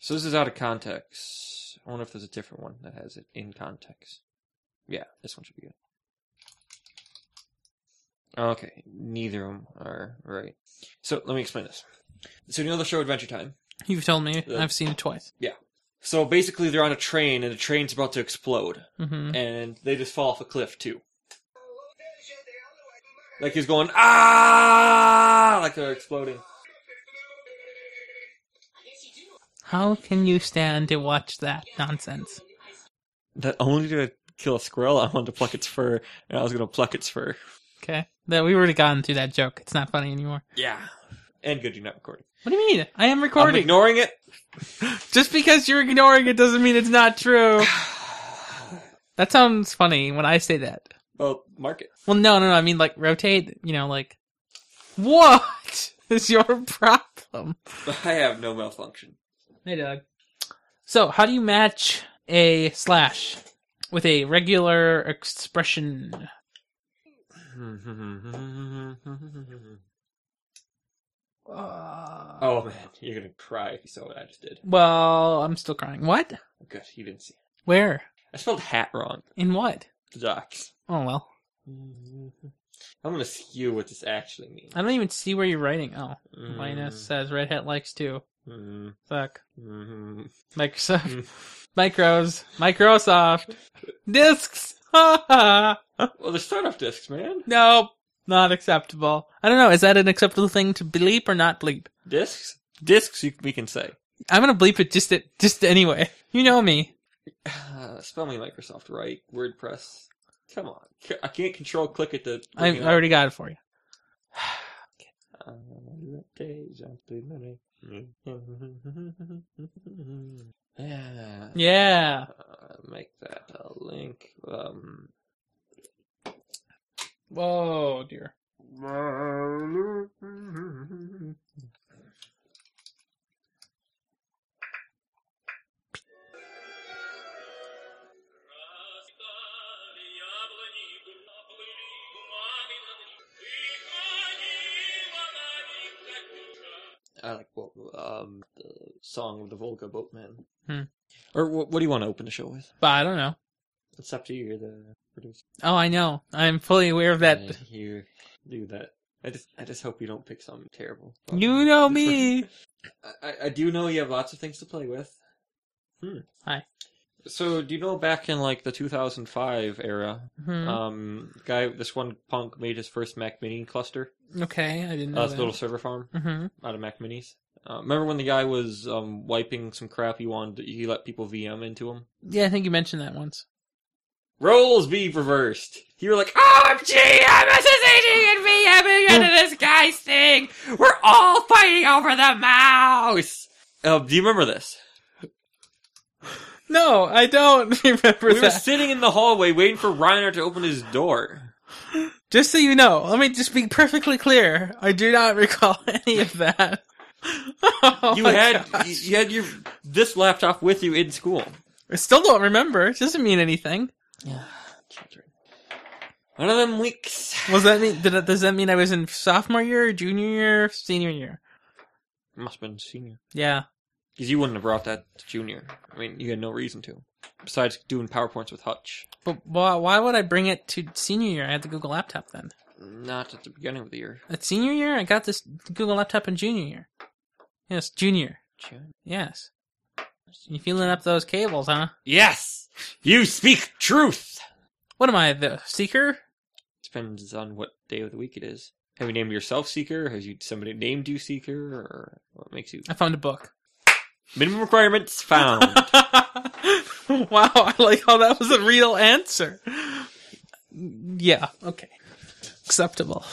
S2: So this is out of context. I wonder if there's a different one that has it in context. Yeah, this one should be good. Okay, neither of them are right. So let me explain this. So you know the show Adventure Time?
S3: You've told me.
S2: Uh,
S3: I've seen it twice.
S2: Yeah. So basically, they're on a train, and the train's about to explode,
S3: Mhm.
S2: and they just fall off a cliff too. Like he's going ah, like they're exploding.
S3: How can you stand to watch that nonsense?
S2: That only to kill a squirrel, I wanted to pluck its fur, and I was gonna pluck its fur.
S3: Okay. That we already gotten through that joke. It's not funny anymore.
S2: Yeah. And good, you're not recording.
S3: What do you mean? I am recording.
S2: I'm ignoring it.
S3: Just because you're ignoring it doesn't mean it's
S2: <sighs>
S3: not true. that sounds funny when I say that.
S2: Well, mark it. <laughs>
S3: Well, no, no, no. I mean, like, rotate, you know, like, what <laughs> is your problem?
S2: I have no
S3: <laughs>
S2: malfunction.
S3: Hey, Doug. So, how do you match a slash with a regular expression? Uh,
S2: oh man, you're gonna cry if you saw what I just did.
S3: Well, I'm still crying. What?
S2: Good, you didn't see.
S3: Where?
S2: I spelled hat wrong.
S3: In what?
S2: The docs.
S3: Oh, well.
S2: I'm gonna skew what this actually means.
S3: I don't even see where you're writing. Oh,
S2: Mm.
S3: minus
S2: <laughs>
S3: says Red Hat likes to.
S2: Mm.
S3: Fuck.
S2: Mhm.
S3: Microsoft. <laughs> Micros. Microsoft. Discs. <laughs>
S2: Well, they're startup discs, man.
S3: nope. Not acceptable. I don't know. Is that an acceptable thing to bleep or not bleep?
S2: Discs? Discs, you, we can say. <sighs>
S3: I'm gonna bleep it just at, just anyway. You know me.
S2: Uh, spell me Microsoft right. WordPress. Come on. C- I can't control click at the.
S3: I, I already got it for you.
S2: Ah, <laughs> Yeah.
S3: Yeah.
S2: Uh, Ah, make that a link. Um,
S3: Whoa, dear.
S2: I like well, um, the song of the Volga boatman.
S3: Hmm.
S2: Or wh- what do you want to open the show with?
S3: But I don't know.
S2: It's up to you. You're the producer.
S3: Oh, I know. I'm fully aware of that.
S2: Yeah, you do that. I just, I just hope you don't pick something terrible.
S3: You know
S2: <laughs> Uh,
S3: me.
S2: I, I- I do know you have lots of things to play with. Hmm.
S3: Hi.
S2: So do you know back in like the 2005 era,
S3: Mhm.
S2: um, guy, this one punk made his first Mac Mini cluster,
S3: Okay, I didn't know
S2: uh, his
S3: that.
S2: little server farm
S3: Mhm.
S2: out of Mac Minis. Uh, remember when the guy was um, wiping some crap he wanted? He let people VM into him.
S3: Yeah, I think you mentioned that once.
S2: Roles be reversed. You were like, OMG, I'm assassinating and VMing
S3: <laughs>
S2: into this guy's thing. We're all fighting over the mouse. Uh, do you remember this?
S3: No, I don't <laughs> remember
S2: We were
S3: that.
S2: sitting in the hallway waiting for Reiner to open his door.
S3: Just so you know, let me just be perfectly clear. I do not <laughs> recall any of that. <laughs> Oh
S2: you
S3: my
S2: had
S3: gosh.
S2: you you had your this laptop with you in school.
S3: I still don't remember. It doesn't mean anything.
S2: One of them weeks. <sighs>
S3: Was that mean? Did, that- does that mean I was in sophomore year, junior year, senior year?
S2: Must have been senior.
S3: Yeah.
S2: Because you wouldn't have brought that to junior. I mean, you had no reason to. Besides doing PowerPoints with Hutch.
S3: But why, why would I bring it to senior year? I had the Google laptop then.
S2: Not at the beginning of the year.
S3: At senior year, I got this Google laptop in junior year. Yes, junior. Yes. You feeling up those cables, huh?
S2: Yes! You speak truth!
S3: What am I, the seeker?
S2: Depends on what day of the week it is. Have you named yourself Seeker? Has you somebody named you Seeker? Or what makes
S3: <laughs>
S2: you
S3: I found a book.
S2: minimum requirements found?
S3: <laughs> wow, I like how that was a real answer. Yeah, okay. Acceptable.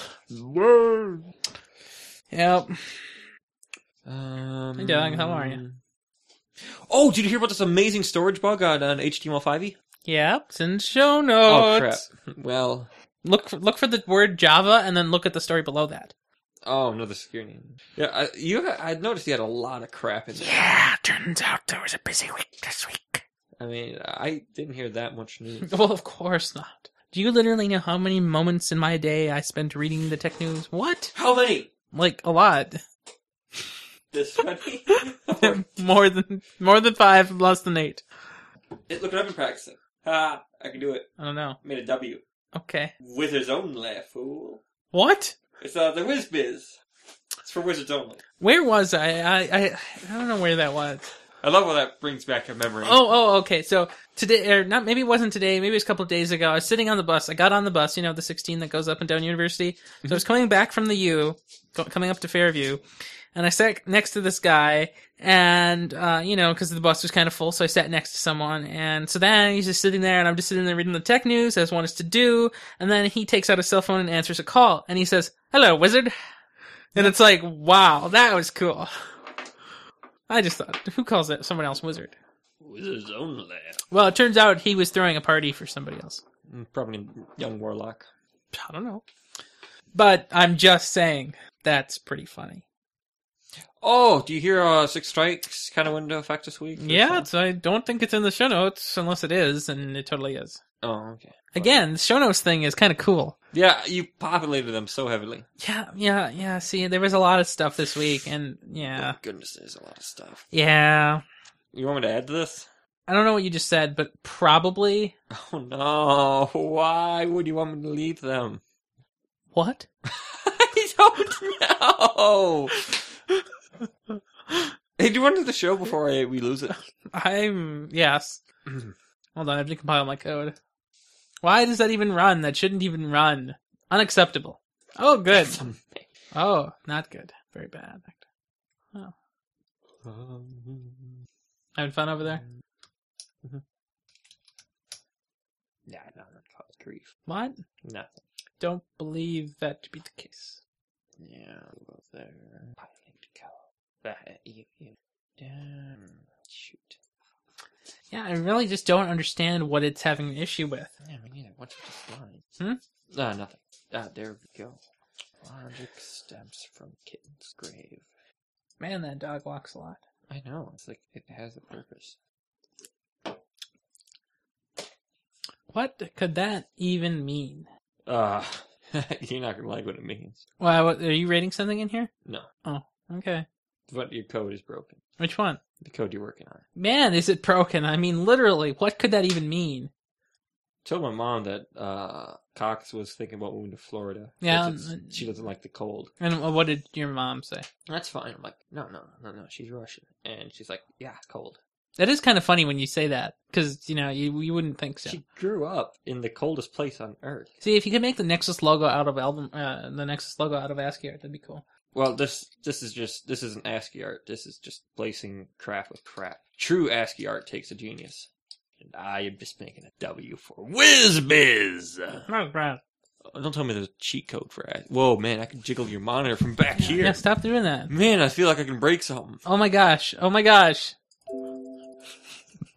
S3: Yep.
S2: Um,
S3: Hey, Doug, how are you?
S2: Oh, did you hear about this amazing storage bug on, on HTML5e?
S3: Yep, it's in show
S2: E? oh
S3: notes.
S2: crap! Well,
S3: Look for, look for the word Java and then look at the story below that.
S2: oh no, the security. Yeah, I, you. I noticed you had a lot of crap in there.
S3: Yeah, turns out there was a busy week this week.
S2: I mean, I didn't hear that much news.
S3: Well, of course not. Do you literally know how many moments in my day I spent reading the tech news? What?
S2: <laughs> How many?
S3: Like a lot. <laughs>
S2: This many?
S3: more than more than 5, less than 8.
S2: <laughs> It- Look what I've been practicing. Ha! I can do it.
S3: I don't know.
S2: Made a W
S3: Okay.
S2: with his own laugh. Fool.
S3: What?
S2: It's uh, the whiz biz. It's for wizards only.
S3: Where was I? I I, I don't know where that was.
S2: I love how that brings back a memory.
S3: Oh, oh, okay. So today, or not? Maybe it wasn't today. Maybe it was a couple of days ago. I was sitting on the bus. I got on the bus, you know, the 16 that goes up and down University. So I was coming back from the U, go- coming up to Fairview, and I sat next to this guy, and uh, you know, because the bus was kind of full, so I sat next to someone, and so then he's just sitting there, and I'm just sitting there reading the tech news as one is to do, and then he takes out his cell phone and answers a call, and he says, "Hello, wizard," and it's like, wow, that was cool. I just thought, who calls that someone else wizard?
S2: Wizards only.
S3: Well, it turns out he was throwing a party for somebody else.
S2: Mm, Probably young warlock.
S3: I don't know. But I'm just saying that's pretty funny.
S2: Oh, do you hear uh, Six Strikes kind of went into effect this week? or
S3: Yeah,
S2: something?
S3: it's, I don't think it's in the show notes unless it is, and it totally is.
S2: Oh, okay.
S3: Again, the show notes thing is kind of cool.
S2: Yeah, you populated them so heavily.
S3: Yeah, yeah, yeah. See, there was a lot of stuff this week, and yeah,
S2: Goodness, there's a lot of stuff.
S3: yeah.
S2: You want me to add to this?
S3: I don't know what you just said, but probably
S2: Oh <laughs> no! Why would you want me to leave them? <laughs>
S3: <laughs> what?
S2: I don't know. hey, do you want to do the show before I, we <laughs> lose it?
S3: I'm yes. Hold on, I have to compile my code. Why does that even run? That shouldn't even run. Unacceptable. Oh, good. Oh, not good. Very bad. Oh, having fun over there.
S2: Yeah, no, not cause grief.
S3: What?
S2: Nothing.
S3: Don't believe that to be the case.
S2: Yeah, well, there. I need to go. But you, you, damn, shoot.
S3: Yeah, I really just don't understand what it's having an issue with.
S2: Yeah, me neither. What's with this line?
S3: Hmm?
S2: Ah, nothing. Ah, there we go. Logic stems from kitten's grave.
S3: Man, that dog walks a lot.
S2: I know. It's like it has a purpose.
S3: What could that even mean?
S2: <laughs> Ah, you're not gonna like what it means.
S3: Why? What, are you rating something in here?
S2: No.
S3: Oh, okay.
S2: But your code is broken.
S3: Which one?
S2: The code you're working on.
S3: Man, is it broken? I mean, literally, what could that even mean?
S2: told my mom that uh, Cox was thinking about moving to Florida. 'cause
S3: Yeah,
S2: it's-
S3: and-
S2: she doesn't like the cold.
S3: And what did your mom say?
S2: mm, That's fine. I'm like, no, no, no, no. She's Russian, and she's like, yeah, it's cold.
S3: That is kind of funny when you say that because you know you you wouldn't think so.
S2: She grew up in the coldest place on earth.
S3: See, if you could make the Nexus logo out of album, uh, the Nexus logo out of ASCII art, that'd be cool.
S2: Well, this this is just this isn't ASCII art. This is just placing crap with crap. True ASCII art takes a genius, and I am just making a W for WizBiz.
S3: Not bad.
S2: Oh, Don't tell me there's a cheat code for it. Whoa, man, I can jiggle your monitor from back here.
S3: Yeah, stop doing that.
S2: Man, I feel like I can break
S3: <laughs>
S2: something.
S3: Oh my gosh! Oh my gosh!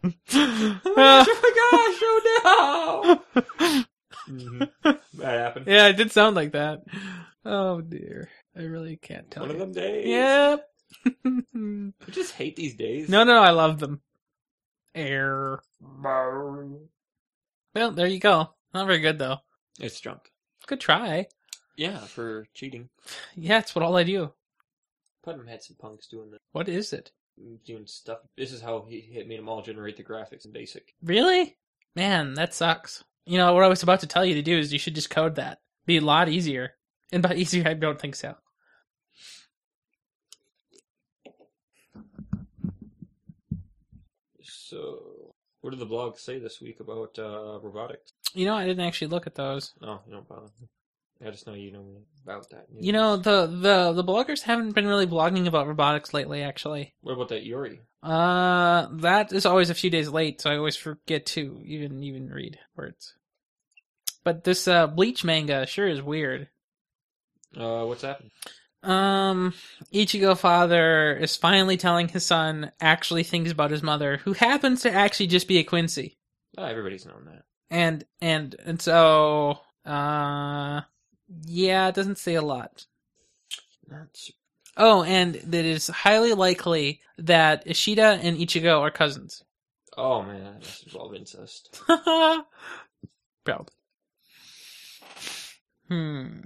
S2: Mm-hmm. oh
S3: my gosh! Oh no!
S2: That happened.
S3: Yeah, it did sound like that. Oh dear, I really can't tell.
S2: One of
S3: you.
S2: them days.
S3: Yep. <laughs>
S2: I just hate these days.
S3: No, no, I love them. Air. Well, there you go. Not very good though.
S2: It's junk.
S3: Good try.
S2: Yeah, for cheating.
S3: Yeah, it's what all I do.
S2: Putnam had some punks doing the
S3: What is it?
S2: doing stuff. This is how he, he made them all generate the graphics in BASIC.
S3: Really? Man, that sucks. You know what I was about to tell you to do is you should just code that. Be a lot easier. And by <laughs> easier, I don't think so.
S2: So, what did the blog say this week about uh, robotics?
S3: You know, I didn't actually look at those.
S2: No, you don't bother. I just know you know about that.
S3: You know, the the the bloggers haven't been really blogging about robotics lately. Actually,
S2: what about that Yuri?
S3: uh, that is always a few days late, so I always forget to even even read words. But this uh, Bleach manga sure is weird.
S2: Uh, what's happened?
S3: Um, Ichigo father is finally telling his son actually things about his mother, who happens to actually just be a Quincy.
S2: Oh, everybody's known that.
S3: And and and so uh yeah, it doesn't say a lot.
S2: That's
S3: Oh, and it is highly likely that Ishida and Ichigo are cousins. <laughs>
S2: oh man, this involved incest.
S3: Proud. Hmm.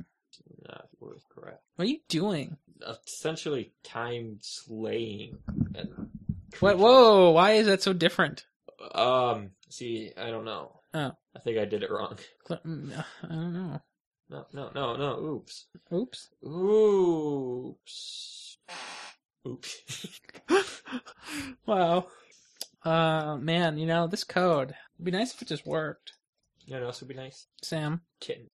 S2: Not worth crap.
S3: What are you doing?
S2: Essentially, time slaying and
S3: What whoa, why is that so different?
S2: Um, see, I don't know.
S3: Oh.
S2: I think I did it wrong.
S3: Cl- mm, I don't know.
S2: No, no, no, no. Oops.
S3: Oops.
S2: Oops. Oops. <laughs>
S3: <laughs> Wow. Uh man, you know, this code. It'd be nice if it just worked.
S2: you know what else would be nice?
S3: Sam.
S2: Kitten.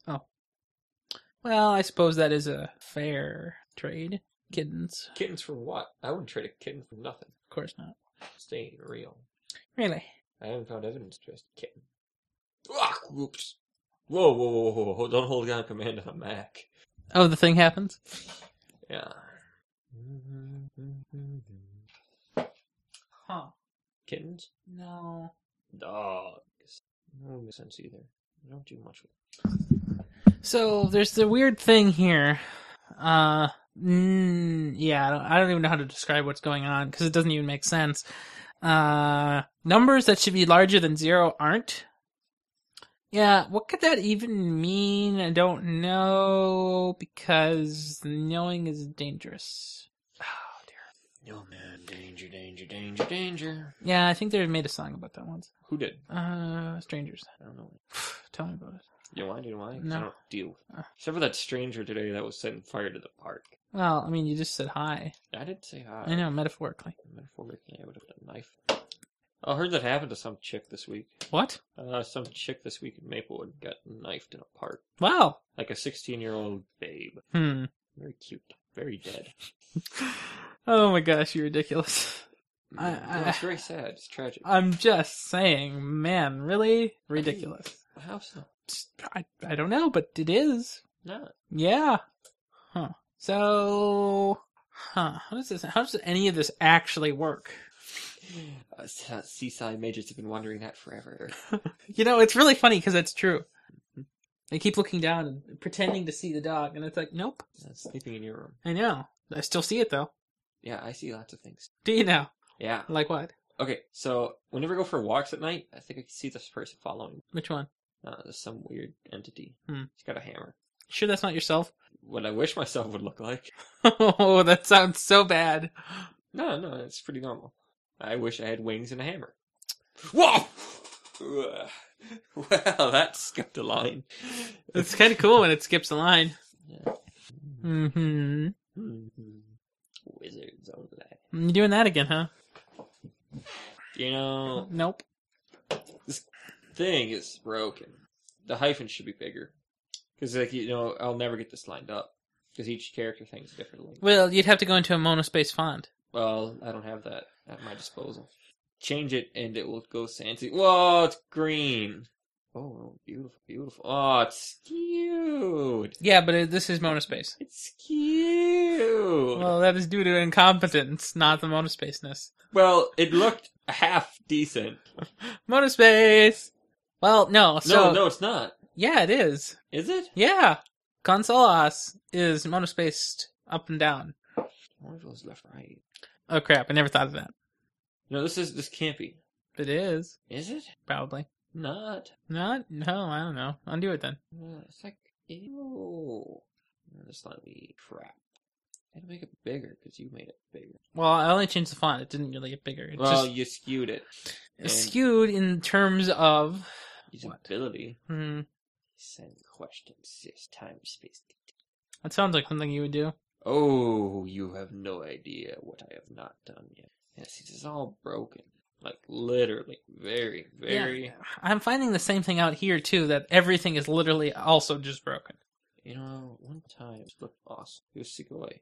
S3: Well, I suppose that is a fair trade. Kittens.
S2: Kittens for what? I wouldn't trade a kitten for nothing.
S3: Of course not.
S2: Staying real.
S3: Really?
S2: I haven't found evidence to just kitten. Ah, whoops. Whoa, whoa, whoa, whoa, whoa. Don't hold down command on a Mac.
S3: Oh, the thing happens?
S2: Yeah.
S3: Huh.
S2: Kittens?
S3: No.
S2: Dogs. No makes sense either. I don't do much with
S3: So there's the weird thing here. Uh, mm, yeah, I don't, I don't even know how to describe what's going on because it doesn't even make sense. Uh, numbers that should be larger than zero aren't. Yeah, what could that even mean? I don't know because knowing is dangerous.
S2: No man, Oh, danger, danger, danger, danger.
S3: Yeah, I think they made a song about that once.
S2: Who did?
S3: Uh, strangers.
S2: I don't know.
S3: <sighs> Tell me about it.
S2: You know why? Do you know why? 'Cause
S3: No.
S2: I don't deal with it.
S3: Uh.
S2: Except for that stranger today that was setting fire to the park.
S3: Well, I mean, you just said hi.
S2: I didn't say hi.
S3: I know, metaphorically.
S2: Metaphorically, I would have a knife. I heard that happened to some chick this week.
S3: What?
S2: Uh, some chick this week in Maplewood got knifed in a park.
S3: Wow.
S2: Like a 16 year old babe.
S3: <laughs> Hmm.
S2: Very cute. Very dead.
S3: Oh my gosh, you're ridiculous. I-
S2: No, it's
S3: I-
S2: very sad. It's tragic.
S3: I'm just saying, man, really ridiculous.
S2: How so?
S3: Psst, I I don't know, but it is.
S2: No.
S3: Yeah. Huh. So, huh? How does this? How does any of this actually work?
S2: Uh, Seaside Majors have been wondering that forever.
S3: You know, it's really funny because it's true. I keep looking down and pretending to see the dog, and it's like, nope.
S2: Yeah, Uh, Sleeping in your room.
S3: I know. I still see it though.
S2: Yeah, I see lots of things.
S3: Do you know?
S2: Yeah.
S3: Like what?
S2: Okay, so whenever I go for walks at night, I think I can see this person following.
S3: Which one?
S2: Uh, there's some weird entity.
S3: Hmm.
S2: He's got a hammer.
S3: Sure, that's not yourself.
S2: What I wish myself would look like.
S3: <laughs> oh, that sounds so bad.
S2: No, no, it's pretty normal. I wish I had wings and a hammer. Whoa! <laughs> Ugh. Well, that skipped a line. <laughs>
S3: It's kind of cool when it skips a line. Mm-hmm.
S2: Hmm. Wizards Online.
S3: You doing that again, huh?
S2: You know,
S3: Nope.
S2: thing is broken. The hyphen should be bigger. Because, like, you know, I'll never get this lined up. Because each character thinks differently.
S3: Well, you'd have to go into a monospace font.
S2: Well, I don't have that at my disposal. Change it and it will go Sansi. Whoa, it's green. Oh, beautiful, beautiful. Oh, it's skewed.
S3: Yeah, but it, this is monospace.
S2: It's skewed. Well,
S3: Well, that is due to incompetence, not the monospaceness.
S2: it looked half decent.
S3: Monospace. Well, no. So
S2: no, no, it's not.
S3: yeah, it is.
S2: Is it?
S3: Yeah, Consolas is monospaced up and down.
S2: One of those left, right.
S3: Oh crap! I never thought of that.
S2: No, this is this can't be.
S3: It is
S2: Is it
S3: probably
S2: not?
S3: not. No, I don't know. Undo it then.
S2: Uh, it's like, ew. This might be crap. I had to make it bigger because you made it bigger.
S3: Well, I only changed the font. It didn't really get bigger. It
S2: well,
S3: just
S2: you skewed it. and-
S3: skewed in terms of.
S2: Usability.
S3: Hmm,
S2: Send questions. This time space.
S3: that sounds like something you would do.
S2: Oh, you have no idea what I have not done yet. Yes, it is all broken. Like literally, very, very.
S3: I'm finding the same thing out here too. That everything is literally also just broken.
S2: You know, one time it looked awesome. It was Sigoi.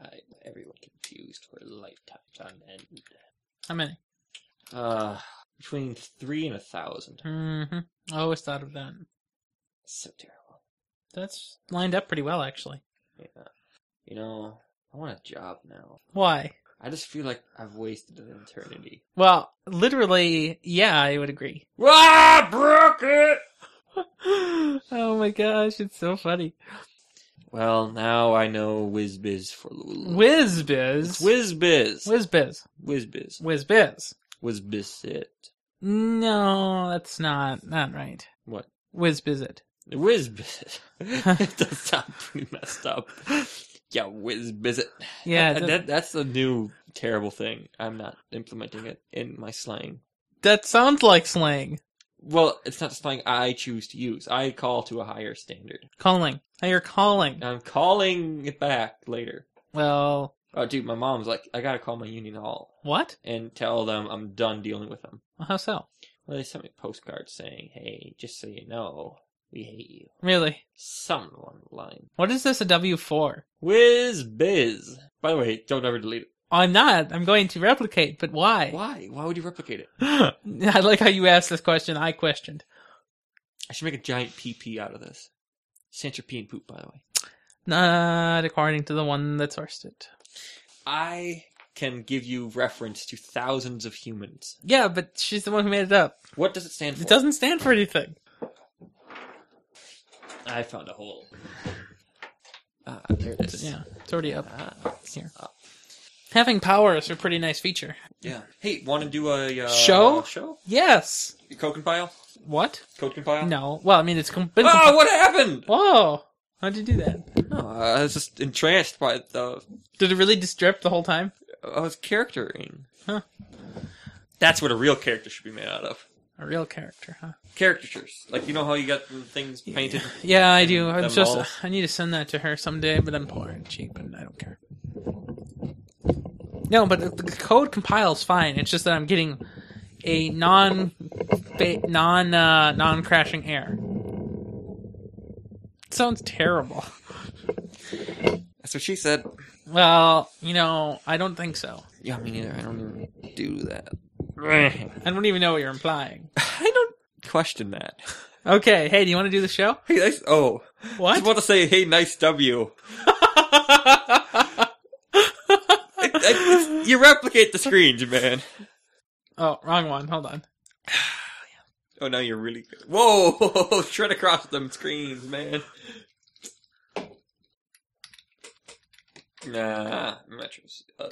S2: I everyone confused for lifetimes on end.
S3: How many?
S2: Uh between three and a thousand.
S3: Mm-hmm. I always thought of that.
S2: So terrible.
S3: That's lined up pretty well, actually.
S2: Yeah. You know, I want a job now.
S3: Why?
S2: I just feel like I've wasted an eternity.
S3: Well, literally, yeah, I would agree.
S2: Ah, broke it!
S3: <gasps> oh my gosh, it's so funny.
S2: Well, now I know WizBiz for Lulu. It's
S3: Whizbiz.
S2: WizBiz.
S3: Whizbiz.
S2: WizBiz.
S3: Whizbiz.
S2: WizBizit.
S3: No, that's not not right.
S2: What?
S3: Whizbizit.
S2: WizBiz. <laughs> it does sound pretty messed up. Yeah, WizBizit.
S3: Yeah,
S2: That-
S3: that,
S2: Uh, that- that's a new terrible thing. I'm not implementing it in my slang.
S3: that sounds like slang.
S2: Well, it's not slang I choose to use. I call to a higher standard.
S3: Calling. Now you're calling.
S2: I'm calling it back later.
S3: Well,
S2: Oh, dude, my mom's like, I gotta call my union hall.
S3: what?
S2: and tell them I'm done dealing with them.
S3: Well, How so?
S2: Well, they sent me a postcard saying, "Hey, just so you know, we hate you."
S3: Really?
S2: Something along the line.
S3: What is this a W for?
S2: Whiz biz. By the way, don't ever delete it.
S3: I'm not. I'm going to replicate, but why?
S2: Why? Why would you replicate it?
S3: <laughs> I like how you asked this question. I questioned.
S2: I should make a giant PP out of this. Centropy and poop, by the way.
S3: Not according to the one that sourced it.
S2: I can give you reference to thousands of humans.
S3: Yeah, but she's the one who made it up.
S2: What does it stand for?
S3: It doesn't stand for anything.
S2: I found a hole. Ah, there it is.
S3: Yeah, it's already up.
S2: Ah,
S3: Here. Having power is a pretty nice feature.
S2: yeah. Hey, want to do a uh,
S3: Show?
S2: Show?
S3: Yes. Uh,
S2: Coke and pile.
S3: What?
S2: Coke and pile.
S3: No. Well, I mean, it's com- been.
S2: Oh, what happened?
S3: Whoa! How'd you do that?
S2: No, I was just entranced by the.
S3: Did it really just drip the whole time?
S2: I was charactering.
S3: Huh.
S2: That's what a real character should be made out of.
S3: A real character, huh?
S2: Caricatures. Like, you know how you got the things painted?
S3: Yeah, I do.
S2: Them
S3: I'm just.
S2: all.
S3: I need to send that to her someday, but I'm poor and cheap, and I don't care. No, but the, the code compiles fine. It's just that I'm getting a non, ba- non, uh, non-crashing error. sounds terrible.
S2: That's what she said.
S3: Well, you know, I don't think so.
S2: Yeah, me neither. I don't even do that.
S3: I don't even know what you're implying.
S2: I don't question that.
S3: Okay, hey, do you want to do the show?
S2: Hey, nice. Oh. I <laughs>
S3: What?
S2: just want to say, hey, nice W. I- I- you replicate the screens, man.
S3: oh, wrong one. Hold on.
S2: Oh, now you're really. Whoa! <laughs> Tread across them screens, man. Nah, Metro's. Uh,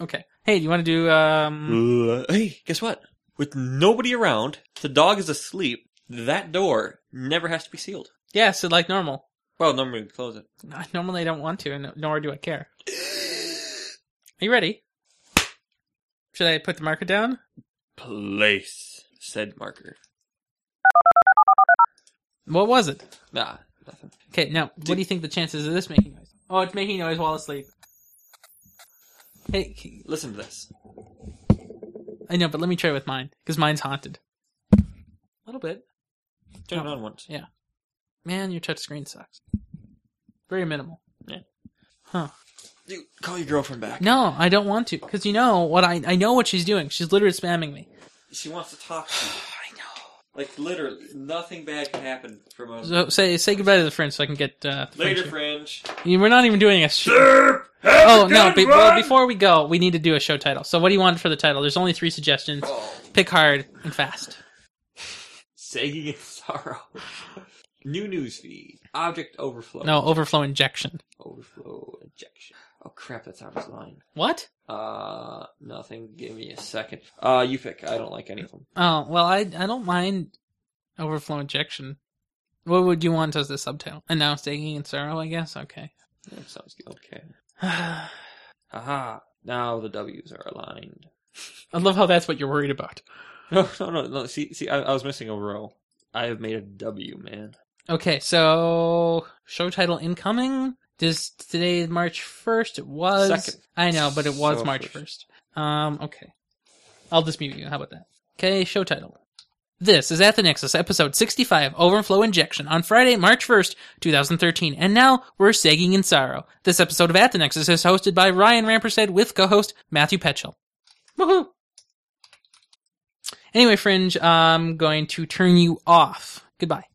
S3: Okay. Hey, do you want to do um
S2: Uh, hey, guess what? With nobody around, the dog is asleep. That door never has to be sealed.
S3: yeah, so like normal.
S2: Well, normally we close it.
S3: I <laughs> normally don't want to, and nor do I care. Are you ready? Should I put the marker down?
S2: Place said marker.
S3: What was it?
S2: Nah, nothing.
S3: Okay, now what do you think the chances of this making noise? Oh, it's making noise while asleep. Hey, c-
S2: Listen to this.
S3: I know, but let me try with mine because mine's haunted. A little bit.
S2: Turn it on once.
S3: Yeah. Man, your touch screen sucks. Very minimal.
S2: Yeah.
S3: Huh.
S2: Dude, call your girlfriend back.
S3: No, I don't want to because you know what I I know what she's doing. She's literally spamming me.
S2: She wants to talk.
S3: <sighs>
S2: To you. I know. Like literally, nothing bad can happen from a
S3: So say say goodbye to the French so I can get uh, the
S2: later
S3: French.
S2: fringe.
S3: You- We're not even doing a show.
S2: Have
S3: Oh
S2: a
S3: no!
S2: good
S3: Be- well,
S2: one!
S3: before we go, we need to do a show title. So what do you want for the title? There's only three suggestions.
S2: Oh.
S3: Pick hard and fast.
S2: Sagging in <laughs> sorrow. New news feed. Object overflow.
S3: No overflow injection.
S2: Overflow ejection. Oh crap, that's out of his line.
S3: What?
S2: Uh, nothing. Give me a second. Uh, you pick. I don't like any of them.
S3: Oh well, I I don't mind overflow injection. What would you want as the subtitle? Announced aching and sorrow, I guess. Okay. <sighs>
S2: That sounds good. Okay. Aha. Now the W's are aligned. <laughs>
S3: I love how that's what you're worried about.
S2: No, no, no, no. See, see, I, I was missing a row. I have made a W, man.
S3: Okay, so show title incoming. Does today is March first? It was.
S2: Second.
S3: I know, but it was
S2: So
S3: March first. Um. Okay. I'll just mute you. How about that? Okay. Show title. This is at the Nexus, episode sixty-five, Overflow Injection, on Friday, March first, two thousand thirteen. And now we're sagging in sorrow. This episode of At the Nexus is hosted by Ryan Rampersad with co-host Matthew Petchel. Woohoo! Anyway, Fringe, I'm going to turn you off. Goodbye.